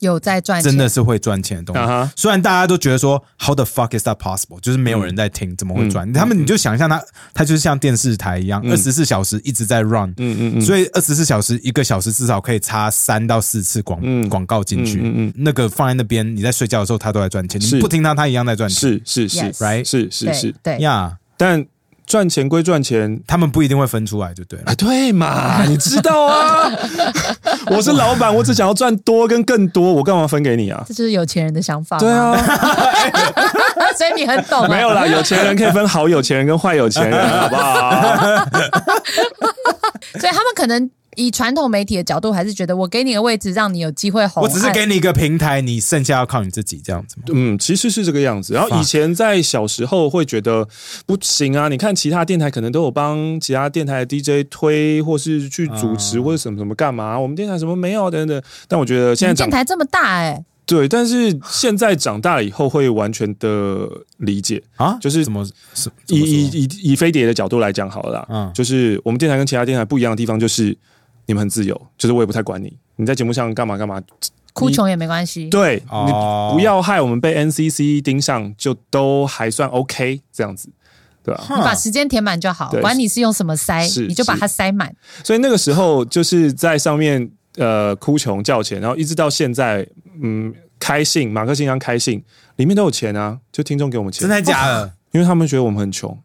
[SPEAKER 2] 有在赚钱，
[SPEAKER 3] 真的是会赚钱的东西。
[SPEAKER 1] 啊哈
[SPEAKER 3] 虽然大家都觉得说 How the fuck is that possible？就是没有
[SPEAKER 1] 嗯
[SPEAKER 3] 人在听，怎么会赚？他们你就想象它，它就是像电视台一样，二十四小时一直在 run。
[SPEAKER 1] 嗯嗯嗯，
[SPEAKER 3] 所以二十四小时，一个小时至少可以插三到四次广
[SPEAKER 1] 嗯
[SPEAKER 3] 广告进去
[SPEAKER 1] 嗯嗯嗯，
[SPEAKER 3] 那个放在那边，你在睡觉的时候它都在赚钱，
[SPEAKER 1] 是
[SPEAKER 3] 你不听它，它一样在赚钱
[SPEAKER 1] 是是是
[SPEAKER 2] Yes
[SPEAKER 3] ，right？
[SPEAKER 1] 是是
[SPEAKER 2] 对
[SPEAKER 1] 是，
[SPEAKER 2] 对，
[SPEAKER 3] 呀，
[SPEAKER 1] 但赚钱归赚钱。
[SPEAKER 3] 他们不一定会分出来，就对了
[SPEAKER 1] 啊，。对 嘛，你知道啊， 我是老板，我只想要赚多跟更多，我干嘛分给你啊？
[SPEAKER 2] 这就是有钱人的想法。
[SPEAKER 1] 对，啊，
[SPEAKER 2] 所以你很懂啊。
[SPEAKER 1] 没有啦，有钱人可以分好有钱人跟坏有钱人，好不好？
[SPEAKER 2] 所以他们可能以传统媒体的角度，还是觉得我给你个位置，让你有机会红。哎
[SPEAKER 3] 我只是给你一个平台，你剩下要靠你自己这样子吗？
[SPEAKER 1] 嗯，其实是这个样子。然后以前在小时候会觉得不行啊，你看其他电台可能都有帮其他电台的 DJ 推，或是去主持、
[SPEAKER 3] 啊
[SPEAKER 1] 或者什么什么干嘛，我们电台什么没有等等。但我觉得现在
[SPEAKER 2] 你
[SPEAKER 1] 长
[SPEAKER 2] 电台这么大哎、
[SPEAKER 1] 对，但是现在长大了以后会完全的理解。
[SPEAKER 3] 啊，
[SPEAKER 1] 就是
[SPEAKER 3] 怎么是
[SPEAKER 1] 以以
[SPEAKER 3] 一
[SPEAKER 1] 以以飞碟的角度来讲好了啦，
[SPEAKER 3] 嗯
[SPEAKER 1] 就是我们电台跟其他电台不一样的地方就是你们很自由，就是我也不太管你，你在节目上干嘛干嘛，
[SPEAKER 2] 哭穷也没关系。
[SPEAKER 1] 对、
[SPEAKER 3] 哦
[SPEAKER 1] 你不要害我们被 NCC 盯上，就都还算 OK 这样子，对吧、
[SPEAKER 2] 你把时间填满就好，
[SPEAKER 1] 啊对
[SPEAKER 2] 管你是用什么塞
[SPEAKER 1] 是，
[SPEAKER 2] 你就把它塞满。
[SPEAKER 1] 所以那个时候就是在上面呃哭穷叫钱，然后一直到现在，嗯，开信马克信箱开信里面都有钱啊，就听众给我们钱
[SPEAKER 3] 真，的假的？
[SPEAKER 1] 因为他们觉得我们很 穷，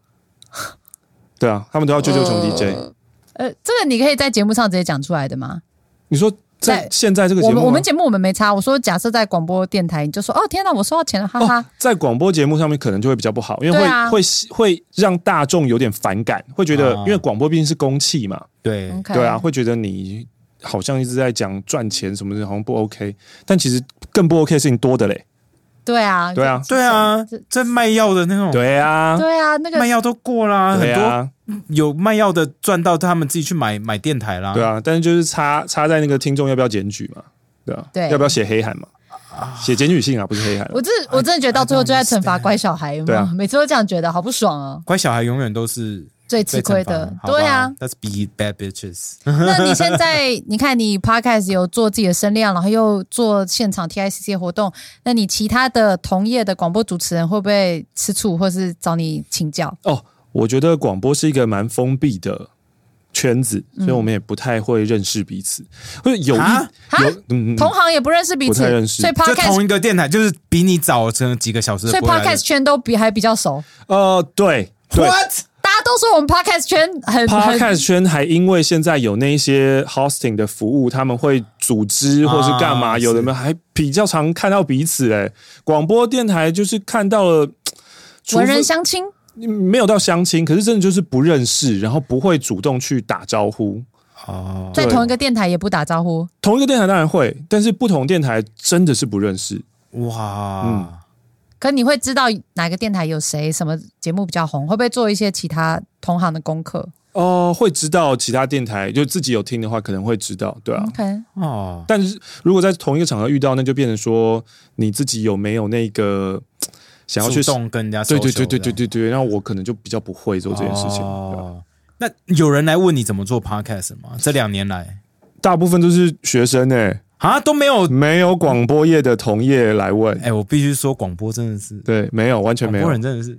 [SPEAKER 1] 对啊，他们都要救救
[SPEAKER 2] 哦
[SPEAKER 1] 穷 DJ。
[SPEAKER 4] 呃
[SPEAKER 2] 呃，这个你可以在节目上直接讲出来的吗？
[SPEAKER 1] 你说在
[SPEAKER 2] 在
[SPEAKER 1] 现在这个节
[SPEAKER 2] 我
[SPEAKER 1] 目吗，
[SPEAKER 2] 们我们节目我们没差。我说假设在广播电台，你就说哦天哪，我收到钱了，哈哈。
[SPEAKER 1] 哦，在广播节目上面可能就会比较不好，因为会、
[SPEAKER 2] 对啊
[SPEAKER 1] 会会让大众有点反感，会觉得、
[SPEAKER 3] 啊
[SPEAKER 1] 因为广播毕竟是公器嘛，
[SPEAKER 3] 对，
[SPEAKER 2] OK，
[SPEAKER 1] 对啊，会觉得你好像一直在讲赚钱什么的，好像不 OK，但其实更不 OK 的事情多的嘞，
[SPEAKER 2] 对啊，
[SPEAKER 1] 对啊，
[SPEAKER 3] 对啊，这卖药的那种，
[SPEAKER 1] 对啊，
[SPEAKER 2] 对啊，那
[SPEAKER 3] 卖
[SPEAKER 2] 个
[SPEAKER 3] 药都过啦，
[SPEAKER 1] 对
[SPEAKER 3] 很多
[SPEAKER 1] 啊，
[SPEAKER 3] 有卖药的赚到他们自己去买买电台啦，
[SPEAKER 1] 对啊，但是就是差差在那个听众要不要检举嘛，对啊，
[SPEAKER 2] 对
[SPEAKER 1] 要不要写黑函嘛，写检举信啊，不是黑函啊、
[SPEAKER 2] 我真的我真的觉得到最后就在惩罚
[SPEAKER 3] understand
[SPEAKER 2] 乖小孩，有没
[SPEAKER 1] 哎对
[SPEAKER 2] 有
[SPEAKER 1] 啊
[SPEAKER 2] 每次都这样觉得，好不爽啊，
[SPEAKER 3] 乖小孩永远都是
[SPEAKER 2] 最
[SPEAKER 3] 被
[SPEAKER 2] 吃
[SPEAKER 3] 惩
[SPEAKER 2] 亏
[SPEAKER 3] 罚
[SPEAKER 2] 的。
[SPEAKER 3] 好吧
[SPEAKER 2] 对啊，
[SPEAKER 3] ，That's be bad bitches。
[SPEAKER 2] 那你现在你看你 podcast 有做自己的声量，然后又做现场 TICC 活动，那你其他的同业的广播主持人会不会吃醋，或是找你请教？
[SPEAKER 1] 哦，我觉得广播是一个蛮封闭的圈子，所以我们也不太会认识彼此，或者有一
[SPEAKER 3] 啊
[SPEAKER 2] 嗯哈
[SPEAKER 1] 有嗯嗯
[SPEAKER 2] 同行也不认识彼
[SPEAKER 1] 不
[SPEAKER 2] 此
[SPEAKER 1] 太认，识
[SPEAKER 2] 所以
[SPEAKER 3] 就
[SPEAKER 2] podcast
[SPEAKER 3] 同一个电台，就是比你早成几个小时的
[SPEAKER 2] 所以
[SPEAKER 3] 播来的
[SPEAKER 2] podcast 圈都比还比较熟。
[SPEAKER 1] 呃对对。
[SPEAKER 3] What？
[SPEAKER 2] 大家都说我们 podcast 圈很很
[SPEAKER 1] Podcast 圈还因为现在有那一些 hosting 的服务，他们会组织或是干嘛，
[SPEAKER 3] 啊
[SPEAKER 1] 有的
[SPEAKER 3] 是
[SPEAKER 1] 们还比较常看到彼此、欸。广播电台就是看到了，除
[SPEAKER 2] 文
[SPEAKER 1] 非
[SPEAKER 2] 人相亲，
[SPEAKER 1] 没有到相亲，可是真的就是不认识，然后不会主动去打招呼。
[SPEAKER 3] 哦，
[SPEAKER 2] 在
[SPEAKER 1] 对
[SPEAKER 2] 同一个电台也不打招呼。
[SPEAKER 1] 同一个电台当然会，但是不同电台真的是不认识。
[SPEAKER 3] 哇，
[SPEAKER 1] 嗯
[SPEAKER 2] 可你会知道哪个电台有谁什么节目比较红，会不会做一些其他同行的功课
[SPEAKER 1] 哦、会知道其他电台，就自己有听的话，可能会知道，对啊。
[SPEAKER 2] ？OK，
[SPEAKER 3] 哦，
[SPEAKER 1] 但是如果在同一个场合遇到，那就变成说你自己有没有那个嘖想要去
[SPEAKER 3] 主动跟人家
[SPEAKER 1] 对对
[SPEAKER 3] social
[SPEAKER 1] 对对对
[SPEAKER 3] 这样
[SPEAKER 1] 对对，那我可能就比较不会做这件事情。对啊
[SPEAKER 3] 哦，那有人来问你怎么做 podcast 吗？这两年来
[SPEAKER 1] 大部分都是学生诶、
[SPEAKER 3] 啊都没有。
[SPEAKER 1] 没有广播业的同业来问。
[SPEAKER 3] 哎，我必须说，广播真的是，
[SPEAKER 1] 对，没有，完全
[SPEAKER 3] 广
[SPEAKER 1] 没有
[SPEAKER 3] 播。人真的是，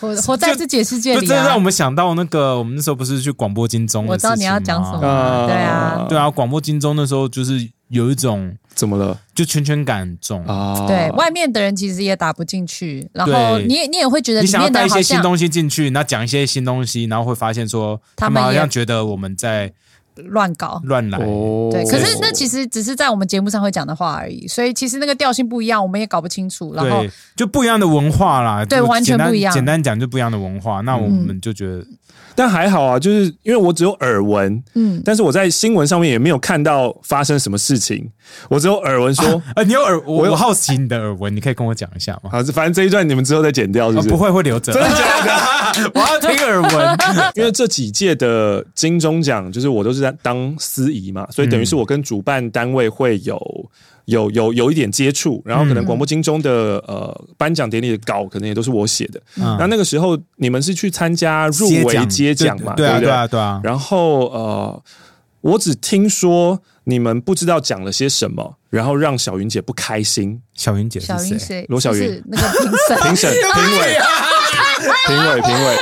[SPEAKER 2] 活活在自己的世界
[SPEAKER 3] 不
[SPEAKER 2] 里
[SPEAKER 3] 这让我
[SPEAKER 2] 啊！
[SPEAKER 3] 们想到那个，我们那时候不是去广播金钟的
[SPEAKER 2] 我知道你要
[SPEAKER 3] 事情吗
[SPEAKER 2] 讲什么对啊
[SPEAKER 3] 对啊，广播金钟那时候就是有一种
[SPEAKER 1] 怎么了
[SPEAKER 3] 就圈圈感很重，
[SPEAKER 1] 啊？
[SPEAKER 2] 哦对外面的人其实也打不进去，然后
[SPEAKER 3] 对
[SPEAKER 2] 你也你也会觉得
[SPEAKER 3] 你
[SPEAKER 2] 里
[SPEAKER 3] 想要
[SPEAKER 2] 面的
[SPEAKER 3] 带一
[SPEAKER 2] 人好
[SPEAKER 3] 些新
[SPEAKER 2] 像
[SPEAKER 3] 东西进去，那讲一些新东西，然后会发现说
[SPEAKER 2] 他
[SPEAKER 3] 他
[SPEAKER 2] 们
[SPEAKER 3] 们好
[SPEAKER 2] 也
[SPEAKER 3] 像觉得我们在
[SPEAKER 2] 乱搞。
[SPEAKER 3] 乱来。
[SPEAKER 1] 哦，
[SPEAKER 2] 对，可是那
[SPEAKER 1] 实
[SPEAKER 2] 其实只是在我们节目上会讲的话而已，所以其实那个调性不一样，我们也搞不清楚。然后
[SPEAKER 3] 对，就不一样的文化啦，
[SPEAKER 2] 对
[SPEAKER 3] 就
[SPEAKER 2] 完全
[SPEAKER 3] 简单
[SPEAKER 2] 不一样嗯
[SPEAKER 3] 简单讲就不一样的文化，那我们就觉得
[SPEAKER 1] 但还好啊，就是因为我只有耳闻，
[SPEAKER 2] 嗯，
[SPEAKER 1] 但是我在新闻上面也没有看到发生什么事情，我只有耳闻说，
[SPEAKER 3] 呃，你有耳，我
[SPEAKER 1] 我有
[SPEAKER 3] 我好奇你的耳闻，你可以跟我讲一下吗？
[SPEAKER 1] 好，啊反正这一段你们之后再剪掉，是
[SPEAKER 3] 啊
[SPEAKER 1] 不是？
[SPEAKER 3] 不会，会留着。真的假的？ 我要听耳闻。
[SPEAKER 1] 因为这几届的金钟奖，就是我都是在当司仪嘛，所以等
[SPEAKER 3] 嗯
[SPEAKER 1] 于是我跟主办单位会有。有有有一点接触，然后可
[SPEAKER 3] 嗯
[SPEAKER 1] 能广播金钟的、呃颁奖典礼的稿，可能也都是我写的。
[SPEAKER 3] 嗯
[SPEAKER 1] 那、那个时候你们是去参加入围接奖嘛？
[SPEAKER 3] 对对啊，
[SPEAKER 1] 不
[SPEAKER 3] 对啊，对啊。
[SPEAKER 1] 然后呃，我只听说你们不知道讲了些什么，然后让小云姐不开心。
[SPEAKER 3] 小云姐是
[SPEAKER 2] 小云
[SPEAKER 3] 谁？
[SPEAKER 2] 谁？
[SPEAKER 1] 罗小云
[SPEAKER 2] 就是那个评 审，
[SPEAKER 1] 评审、 评委、
[SPEAKER 2] 啊
[SPEAKER 1] 评委、评委、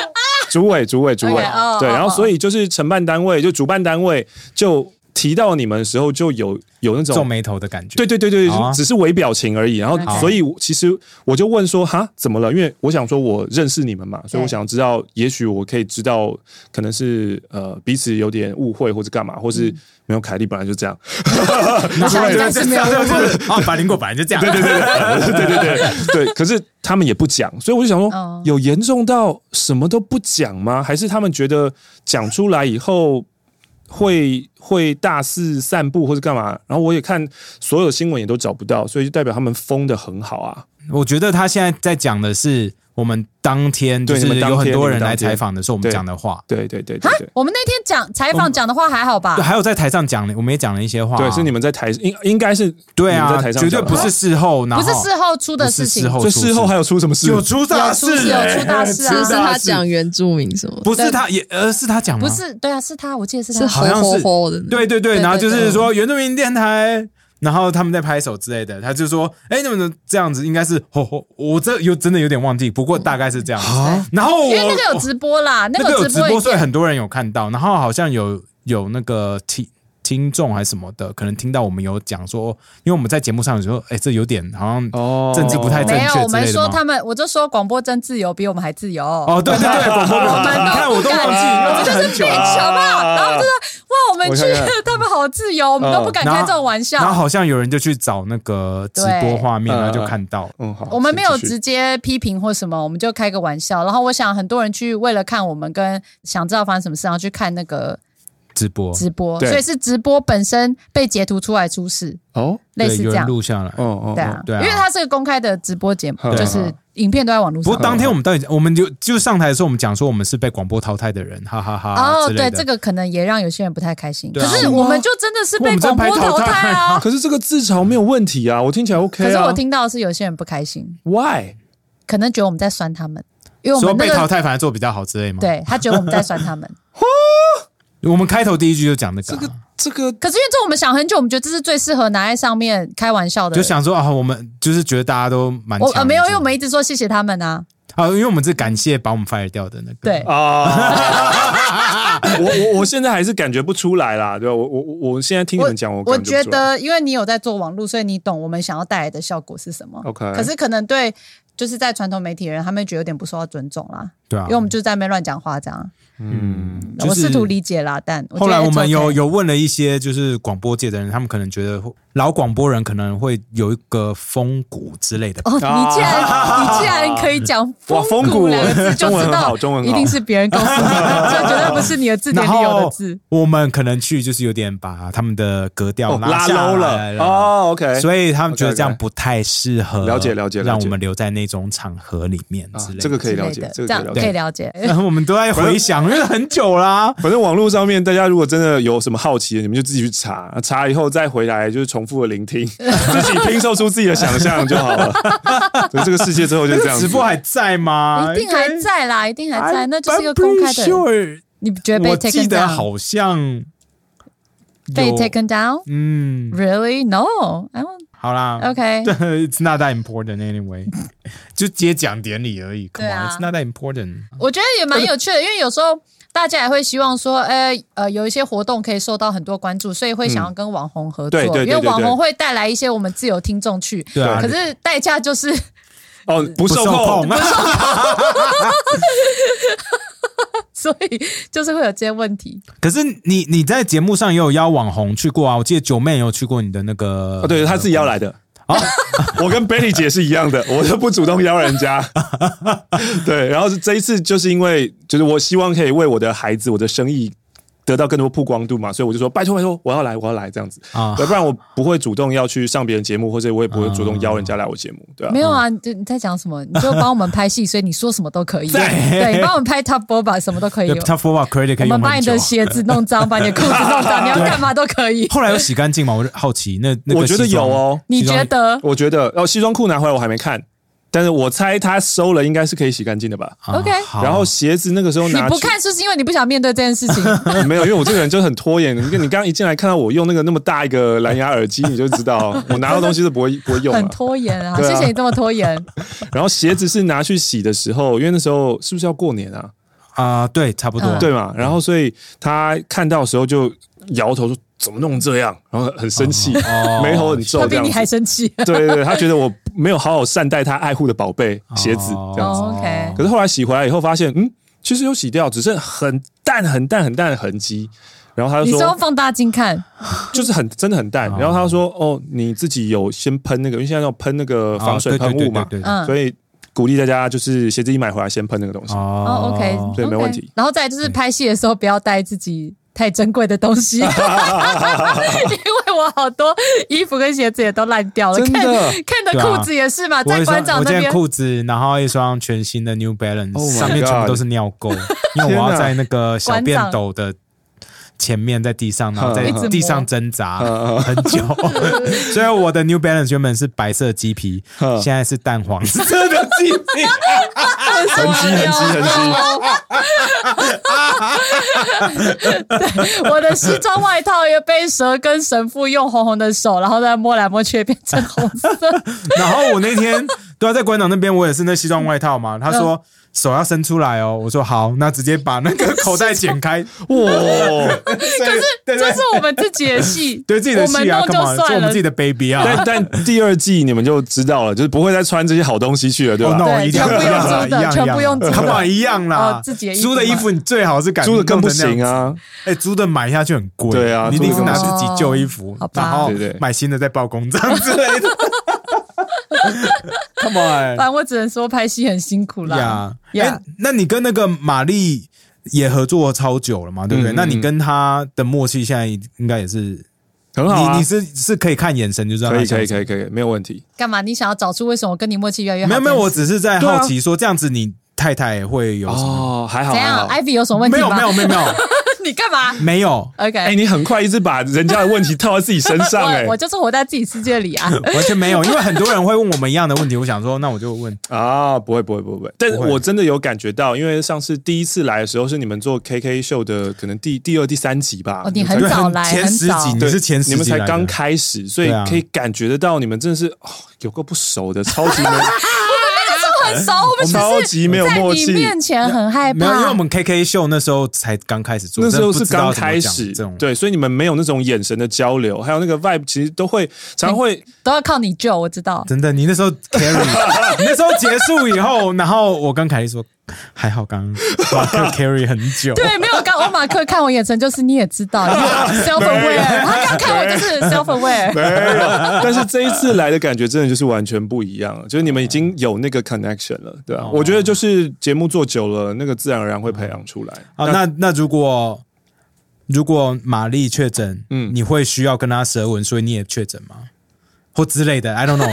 [SPEAKER 1] 主委、主委、主委
[SPEAKER 2] OK，哦，
[SPEAKER 1] 对，
[SPEAKER 2] 哦
[SPEAKER 1] 然后
[SPEAKER 2] 哦
[SPEAKER 1] 所以就是承办单位，就主办单位就提到你们的时候，就有有那
[SPEAKER 3] 皱
[SPEAKER 1] 种。
[SPEAKER 3] 眉头的感觉。
[SPEAKER 1] 对对对对，
[SPEAKER 3] 好啊
[SPEAKER 1] 只是微表情而已。然后，
[SPEAKER 2] OK
[SPEAKER 1] 所以其实我就问说，哈，怎么了？因为我想说，我认识你们嘛，所以我想知道，也许我可以知道，可能是呃彼此有点误会，或者干嘛，或
[SPEAKER 3] 嗯
[SPEAKER 1] 是没有凯莉本来就这样。
[SPEAKER 2] 罗小云但是没有
[SPEAKER 3] 对对对啊，百灵果本来就这样。对对对，
[SPEAKER 1] 对对 对对，可是他们也不讲，所以我就想说，
[SPEAKER 2] 嗯
[SPEAKER 1] 有严重到什么都不讲吗？还是他们觉得讲出来以后会会大肆散步或是干嘛，然后我也看所有新闻也都找不到，所以就代表他们封的很好啊。
[SPEAKER 3] 我觉得他现在在讲的是我们当天就
[SPEAKER 1] 对
[SPEAKER 3] 是
[SPEAKER 1] 你们当
[SPEAKER 3] 有很
[SPEAKER 1] 天
[SPEAKER 3] 多
[SPEAKER 1] 你们
[SPEAKER 3] 人来
[SPEAKER 1] 当天
[SPEAKER 3] 采访的时候，我们
[SPEAKER 1] 对
[SPEAKER 3] 讲的话，
[SPEAKER 1] 对对对
[SPEAKER 2] 哈
[SPEAKER 1] 对对，
[SPEAKER 2] 啊我们那天讲采访讲的话还好吧
[SPEAKER 3] 对，？还有在台上讲了，我们也讲了一些话啊，
[SPEAKER 1] 对，是你们在台应应该是
[SPEAKER 3] 对
[SPEAKER 1] 你们
[SPEAKER 3] 啊
[SPEAKER 1] 在台，上
[SPEAKER 3] 绝对
[SPEAKER 1] 讲的
[SPEAKER 3] 不是事后，然
[SPEAKER 2] 不
[SPEAKER 3] 后
[SPEAKER 2] 是事后出的事情，
[SPEAKER 3] 不
[SPEAKER 1] 所以
[SPEAKER 3] 是
[SPEAKER 1] 事后还有出什么事？
[SPEAKER 5] 有出大事
[SPEAKER 2] 有出事
[SPEAKER 5] 欸，
[SPEAKER 2] 有出大事啊
[SPEAKER 4] 是
[SPEAKER 2] 是
[SPEAKER 4] 他讲原住民什么，
[SPEAKER 3] 不是他也呃是他讲吗？
[SPEAKER 2] 不是对啊，是他，我记得是他
[SPEAKER 4] 是。
[SPEAKER 3] 好
[SPEAKER 4] 吼
[SPEAKER 3] 像
[SPEAKER 4] 吼
[SPEAKER 3] 是
[SPEAKER 4] 吼的那种，
[SPEAKER 3] 对对对，
[SPEAKER 2] 嗯对
[SPEAKER 3] 然后
[SPEAKER 2] 对
[SPEAKER 3] 就是
[SPEAKER 2] 对
[SPEAKER 3] 说原住民电台，然后他们在拍手之类的，他就说，哎，你们这样子应该是，吼吼，我这有真的有点忘记，不过大概是这样子。然后我
[SPEAKER 2] 哦
[SPEAKER 3] 哦
[SPEAKER 2] 因为那个有直播啦，那
[SPEAKER 3] 那个有
[SPEAKER 2] 有
[SPEAKER 3] 直
[SPEAKER 2] 播
[SPEAKER 3] 播，
[SPEAKER 2] 影
[SPEAKER 3] 所以
[SPEAKER 2] 片，
[SPEAKER 3] 很多人有看到，然后好像有有那个听听众还是什么的，可能听到我们有讲说，因为我们在节目上有时候，哎，这有点好像
[SPEAKER 1] 哦
[SPEAKER 3] 政治不太正
[SPEAKER 2] 没有，
[SPEAKER 3] 确
[SPEAKER 2] 我
[SPEAKER 3] 之
[SPEAKER 2] 们
[SPEAKER 3] 类的
[SPEAKER 2] 说
[SPEAKER 3] 嘛。
[SPEAKER 2] 他们，我就说广播真自由，比我们还自由。
[SPEAKER 3] 哦，对对 对，广播
[SPEAKER 2] 我
[SPEAKER 3] 广播
[SPEAKER 2] 们
[SPEAKER 3] 你看
[SPEAKER 2] 都
[SPEAKER 3] 我
[SPEAKER 2] 不
[SPEAKER 3] 都忘
[SPEAKER 2] 敢，
[SPEAKER 3] 记，
[SPEAKER 2] 我
[SPEAKER 3] 忘
[SPEAKER 2] 这
[SPEAKER 3] 记
[SPEAKER 2] 就是
[SPEAKER 3] 很久
[SPEAKER 2] 变
[SPEAKER 3] 了。
[SPEAKER 2] 穷啊！然后我就说，哇，我们去
[SPEAKER 1] 我看看，
[SPEAKER 2] 他们好自由，我们都不敢开这种玩
[SPEAKER 3] 嗯然后
[SPEAKER 2] 笑。
[SPEAKER 3] 好像有人就去找那个直播画面，
[SPEAKER 1] 对
[SPEAKER 3] 然后就看到了。
[SPEAKER 1] 嗯好，
[SPEAKER 2] 我们没有
[SPEAKER 1] 请继续
[SPEAKER 2] 直接批评或什么，我们就开个玩笑。然后我想很多人去为了看我们跟想知道发生什么事，然后去看那个
[SPEAKER 3] 直播，
[SPEAKER 2] 直播，
[SPEAKER 1] 对
[SPEAKER 2] 所以是直播本身被截图出来出事，
[SPEAKER 1] 哦，
[SPEAKER 2] 类
[SPEAKER 3] 对，
[SPEAKER 2] 似
[SPEAKER 3] 有
[SPEAKER 2] 这
[SPEAKER 3] 人
[SPEAKER 2] 样。
[SPEAKER 3] 录下来。
[SPEAKER 1] 哦哦，
[SPEAKER 2] 对啊，
[SPEAKER 3] 对啊
[SPEAKER 2] 因为它是个公开的直播节目，
[SPEAKER 1] 对
[SPEAKER 2] 就是影片都在网络
[SPEAKER 3] 不
[SPEAKER 2] 上
[SPEAKER 3] 过。当天我们到底，我们就就上台的时候，我们讲说我们是被广播淘汰的人，哈哈哈
[SPEAKER 2] 哦，
[SPEAKER 3] 啊之类
[SPEAKER 2] 对，
[SPEAKER 3] 的
[SPEAKER 2] 这个可能也让有些人不太开心。
[SPEAKER 3] 对
[SPEAKER 2] 可
[SPEAKER 3] 啊
[SPEAKER 2] 是我们就真的是
[SPEAKER 3] 我
[SPEAKER 2] 被
[SPEAKER 3] 们真
[SPEAKER 2] 广
[SPEAKER 3] 的
[SPEAKER 2] 播
[SPEAKER 3] 被淘
[SPEAKER 2] 淘
[SPEAKER 3] 汰
[SPEAKER 2] 汰 啊！
[SPEAKER 1] 可是这个自嘲没有问题啊，我听起来 OK 啊。
[SPEAKER 2] 可是我听到的是有些人不开心，
[SPEAKER 1] why
[SPEAKER 2] 可能觉得我们在酸他们，因为我
[SPEAKER 3] 说
[SPEAKER 2] 们那
[SPEAKER 3] 被淘
[SPEAKER 2] 个
[SPEAKER 3] 汰反而做比较好之类嘛。，
[SPEAKER 2] 对他觉得我们在酸他 们。
[SPEAKER 3] 我们开头第一句就讲这
[SPEAKER 1] 这
[SPEAKER 3] 个
[SPEAKER 1] 个
[SPEAKER 3] 啊，
[SPEAKER 1] 这个
[SPEAKER 2] 可是因为这我们想很久，我们觉得这是最适合拿在上面开玩笑的。
[SPEAKER 3] 就想说啊，我们就是觉得大家都蛮
[SPEAKER 2] 我
[SPEAKER 3] 强的
[SPEAKER 2] 呃没有，因为我们一直说谢谢他们啊。
[SPEAKER 3] 啊，因为我们是感谢把我们 fire 掉的那个。
[SPEAKER 2] 对，
[SPEAKER 1] 啊？ 我我我现在还是感觉不出来啦，对吧？我我我我现在听你们讲，我
[SPEAKER 2] 我
[SPEAKER 1] 感
[SPEAKER 2] 觉
[SPEAKER 1] 不出来
[SPEAKER 2] 得因为你有在做网络，所以你懂我们想要带来的效果是什么。
[SPEAKER 1] OK，
[SPEAKER 2] 可是可能对就是在传统媒体的人，他们觉得有点不受到尊重啦，
[SPEAKER 3] 对啊
[SPEAKER 2] 因为，我们就在那边乱讲话这样。
[SPEAKER 1] 嗯，
[SPEAKER 3] 就是
[SPEAKER 2] 我试图理解啦，但
[SPEAKER 3] 后来我们有
[SPEAKER 2] 有
[SPEAKER 3] 有问了一些就是广播界的人，他们可能觉得老广播人可能会有一个风骨之类的吧。
[SPEAKER 2] 哦，你竟然、你竟然可以讲“
[SPEAKER 1] 哇
[SPEAKER 2] 风
[SPEAKER 1] 风骨
[SPEAKER 2] 两个字，就
[SPEAKER 1] 中文
[SPEAKER 2] 知
[SPEAKER 1] 很好
[SPEAKER 2] 道
[SPEAKER 1] 中文很
[SPEAKER 2] 一
[SPEAKER 1] 好
[SPEAKER 2] 定是别人告诉你的，这绝对不是你的字典
[SPEAKER 3] 然
[SPEAKER 2] 里有的
[SPEAKER 3] 后
[SPEAKER 2] 字。
[SPEAKER 3] 我们可能去就是有点把他们的格调
[SPEAKER 1] 哦拉
[SPEAKER 3] 下
[SPEAKER 1] low
[SPEAKER 3] 来
[SPEAKER 1] 了哦，OK，以
[SPEAKER 3] 所以他们觉得
[SPEAKER 1] OK，OK
[SPEAKER 3] 这样不太适合，
[SPEAKER 1] 了解了解了解
[SPEAKER 3] 让我们留在那种场合里面之类
[SPEAKER 1] 啊
[SPEAKER 3] 的。
[SPEAKER 1] 这个可以
[SPEAKER 2] 之
[SPEAKER 1] 了
[SPEAKER 2] 类
[SPEAKER 1] 解
[SPEAKER 2] 的，，
[SPEAKER 1] 这个可
[SPEAKER 2] 这
[SPEAKER 1] 以
[SPEAKER 2] 样
[SPEAKER 1] 了
[SPEAKER 2] 可以
[SPEAKER 1] 解。
[SPEAKER 2] 了解。
[SPEAKER 3] 然后我们都在回想，因为很久啦。
[SPEAKER 1] 反正网络上面，大家如果真的有什么好奇的，你们就自己去查，查以后再回来就是重复的聆听，自己拼凑出自己的想象就好 了。所以这个世界之后就
[SPEAKER 3] 那
[SPEAKER 1] 是这样
[SPEAKER 3] 个
[SPEAKER 1] 子
[SPEAKER 3] 直。播还在吗？
[SPEAKER 2] 一定还
[SPEAKER 3] 应
[SPEAKER 2] 在啦，一定
[SPEAKER 3] 该
[SPEAKER 2] 还在，那就是一个
[SPEAKER 3] I'm pretty
[SPEAKER 2] 公开的。
[SPEAKER 3] sure
[SPEAKER 2] 你觉得被
[SPEAKER 3] 哎我记
[SPEAKER 2] taken
[SPEAKER 3] 得
[SPEAKER 2] down？
[SPEAKER 3] 好像
[SPEAKER 2] 被
[SPEAKER 3] 有
[SPEAKER 2] taken
[SPEAKER 3] 嗯，
[SPEAKER 2] down？Really? No. I don't.
[SPEAKER 3] 好啦
[SPEAKER 2] OK.
[SPEAKER 3] It's not that important anyway，就接奖典礼而已。Come
[SPEAKER 2] 对
[SPEAKER 3] on,
[SPEAKER 2] 啊
[SPEAKER 3] it's not that important。
[SPEAKER 2] 我觉得也蛮有趣的，因为有时候大家也会希望说，呃呃，有一些活动可以受到很多关注，所以会想要跟网红合作，
[SPEAKER 1] 对对对对
[SPEAKER 2] 因为网红会带来一些我们自由听众去。
[SPEAKER 3] 对啊
[SPEAKER 2] 可是代价就是，
[SPEAKER 1] 哦，不受控，
[SPEAKER 3] 不受控
[SPEAKER 2] 所以就是会有这些问题。
[SPEAKER 3] 可是你你在节目上也有邀网红去过啊，我记得九妹有去过你的那个，
[SPEAKER 1] 哦，对，
[SPEAKER 3] 嗯
[SPEAKER 1] 他自己邀来的。
[SPEAKER 3] 啊，
[SPEAKER 1] 我跟 Betty 姐是一样 的，我都不主动邀人家。对，然后是这一次就是因为，就是我希望可以为我的孩子、我的生意得到更多曝光度嘛，所以我就说拜托拜托，我要来，我要来这样子
[SPEAKER 3] 啊
[SPEAKER 1] 啊，要不然我不会主动要去上别人节目，或者我也不会主动邀人家来我节目，对吧、
[SPEAKER 2] 没有啊，你就你在讲什么？你就帮我们拍戏，所以你说什么都可以。对，你帮我们拍 Top Boba 什么都可以
[SPEAKER 3] 对。他 f o r w a credit 可
[SPEAKER 2] 我们
[SPEAKER 3] 以用
[SPEAKER 2] 把
[SPEAKER 3] 很
[SPEAKER 2] 你
[SPEAKER 3] 久啊
[SPEAKER 2] 的。鞋子弄脏，把你的裤子弄脏，你要干嘛都可以。
[SPEAKER 3] 后来有洗干净吗？我就好奇，那那个
[SPEAKER 1] 我觉得
[SPEAKER 3] 西装啊
[SPEAKER 1] 有哦，
[SPEAKER 2] 你觉得？
[SPEAKER 1] 我觉得哦，西装裤拿回来我还没看，但是我猜他收了应该是可以洗干净的吧。
[SPEAKER 3] 啊
[SPEAKER 2] OK
[SPEAKER 3] 好
[SPEAKER 1] 然后鞋子那个时候
[SPEAKER 2] 你
[SPEAKER 1] 拿
[SPEAKER 2] 不
[SPEAKER 1] 去
[SPEAKER 2] 看书是因为你不想面对这件事情。
[SPEAKER 1] 没有，因为我这个人就是很拖延。你看，你刚刚一进来看到我用那个那么大一个蓝牙耳机，你就知道 我拿到东西是不会不会用
[SPEAKER 2] 很
[SPEAKER 1] 了。
[SPEAKER 2] 拖延啊！
[SPEAKER 1] 对啊
[SPEAKER 2] 谢谢你这么拖延。
[SPEAKER 1] 然后鞋子是拿去洗的时候，因为那时候是不是要过年啊？
[SPEAKER 3] 啊，对，差不多
[SPEAKER 2] 嗯，
[SPEAKER 1] 对嘛？然后所以他看到的时候就摇头说：“怎么弄这样？”然后很生气，
[SPEAKER 3] 哦
[SPEAKER 1] 眉头很
[SPEAKER 2] 他
[SPEAKER 1] 皱，这
[SPEAKER 2] 比
[SPEAKER 1] 样
[SPEAKER 2] 你还
[SPEAKER 1] 子。
[SPEAKER 2] 生气。
[SPEAKER 1] 对对对，他觉得我没有好好善待他爱护的宝贝鞋子
[SPEAKER 3] 哦
[SPEAKER 1] 这样子。
[SPEAKER 2] 哦 OK
[SPEAKER 1] 可是后来洗回来以后，发现嗯，其实有洗掉，只剩很淡很淡很淡的痕迹。然后他
[SPEAKER 2] 你
[SPEAKER 1] 就
[SPEAKER 2] 说用放大镜看，
[SPEAKER 1] 就是很真的很淡。然后他说：“哦，你自己有先喷那个，因为现在要喷那个防水喷雾嘛
[SPEAKER 3] 啊，对对对对对
[SPEAKER 2] 嗯，
[SPEAKER 1] 所以鼓励大家就是鞋子一买回来先喷那个东西。
[SPEAKER 3] 哦
[SPEAKER 2] 哦，OK，
[SPEAKER 1] 对没问题
[SPEAKER 2] OK 然后再来就是拍戏的时候，不要带自己太珍贵的东西， 因为我好多衣服跟鞋子也都烂掉了，
[SPEAKER 1] 真
[SPEAKER 2] 看
[SPEAKER 1] 的
[SPEAKER 2] 看的
[SPEAKER 3] 对啊
[SPEAKER 2] 裤子也是嘛，
[SPEAKER 3] 我
[SPEAKER 2] 在
[SPEAKER 3] 一双
[SPEAKER 2] 馆长
[SPEAKER 3] 我
[SPEAKER 2] 那
[SPEAKER 3] 这件
[SPEAKER 2] 边。
[SPEAKER 3] 裤子，然后一双全新的 New Balance，、
[SPEAKER 1] Oh my
[SPEAKER 3] 上面全部都是尿垢，因为我
[SPEAKER 1] 天
[SPEAKER 3] 要
[SPEAKER 1] 哪
[SPEAKER 3] 在那个小便
[SPEAKER 2] 馆长
[SPEAKER 3] 斗的前面，在地上，然后在
[SPEAKER 1] 嗯
[SPEAKER 3] 地上挣扎
[SPEAKER 1] 嗯嗯
[SPEAKER 3] 很久。所以我的 New Balance 原本是白色鸡皮，
[SPEAKER 1] 嗯
[SPEAKER 3] 现在是淡黄色 的鸡皮。
[SPEAKER 1] 痕迹痕迹痕迹，
[SPEAKER 2] 我的西装外套也被蛇跟神父用红红的手，然后再摸来摸去，变成红 色。
[SPEAKER 3] 然后我那天对啊，在馆长那边，我也是那西装外套嘛，他说。手要伸出来哦，我说好，那直接把那个口袋剪开，
[SPEAKER 1] 哇！
[SPEAKER 3] 可是对
[SPEAKER 2] 这
[SPEAKER 3] 对
[SPEAKER 2] 是我们自己的戏，
[SPEAKER 3] 对自己的
[SPEAKER 2] 我们
[SPEAKER 3] 戏啊，
[SPEAKER 2] 弄
[SPEAKER 3] 干
[SPEAKER 2] 就
[SPEAKER 3] 嘛做我
[SPEAKER 2] 算
[SPEAKER 3] 们
[SPEAKER 2] 了
[SPEAKER 3] 自己。的 baby 啊？
[SPEAKER 1] 但但第二季你们就知道了，就是不会再穿这些好东西去了，对
[SPEAKER 3] 哦，那
[SPEAKER 1] 吧？
[SPEAKER 3] 我一定
[SPEAKER 2] 全部
[SPEAKER 3] 要一
[SPEAKER 2] 用租
[SPEAKER 3] 样啦
[SPEAKER 2] 的
[SPEAKER 3] 一样
[SPEAKER 2] 全
[SPEAKER 3] 一
[SPEAKER 2] 部
[SPEAKER 3] 样啊
[SPEAKER 2] 用租的
[SPEAKER 3] 干嘛一样啦
[SPEAKER 2] 哦？自己的衣服
[SPEAKER 3] 租的衣服你最好是敢
[SPEAKER 1] 租的更不行
[SPEAKER 3] 弄成那
[SPEAKER 1] 啊！
[SPEAKER 3] 样子！哎，租的买下去很贵，
[SPEAKER 1] 对啊
[SPEAKER 3] 你一定是拿
[SPEAKER 2] 租的更不
[SPEAKER 3] 自
[SPEAKER 2] 行
[SPEAKER 3] 己旧衣服
[SPEAKER 2] 好，吧
[SPEAKER 3] 然后
[SPEAKER 1] 对对
[SPEAKER 3] 买新的再报公章之类的。Come on，
[SPEAKER 2] 反正我只能说拍戏很辛苦啦
[SPEAKER 3] 呀。，
[SPEAKER 2] 呀
[SPEAKER 3] 哎，那你跟那个玛丽也合作超久了嘛，对不对？
[SPEAKER 1] 嗯
[SPEAKER 3] 那
[SPEAKER 1] 嗯
[SPEAKER 3] 你跟她的默契现在应该也是，
[SPEAKER 1] 很好啊，
[SPEAKER 3] 你你是是可以看眼神就知道她
[SPEAKER 1] 可以
[SPEAKER 3] 想
[SPEAKER 1] 可以
[SPEAKER 3] 什么
[SPEAKER 1] 可以可以，没有问题。
[SPEAKER 2] 干嘛？你想要找出为什么我跟你默契越来越好？
[SPEAKER 3] 没有没有，我只是在
[SPEAKER 1] 对啊
[SPEAKER 3] 好奇说这样子你太太会有什么？
[SPEAKER 1] 哦，还好
[SPEAKER 2] 怎
[SPEAKER 1] 还
[SPEAKER 2] 样
[SPEAKER 1] 好。
[SPEAKER 2] ？Ivy 有什么问题
[SPEAKER 3] 没有
[SPEAKER 2] 吗？
[SPEAKER 3] 没有没有没有
[SPEAKER 2] 你干嘛
[SPEAKER 3] 没有，
[SPEAKER 1] 哎，
[SPEAKER 2] ？OK，
[SPEAKER 1] 你很快一直把人家的问题套到自己身上，哎
[SPEAKER 2] 我我就是活在自己世界里 啊。
[SPEAKER 3] 完全没有，因为很多人会问我们一样的问题，我想说，那我就问，
[SPEAKER 1] 啊，不会不会不会不会，但是
[SPEAKER 3] 不会
[SPEAKER 1] 我真的有感觉到，因为上次第一次来的时候是你们做 KK 秀的可能第第二第三集吧，
[SPEAKER 2] 哦你很
[SPEAKER 1] 们
[SPEAKER 3] 对
[SPEAKER 1] 才
[SPEAKER 2] 早来
[SPEAKER 3] 前
[SPEAKER 2] 很
[SPEAKER 3] 十
[SPEAKER 2] 早
[SPEAKER 3] 几，你
[SPEAKER 1] 对
[SPEAKER 3] 是前十
[SPEAKER 1] 你们
[SPEAKER 3] 几
[SPEAKER 1] 才
[SPEAKER 3] 来的
[SPEAKER 1] 刚开始，所以
[SPEAKER 3] 对啊
[SPEAKER 1] 可以感觉得到你们真的是、哦、有个不熟的，超 级没
[SPEAKER 2] 我很熟，我们
[SPEAKER 1] 超
[SPEAKER 2] 只是
[SPEAKER 1] 级没有
[SPEAKER 2] 在
[SPEAKER 1] 默
[SPEAKER 2] 你
[SPEAKER 1] 契。
[SPEAKER 2] 面前很害
[SPEAKER 3] 没有，因为
[SPEAKER 2] 怕
[SPEAKER 3] 我。们 KK 秀那时候才刚开始做，
[SPEAKER 1] 那时候是
[SPEAKER 3] 真的不知道
[SPEAKER 1] 刚
[SPEAKER 3] 怎么
[SPEAKER 1] 开
[SPEAKER 3] 讲
[SPEAKER 1] 始
[SPEAKER 3] 这种，
[SPEAKER 1] 对，所以你们没有那种眼神的交流，还有那个 vibe，其实都会常会
[SPEAKER 2] 都要靠你救，我知 道。
[SPEAKER 3] 真的，你那时候 carry，你那时候结束以后，然后我跟凯莉说，还好刚马克 carry 很久，
[SPEAKER 2] 对，没有刚欧马克看我眼神，就是你也知道 self aware，他刚看我就是 self aware。
[SPEAKER 1] 没有，但是这一次来的感觉真的就是完全不一样了，就是你们已经有那个 connection 了，对吧、
[SPEAKER 3] 哦
[SPEAKER 1] 我觉得就是节目做久了，那个自然而然会培养出来。
[SPEAKER 3] 啊，那那如果如果玛丽确诊，
[SPEAKER 1] 嗯
[SPEAKER 3] 嗯，你会需要跟她舌吻，所以你也确诊吗？或之类的，I don't know。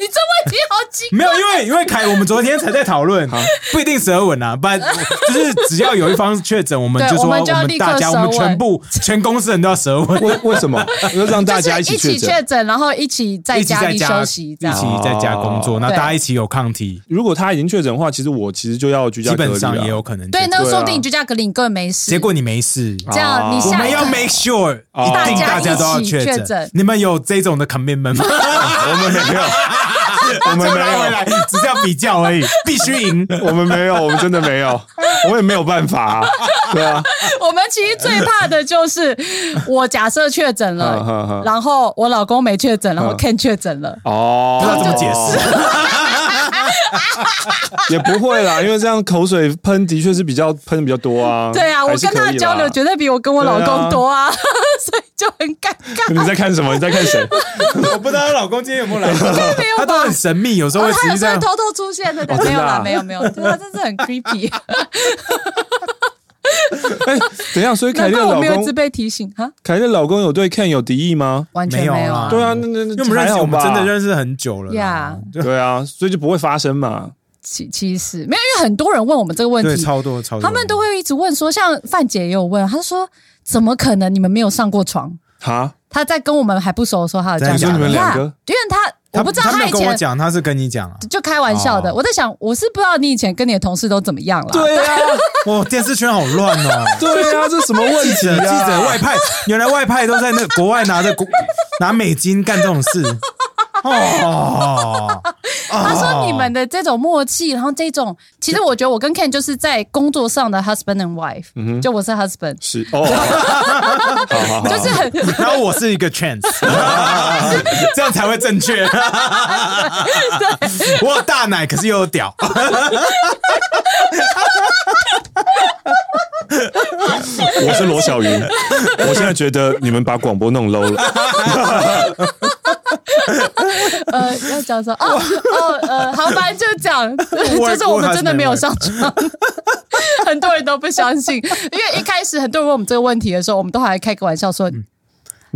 [SPEAKER 2] 你这问题好奇
[SPEAKER 3] 没有，因为因为凯，我们昨天才在讨论，不一定舌吻啊，不然就是只要有一方确诊，我 们
[SPEAKER 2] 对
[SPEAKER 3] 就说
[SPEAKER 2] 我
[SPEAKER 3] 我
[SPEAKER 2] 们就要
[SPEAKER 3] 们
[SPEAKER 2] 立刻
[SPEAKER 3] 大家，我们
[SPEAKER 2] 舌吻
[SPEAKER 3] 全部全公司人都要舌吻，
[SPEAKER 1] 为为什么要让大家一
[SPEAKER 2] 就是一
[SPEAKER 1] 确
[SPEAKER 2] 起
[SPEAKER 1] 诊？
[SPEAKER 2] 确诊，然后一起在
[SPEAKER 3] 一起
[SPEAKER 2] 家
[SPEAKER 3] 在
[SPEAKER 2] 里
[SPEAKER 3] 家
[SPEAKER 2] 休息，这
[SPEAKER 3] 一起
[SPEAKER 2] 样。
[SPEAKER 3] 在家工作，那
[SPEAKER 2] 啊对啊
[SPEAKER 3] 大家一起有抗体，
[SPEAKER 1] 如果他已经确诊的话，其实我其实就要居家
[SPEAKER 3] 基
[SPEAKER 1] 隔离
[SPEAKER 3] 本上
[SPEAKER 1] 了
[SPEAKER 3] 也有可能确
[SPEAKER 2] 对，
[SPEAKER 3] 诊。
[SPEAKER 2] 那
[SPEAKER 1] 对啊
[SPEAKER 2] 说不定你居家隔离，你根本没事。
[SPEAKER 3] 结果你没事，
[SPEAKER 2] 这样，你
[SPEAKER 1] 我
[SPEAKER 3] 我
[SPEAKER 2] 下
[SPEAKER 3] 们
[SPEAKER 2] 一
[SPEAKER 3] 要
[SPEAKER 2] 个
[SPEAKER 3] make sure
[SPEAKER 1] 哦
[SPEAKER 3] 一定大家都
[SPEAKER 2] 大
[SPEAKER 3] 要
[SPEAKER 2] 家一
[SPEAKER 3] 确
[SPEAKER 2] 起确诊
[SPEAKER 3] 诊。你们有这种的 commitment 吗？
[SPEAKER 1] 我们没有，我们没
[SPEAKER 3] 拉回来
[SPEAKER 1] 有，
[SPEAKER 3] 只是要比较而已，必须赢。
[SPEAKER 1] 我们没有，我们真的没有，我也没有办法、啊，对啊，
[SPEAKER 2] 我们其实最怕的就是，我假设确诊
[SPEAKER 1] 嗯嗯嗯
[SPEAKER 2] 了，然后我老公没确诊，然后
[SPEAKER 1] 嗯
[SPEAKER 2] Ken 确诊了。
[SPEAKER 1] 哦，
[SPEAKER 3] 不知道怎么解释。
[SPEAKER 1] 也不会啦，因为这样口水喷的确是比较喷得比较多啊。
[SPEAKER 2] 对啊，我
[SPEAKER 1] 还是
[SPEAKER 2] 跟他
[SPEAKER 1] 可以
[SPEAKER 2] 的
[SPEAKER 1] 啦
[SPEAKER 2] 交流绝对比我跟我老公多啊， 所以就很尴 尬。
[SPEAKER 1] 你在看什么？你在看谁？
[SPEAKER 3] 我不知道她老公今天有没有来，
[SPEAKER 2] 没有吧
[SPEAKER 3] 他都很神秘，有时候
[SPEAKER 2] 哦
[SPEAKER 3] 会
[SPEAKER 2] 他
[SPEAKER 3] 实
[SPEAKER 2] 有
[SPEAKER 3] 际
[SPEAKER 2] 时候
[SPEAKER 3] 上
[SPEAKER 2] 会偷偷出现的，对
[SPEAKER 1] 哦
[SPEAKER 2] 没有
[SPEAKER 1] 真的啊
[SPEAKER 2] 啦，没有没有， 对啊，真是很 creepy。
[SPEAKER 1] 哎， 等一下，所以凯
[SPEAKER 2] 难
[SPEAKER 1] 莉
[SPEAKER 2] 怪
[SPEAKER 1] 的
[SPEAKER 2] 我
[SPEAKER 1] 老
[SPEAKER 2] 没有一直
[SPEAKER 1] 公，
[SPEAKER 2] 被提醒哈，
[SPEAKER 1] 凯莉的老公有对 Ken 有敌意吗？
[SPEAKER 2] 完全
[SPEAKER 3] 没有
[SPEAKER 2] 没有
[SPEAKER 3] 啦
[SPEAKER 2] 啊。
[SPEAKER 1] 对啊，那那
[SPEAKER 3] 因为我们认识，我们真的
[SPEAKER 1] 识，
[SPEAKER 3] 认识很久了啦
[SPEAKER 2] Yeah
[SPEAKER 3] 就
[SPEAKER 1] 对啊，所以就不会发生嘛。
[SPEAKER 2] 其其实没有，因为很多人问我们这个问
[SPEAKER 3] 对，
[SPEAKER 2] 题，
[SPEAKER 3] 超多超多，
[SPEAKER 2] 他们都会一直问说，像范姐也有问，她说怎么可能你们没有上过床？
[SPEAKER 1] 哈，
[SPEAKER 2] 她在跟我们还不熟的时候，她有这样
[SPEAKER 3] 你说
[SPEAKER 2] 讲，
[SPEAKER 3] 你们
[SPEAKER 1] 两个
[SPEAKER 2] Yeah，因为她
[SPEAKER 3] 他
[SPEAKER 2] 我不知道
[SPEAKER 3] 他
[SPEAKER 2] 她
[SPEAKER 3] 没有
[SPEAKER 2] 以
[SPEAKER 3] 跟我
[SPEAKER 2] 前
[SPEAKER 3] 讲，他是跟你讲啊。
[SPEAKER 2] 就开玩笑的，
[SPEAKER 3] 哦
[SPEAKER 2] 我在想，我是不知道你以前跟你的同事都怎么样了。
[SPEAKER 3] 对啊，哇，电视圈好乱哦。
[SPEAKER 1] 对啊，这什么问
[SPEAKER 3] 记
[SPEAKER 1] 题
[SPEAKER 3] 者
[SPEAKER 1] 啊？
[SPEAKER 3] 记者外派， 原来外派都在那国外拿着国 拿美金干这 种事。哦，
[SPEAKER 2] 他说你们的这种默契，然后这种，其实我觉得我跟 Ken 就是在工作上的 husband and wife，、就
[SPEAKER 3] 嗯
[SPEAKER 2] 我是 husband，
[SPEAKER 1] 是哦，好好好，
[SPEAKER 2] 就是很
[SPEAKER 3] 然后我是一个 chance，这样才会 正确。我有大奶，可是又有屌。
[SPEAKER 1] 我是罗 小云，我现在觉得你们把广播弄 low 了。
[SPEAKER 2] 呃要讲什么 哦哦呃，好，反正就这样，就是我们真的没有上床。 很多人都不相信，因为一开始很多人问我们这个问题的时候，我们都还开个玩笑说。
[SPEAKER 1] 你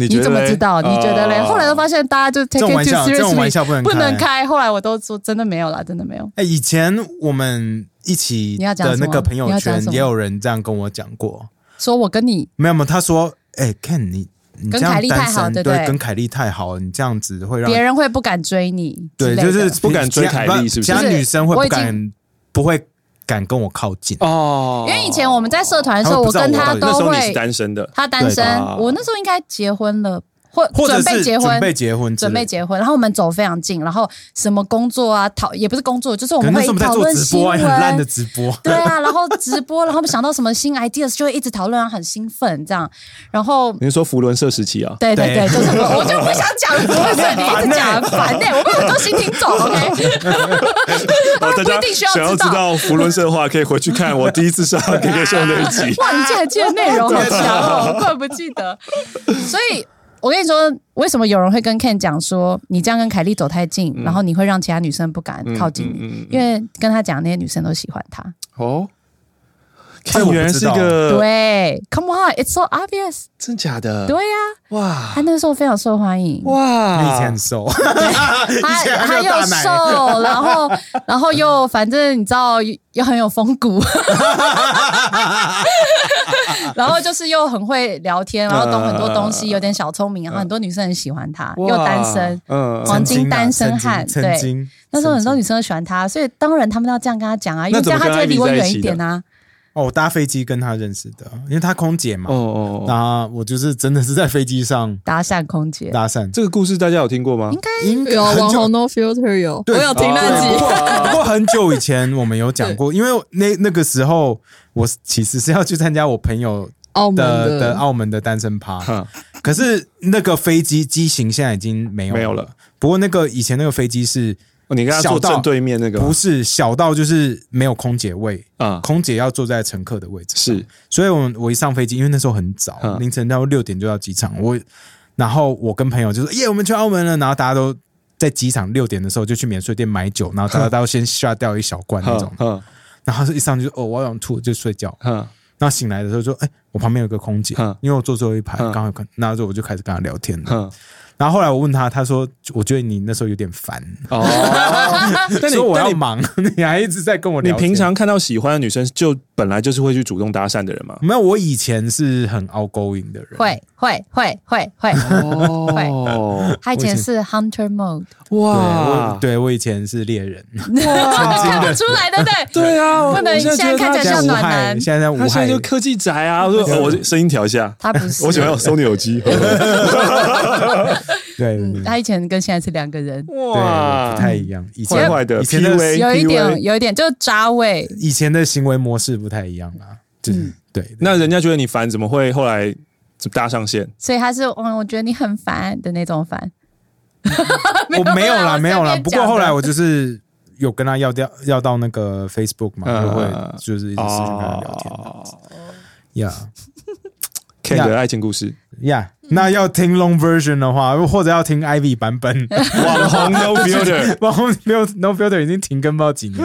[SPEAKER 2] 你
[SPEAKER 1] 觉得
[SPEAKER 2] 怎么
[SPEAKER 1] 嘞
[SPEAKER 2] 知道？你觉得嘞？后来都发现大家就 take
[SPEAKER 3] 哦
[SPEAKER 2] it
[SPEAKER 3] 这种
[SPEAKER 2] too
[SPEAKER 3] 玩笑
[SPEAKER 2] seriously，
[SPEAKER 3] 这种玩笑不能开
[SPEAKER 2] 开。后来我都说真的没有啦，真的没有。
[SPEAKER 3] 哎、以前我们一起
[SPEAKER 2] 你要讲
[SPEAKER 3] 的那
[SPEAKER 2] 什么
[SPEAKER 3] 个朋友
[SPEAKER 2] 你要讲
[SPEAKER 3] 圈
[SPEAKER 2] 什么
[SPEAKER 3] 也有人这样跟我讲过，
[SPEAKER 2] 说我跟你
[SPEAKER 3] 没有没有，他说，哎、k e n 你你
[SPEAKER 2] 跟
[SPEAKER 3] 这样
[SPEAKER 2] 凯莉太
[SPEAKER 3] 单
[SPEAKER 2] 好
[SPEAKER 3] 身，
[SPEAKER 2] 对不对
[SPEAKER 3] 跟凯莉太好，你这样子会让
[SPEAKER 2] 别人会不敢追你之
[SPEAKER 3] 对，
[SPEAKER 2] 类的，
[SPEAKER 3] 就是
[SPEAKER 1] 不敢追
[SPEAKER 3] 其他
[SPEAKER 1] 凯莉是不是
[SPEAKER 3] 其他女生会
[SPEAKER 2] 我
[SPEAKER 3] 不
[SPEAKER 2] 已经
[SPEAKER 3] 敢，不会敢跟我靠近。
[SPEAKER 1] 哦
[SPEAKER 2] 因为以前我们在社团的时候，我
[SPEAKER 3] 他们不知道
[SPEAKER 2] 跟
[SPEAKER 3] 我到
[SPEAKER 2] 他
[SPEAKER 3] 底
[SPEAKER 1] 那时
[SPEAKER 2] 都
[SPEAKER 1] 候你是
[SPEAKER 2] 会，
[SPEAKER 1] 单身的，
[SPEAKER 2] 他单身
[SPEAKER 1] 对吧，
[SPEAKER 2] 我那时候应该结婚了，或
[SPEAKER 3] 或者
[SPEAKER 2] 准备
[SPEAKER 3] 是
[SPEAKER 2] 结婚
[SPEAKER 3] 准。备结婚之类
[SPEAKER 2] 准
[SPEAKER 3] 的，
[SPEAKER 2] 备结婚，然后我们走非常近，然后什么工作啊，讨也不是工作，就是我
[SPEAKER 3] 可
[SPEAKER 2] 们
[SPEAKER 3] 能那
[SPEAKER 2] 会
[SPEAKER 3] 时候我们在
[SPEAKER 2] 讨
[SPEAKER 3] 做
[SPEAKER 2] 论
[SPEAKER 3] 直
[SPEAKER 2] 新
[SPEAKER 3] 播，
[SPEAKER 2] 闻，
[SPEAKER 3] 还很烂的直 播。
[SPEAKER 2] 对啊，然后直播，然后我们想到什么新 ideas 就会一直讨论，然后很兴奋这样，然后
[SPEAKER 1] 你是说福伦社时期啊？
[SPEAKER 2] 对对
[SPEAKER 3] 对
[SPEAKER 2] 对，就是我，我就不想讲福伦社，你一直讲
[SPEAKER 1] 欸
[SPEAKER 2] 很烦呢、我们有很多新听众，OK？
[SPEAKER 1] 哦，大
[SPEAKER 2] 不
[SPEAKER 1] 家
[SPEAKER 2] 一定需要
[SPEAKER 1] 想要
[SPEAKER 2] 知
[SPEAKER 1] 知
[SPEAKER 2] 道。
[SPEAKER 1] 道福伦社的话，可以回去看我第一次上 QQ 秀那一集
[SPEAKER 2] 哇，你竟然记得内容好强哦，我根本不记得。所以我跟你说，为什么有人会跟 Ken 讲说，你这样跟凯莉走太近，然后你会让其他女生不敢靠近你，
[SPEAKER 1] 嗯嗯嗯嗯
[SPEAKER 2] 因为跟他讲那些女生都喜欢他。
[SPEAKER 1] 哦，
[SPEAKER 3] 哎
[SPEAKER 1] 看
[SPEAKER 3] 我不
[SPEAKER 1] 原来是
[SPEAKER 3] 知道
[SPEAKER 1] 一个
[SPEAKER 2] 对，Come on，it's so obvious。
[SPEAKER 1] 呃真假的，
[SPEAKER 2] 对呀、
[SPEAKER 1] 哇
[SPEAKER 2] 他那时候非常受欢迎。
[SPEAKER 3] 你以前
[SPEAKER 1] 哇
[SPEAKER 3] 很，瘦，
[SPEAKER 2] 他
[SPEAKER 3] 以前还没
[SPEAKER 2] 他
[SPEAKER 3] 有
[SPEAKER 2] 又
[SPEAKER 3] 大奶
[SPEAKER 2] 瘦，然后然后又反正你知道又很有风 骨，然后就是又很会聊天，然后懂很多东西，有点小聪明，然后很多女生很喜欢他，又单身。
[SPEAKER 1] 嗯
[SPEAKER 2] 黄金
[SPEAKER 3] 曾经啊
[SPEAKER 2] 单身汉
[SPEAKER 3] 曾经
[SPEAKER 2] 对
[SPEAKER 3] 曾经
[SPEAKER 2] 那时候很多
[SPEAKER 3] 曾经
[SPEAKER 2] 女生都喜欢他，所以当然他们都要这样跟他讲啊，因
[SPEAKER 1] 那
[SPEAKER 2] 为
[SPEAKER 1] 怎
[SPEAKER 2] 这
[SPEAKER 1] 么跟
[SPEAKER 2] 样就会离我远一点啊。
[SPEAKER 3] 哦，我搭飞机跟他认识的，因为他空姐嘛
[SPEAKER 1] 哦，哦哦，
[SPEAKER 3] 那我就是真的是在飞机上
[SPEAKER 2] 搭讪空 姐，
[SPEAKER 3] 搭讪，
[SPEAKER 1] 这个故事大家有听过吗？
[SPEAKER 3] 应
[SPEAKER 4] 有
[SPEAKER 3] 很
[SPEAKER 4] 网
[SPEAKER 3] 久
[SPEAKER 4] 红 No Filter 有，我
[SPEAKER 3] 对呃
[SPEAKER 4] 有听
[SPEAKER 3] 对
[SPEAKER 4] 那
[SPEAKER 3] 不
[SPEAKER 4] 集，
[SPEAKER 3] 过不过很久以前我们有讲过，因为那那个时候我其实是要去参加我朋友
[SPEAKER 4] 澳门
[SPEAKER 3] 的的
[SPEAKER 4] 的
[SPEAKER 3] 澳门的单身 趴，
[SPEAKER 1] 哈
[SPEAKER 3] 可是那个飞机机型现在已经没有
[SPEAKER 1] 没有了。
[SPEAKER 3] 不过那个以前那个飞机是
[SPEAKER 1] 哦你跟他
[SPEAKER 3] 小
[SPEAKER 1] 坐
[SPEAKER 3] 到
[SPEAKER 1] 正对面那个吗
[SPEAKER 3] 不是小到就是没有空姐位，
[SPEAKER 1] 啊，
[SPEAKER 3] 空姐要坐在乘客的位置，
[SPEAKER 1] 是
[SPEAKER 3] 所以我们我一上飞机，因为那时候很早，
[SPEAKER 1] 嗯
[SPEAKER 3] 凌晨到六点就到机场，我然后我跟朋友就说耶，我们去澳门了，然后大家都。在机场六点的时候就去免税店买酒，然后大 家都先下掉一小罐那
[SPEAKER 1] 哈
[SPEAKER 3] 种，
[SPEAKER 1] 哈
[SPEAKER 3] 然后一上去就哦我想吐就睡觉，
[SPEAKER 1] 哈
[SPEAKER 3] 然后醒来的时候说哎、我旁边有个空姐
[SPEAKER 1] 嗯，
[SPEAKER 3] 因为我坐最后一排，
[SPEAKER 1] 嗯
[SPEAKER 3] 刚好有看，那时候我就开始跟她聊天了。
[SPEAKER 1] 哈
[SPEAKER 3] 然后后来我问她，她说我觉得你那时候有点烦，
[SPEAKER 1] 哦， 但你
[SPEAKER 3] 说我
[SPEAKER 1] 但
[SPEAKER 3] 要
[SPEAKER 1] 你
[SPEAKER 3] 忙， 你还一直在跟我
[SPEAKER 1] 你
[SPEAKER 3] 聊天。
[SPEAKER 1] 平常看到喜欢的女生，就本来就是会去主动搭讪的人嘛。
[SPEAKER 3] 没有？我以前是很 outgoing 的人，
[SPEAKER 2] 会会会会会，
[SPEAKER 1] 哦，
[SPEAKER 2] 他以前是 Hunter Mode，
[SPEAKER 3] 对 我
[SPEAKER 1] 哇，
[SPEAKER 3] 对我以前是猎人，
[SPEAKER 2] 看不出来对不对？
[SPEAKER 1] 对啊，
[SPEAKER 2] 不能
[SPEAKER 1] 我现
[SPEAKER 2] 现
[SPEAKER 1] 在
[SPEAKER 2] 在
[SPEAKER 1] 觉
[SPEAKER 2] 看
[SPEAKER 1] 得
[SPEAKER 2] 起来
[SPEAKER 1] 他
[SPEAKER 2] 像
[SPEAKER 3] 无
[SPEAKER 2] 暖
[SPEAKER 3] 害，
[SPEAKER 2] 男
[SPEAKER 3] 现在
[SPEAKER 1] 他
[SPEAKER 3] 无
[SPEAKER 1] 现在
[SPEAKER 3] 害
[SPEAKER 1] 就。科技宅啊！ 我说我声音调一下，
[SPEAKER 2] 他不是，
[SPEAKER 1] 我喜欢有 Sony 耳 机。
[SPEAKER 3] 对，
[SPEAKER 1] 嗯
[SPEAKER 3] 嗯对
[SPEAKER 2] 他以前跟现在是两个人，
[SPEAKER 3] 对，不太一样。以前
[SPEAKER 1] 坏坏的
[SPEAKER 3] 以前的
[SPEAKER 1] PUA
[SPEAKER 2] 有一
[SPEAKER 1] PUA
[SPEAKER 2] 点有一点就是渣味，
[SPEAKER 3] 以前的行为模式不太一样啦，
[SPEAKER 2] 嗯
[SPEAKER 3] 就是 对。
[SPEAKER 1] 那人家觉得你烦，怎么会后来搭上线？
[SPEAKER 2] 所以他是嗯，我觉得你很烦的那种烦。
[SPEAKER 1] 嗯
[SPEAKER 3] 我没有啦，
[SPEAKER 2] 我
[SPEAKER 3] 没有啦。
[SPEAKER 2] 随便
[SPEAKER 3] 不过后
[SPEAKER 2] 讲
[SPEAKER 3] 来
[SPEAKER 2] 的
[SPEAKER 3] 我就是有跟他要掉要到那个 Facebook 嘛，
[SPEAKER 1] 嗯
[SPEAKER 3] 就
[SPEAKER 1] 嗯
[SPEAKER 3] 会
[SPEAKER 1] 嗯哦
[SPEAKER 3] 就是一直私信跟他聊天呀
[SPEAKER 1] K 的爱情故 事，
[SPEAKER 3] 呀。那要听 long version 的话，或者要听 Ivy 版 本，
[SPEAKER 1] 网红 No Filter，
[SPEAKER 3] 网红没有 No Filter 已经停更不知道几年。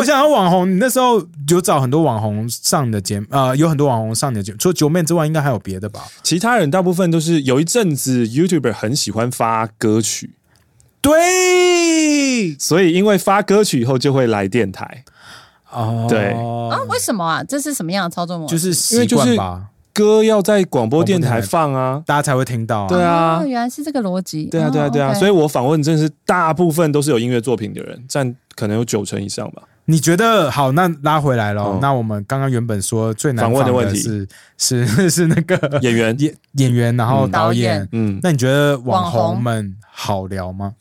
[SPEAKER 3] 我想要网红，你那时候有找很多网红上你的节目，呃，有很多网红上你的节目，除了九妹之外，应该还有别的吧？
[SPEAKER 1] 其他人大部分都是有一阵子 YouTuber 很喜欢发歌曲，
[SPEAKER 3] 对，
[SPEAKER 1] 所以因为发歌曲以后就会来电台。
[SPEAKER 3] 哦，
[SPEAKER 1] 对
[SPEAKER 2] 啊，为什么啊？这是什么样的操作模式？
[SPEAKER 3] 就是习惯吧，
[SPEAKER 1] 歌要在广播电台放啊，
[SPEAKER 3] 大家才会听到、啊。
[SPEAKER 1] 对啊
[SPEAKER 2] 哦，，原来是这个逻辑。哦
[SPEAKER 1] 对啊，对啊，对啊，所以我访问真的是大部分都是有音乐作品的人，占可能有九成以上吧。
[SPEAKER 3] 你觉得好？那拉回来了、
[SPEAKER 1] 嗯
[SPEAKER 3] 那我们刚刚原本说最难
[SPEAKER 1] 访问的
[SPEAKER 3] 的
[SPEAKER 1] 问题
[SPEAKER 3] 是是是那个
[SPEAKER 1] 演 员，
[SPEAKER 3] 演 演员，然后
[SPEAKER 1] 嗯
[SPEAKER 3] 导
[SPEAKER 2] 导
[SPEAKER 3] 演
[SPEAKER 2] 演。
[SPEAKER 1] 嗯，
[SPEAKER 3] 那你觉得网
[SPEAKER 2] 网
[SPEAKER 3] 红
[SPEAKER 2] 红
[SPEAKER 3] 们好聊吗？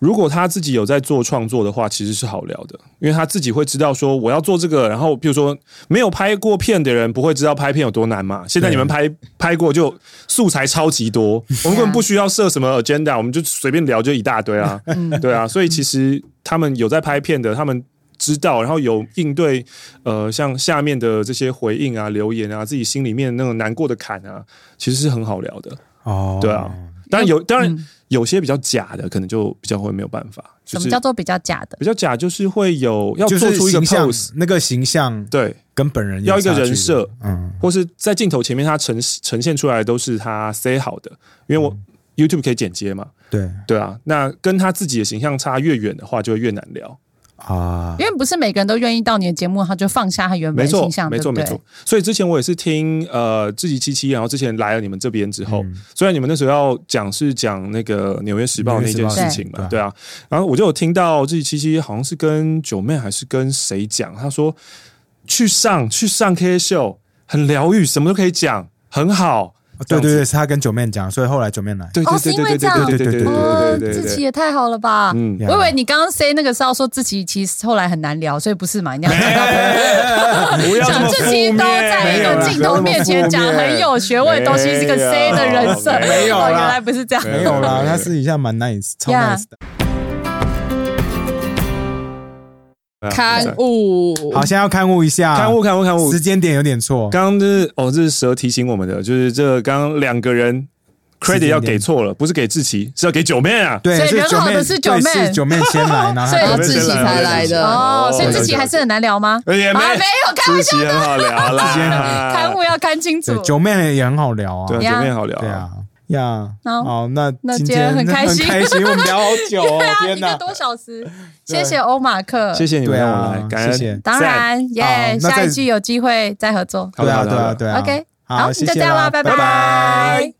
[SPEAKER 1] 如果他自己有在做创作的话，其实是好聊的，因为他自己会知道说我要做这个。然后，比如说没有拍过片的人，不会知道拍片有多难嘛。现在你们拍拍过，就素材超级多，
[SPEAKER 2] 啊
[SPEAKER 1] 我们根本不需要设什么 agenda，我们就随便聊就一大堆 啊，
[SPEAKER 2] 嗯
[SPEAKER 1] 对啊。所以其实他们有在拍片的，他们。知道，然后有应对，呃，像下面的这些回应啊、留言啊，自己心里面那种难过的坎啊，其实是很好聊的。
[SPEAKER 3] 哦，
[SPEAKER 1] 对啊，当然有，
[SPEAKER 2] 嗯
[SPEAKER 1] 当然有些比较假的，可能就比较会没有办法。就
[SPEAKER 2] 什
[SPEAKER 1] 是
[SPEAKER 2] 么叫做比较假的？
[SPEAKER 1] 比较假？就是会有要
[SPEAKER 3] 就
[SPEAKER 1] 做
[SPEAKER 3] 是
[SPEAKER 1] 出一个
[SPEAKER 3] 形象
[SPEAKER 1] pose，
[SPEAKER 3] 那个形象
[SPEAKER 1] 对，
[SPEAKER 3] 跟本人有
[SPEAKER 1] 要一个
[SPEAKER 3] 差距
[SPEAKER 1] 人设
[SPEAKER 3] 的，嗯，
[SPEAKER 1] 或是在镜头前面他呈呈现出来的都是他 say 好的，因为我
[SPEAKER 3] 嗯
[SPEAKER 1] YouTube 可以剪接嘛，
[SPEAKER 3] 对
[SPEAKER 1] 对啊，那跟他自己的形象差越远的话，就会越难聊。
[SPEAKER 3] 啊，
[SPEAKER 2] 因为不是每个人都愿意到你的节目，他就放下他原本
[SPEAKER 1] 没
[SPEAKER 2] 的
[SPEAKER 1] 错
[SPEAKER 2] 形，象，
[SPEAKER 1] 没错，
[SPEAKER 2] 对不
[SPEAKER 1] 没
[SPEAKER 2] 对
[SPEAKER 1] 错。所以之前我也是听呃自己七七，然后之前来了你们这边之后，
[SPEAKER 3] 嗯
[SPEAKER 1] 虽然你们那时候要讲是讲那个《纽约时报》那件事情嘛，
[SPEAKER 3] 对
[SPEAKER 1] 对啊，然后我就有听到自己七七好像是跟九妹还是跟谁讲，她说去上去上 K 秀很疗愈，什么都可以讲，很好。这
[SPEAKER 3] 对对对，
[SPEAKER 1] 样子
[SPEAKER 3] 是他跟九妹讲，所以后来九妹来，
[SPEAKER 1] 对
[SPEAKER 2] 哦
[SPEAKER 1] 对对
[SPEAKER 2] 是因为
[SPEAKER 1] 对对
[SPEAKER 2] 这样
[SPEAKER 1] 对对对对
[SPEAKER 2] 哦
[SPEAKER 1] 对对对
[SPEAKER 2] 自
[SPEAKER 1] 对
[SPEAKER 2] 己
[SPEAKER 1] 对，
[SPEAKER 2] 也太好了吧！
[SPEAKER 1] 嗯
[SPEAKER 2] 我以为你刚刚 say 那个是要说自己其实后来很难聊，所以不是嘛？你那样
[SPEAKER 1] 哎不要这
[SPEAKER 2] 讲
[SPEAKER 1] 么
[SPEAKER 2] 自己
[SPEAKER 1] 负
[SPEAKER 2] 都在一
[SPEAKER 1] 面
[SPEAKER 2] 个镜头面前讲很有学问的东西，是个 say 的人设，
[SPEAKER 1] 没有
[SPEAKER 2] 哦，
[SPEAKER 1] 啦
[SPEAKER 2] 原来不是这样。
[SPEAKER 1] 没 有
[SPEAKER 3] 没
[SPEAKER 1] 啦
[SPEAKER 3] 有啦，
[SPEAKER 1] 他
[SPEAKER 3] 他
[SPEAKER 1] 私
[SPEAKER 3] 私底下蛮 nice，超
[SPEAKER 2] Yeah
[SPEAKER 3] nice 的。
[SPEAKER 4] 刊物，
[SPEAKER 3] 好，现在要刊物一下，
[SPEAKER 1] 看物看物看物
[SPEAKER 3] 时，间点有点错，
[SPEAKER 1] 刚刚就是哦，这是蛇提醒我们的，就是这刚刚两个人 credit 要给错了，不是给志奇，是要给九妹啊。
[SPEAKER 3] 对，
[SPEAKER 2] 所以
[SPEAKER 3] 是
[SPEAKER 2] 人
[SPEAKER 3] 九
[SPEAKER 2] 好的
[SPEAKER 3] 妹
[SPEAKER 2] 是九妹
[SPEAKER 3] 对是九妹先 来，然后
[SPEAKER 2] 所以
[SPEAKER 3] 她
[SPEAKER 4] 自己才来的
[SPEAKER 2] 哦，所以自己还是很难聊吗？啊，
[SPEAKER 1] 而且
[SPEAKER 2] 没
[SPEAKER 1] 哎没啊
[SPEAKER 2] 有看
[SPEAKER 1] 志奇很好 聊啦，
[SPEAKER 2] 刊物要看清楚
[SPEAKER 3] 对。九妹也很好聊啊
[SPEAKER 1] 对，
[SPEAKER 2] 呀
[SPEAKER 1] 九妹好聊，
[SPEAKER 3] 对，啊，呀，
[SPEAKER 2] 好
[SPEAKER 3] 好，那
[SPEAKER 2] 那
[SPEAKER 3] 今
[SPEAKER 2] 今天
[SPEAKER 3] 天
[SPEAKER 2] 很开心
[SPEAKER 3] 很开心，我们聊好久 哦
[SPEAKER 2] 对，啊，
[SPEAKER 3] 天
[SPEAKER 2] 一
[SPEAKER 3] 哪
[SPEAKER 2] 个！多小时，谢谢欧马克。
[SPEAKER 1] 谢谢你们
[SPEAKER 3] 对啊
[SPEAKER 1] 让我来，感
[SPEAKER 3] 谢谢
[SPEAKER 1] 恩，
[SPEAKER 2] 当然，耶
[SPEAKER 3] 好，那
[SPEAKER 2] 下
[SPEAKER 3] 再
[SPEAKER 2] 一季有机会再合作。
[SPEAKER 1] 好
[SPEAKER 3] 对
[SPEAKER 1] 的
[SPEAKER 3] 啊，
[SPEAKER 1] 好的
[SPEAKER 3] 对
[SPEAKER 1] 好
[SPEAKER 3] 啊，
[SPEAKER 1] 的
[SPEAKER 3] 对啊。
[SPEAKER 2] OK，
[SPEAKER 3] 好，
[SPEAKER 2] 好，
[SPEAKER 3] 谢
[SPEAKER 2] 就
[SPEAKER 3] 谢
[SPEAKER 2] 这样啦，
[SPEAKER 3] 啦，
[SPEAKER 2] 拜
[SPEAKER 3] 拜
[SPEAKER 2] 拜。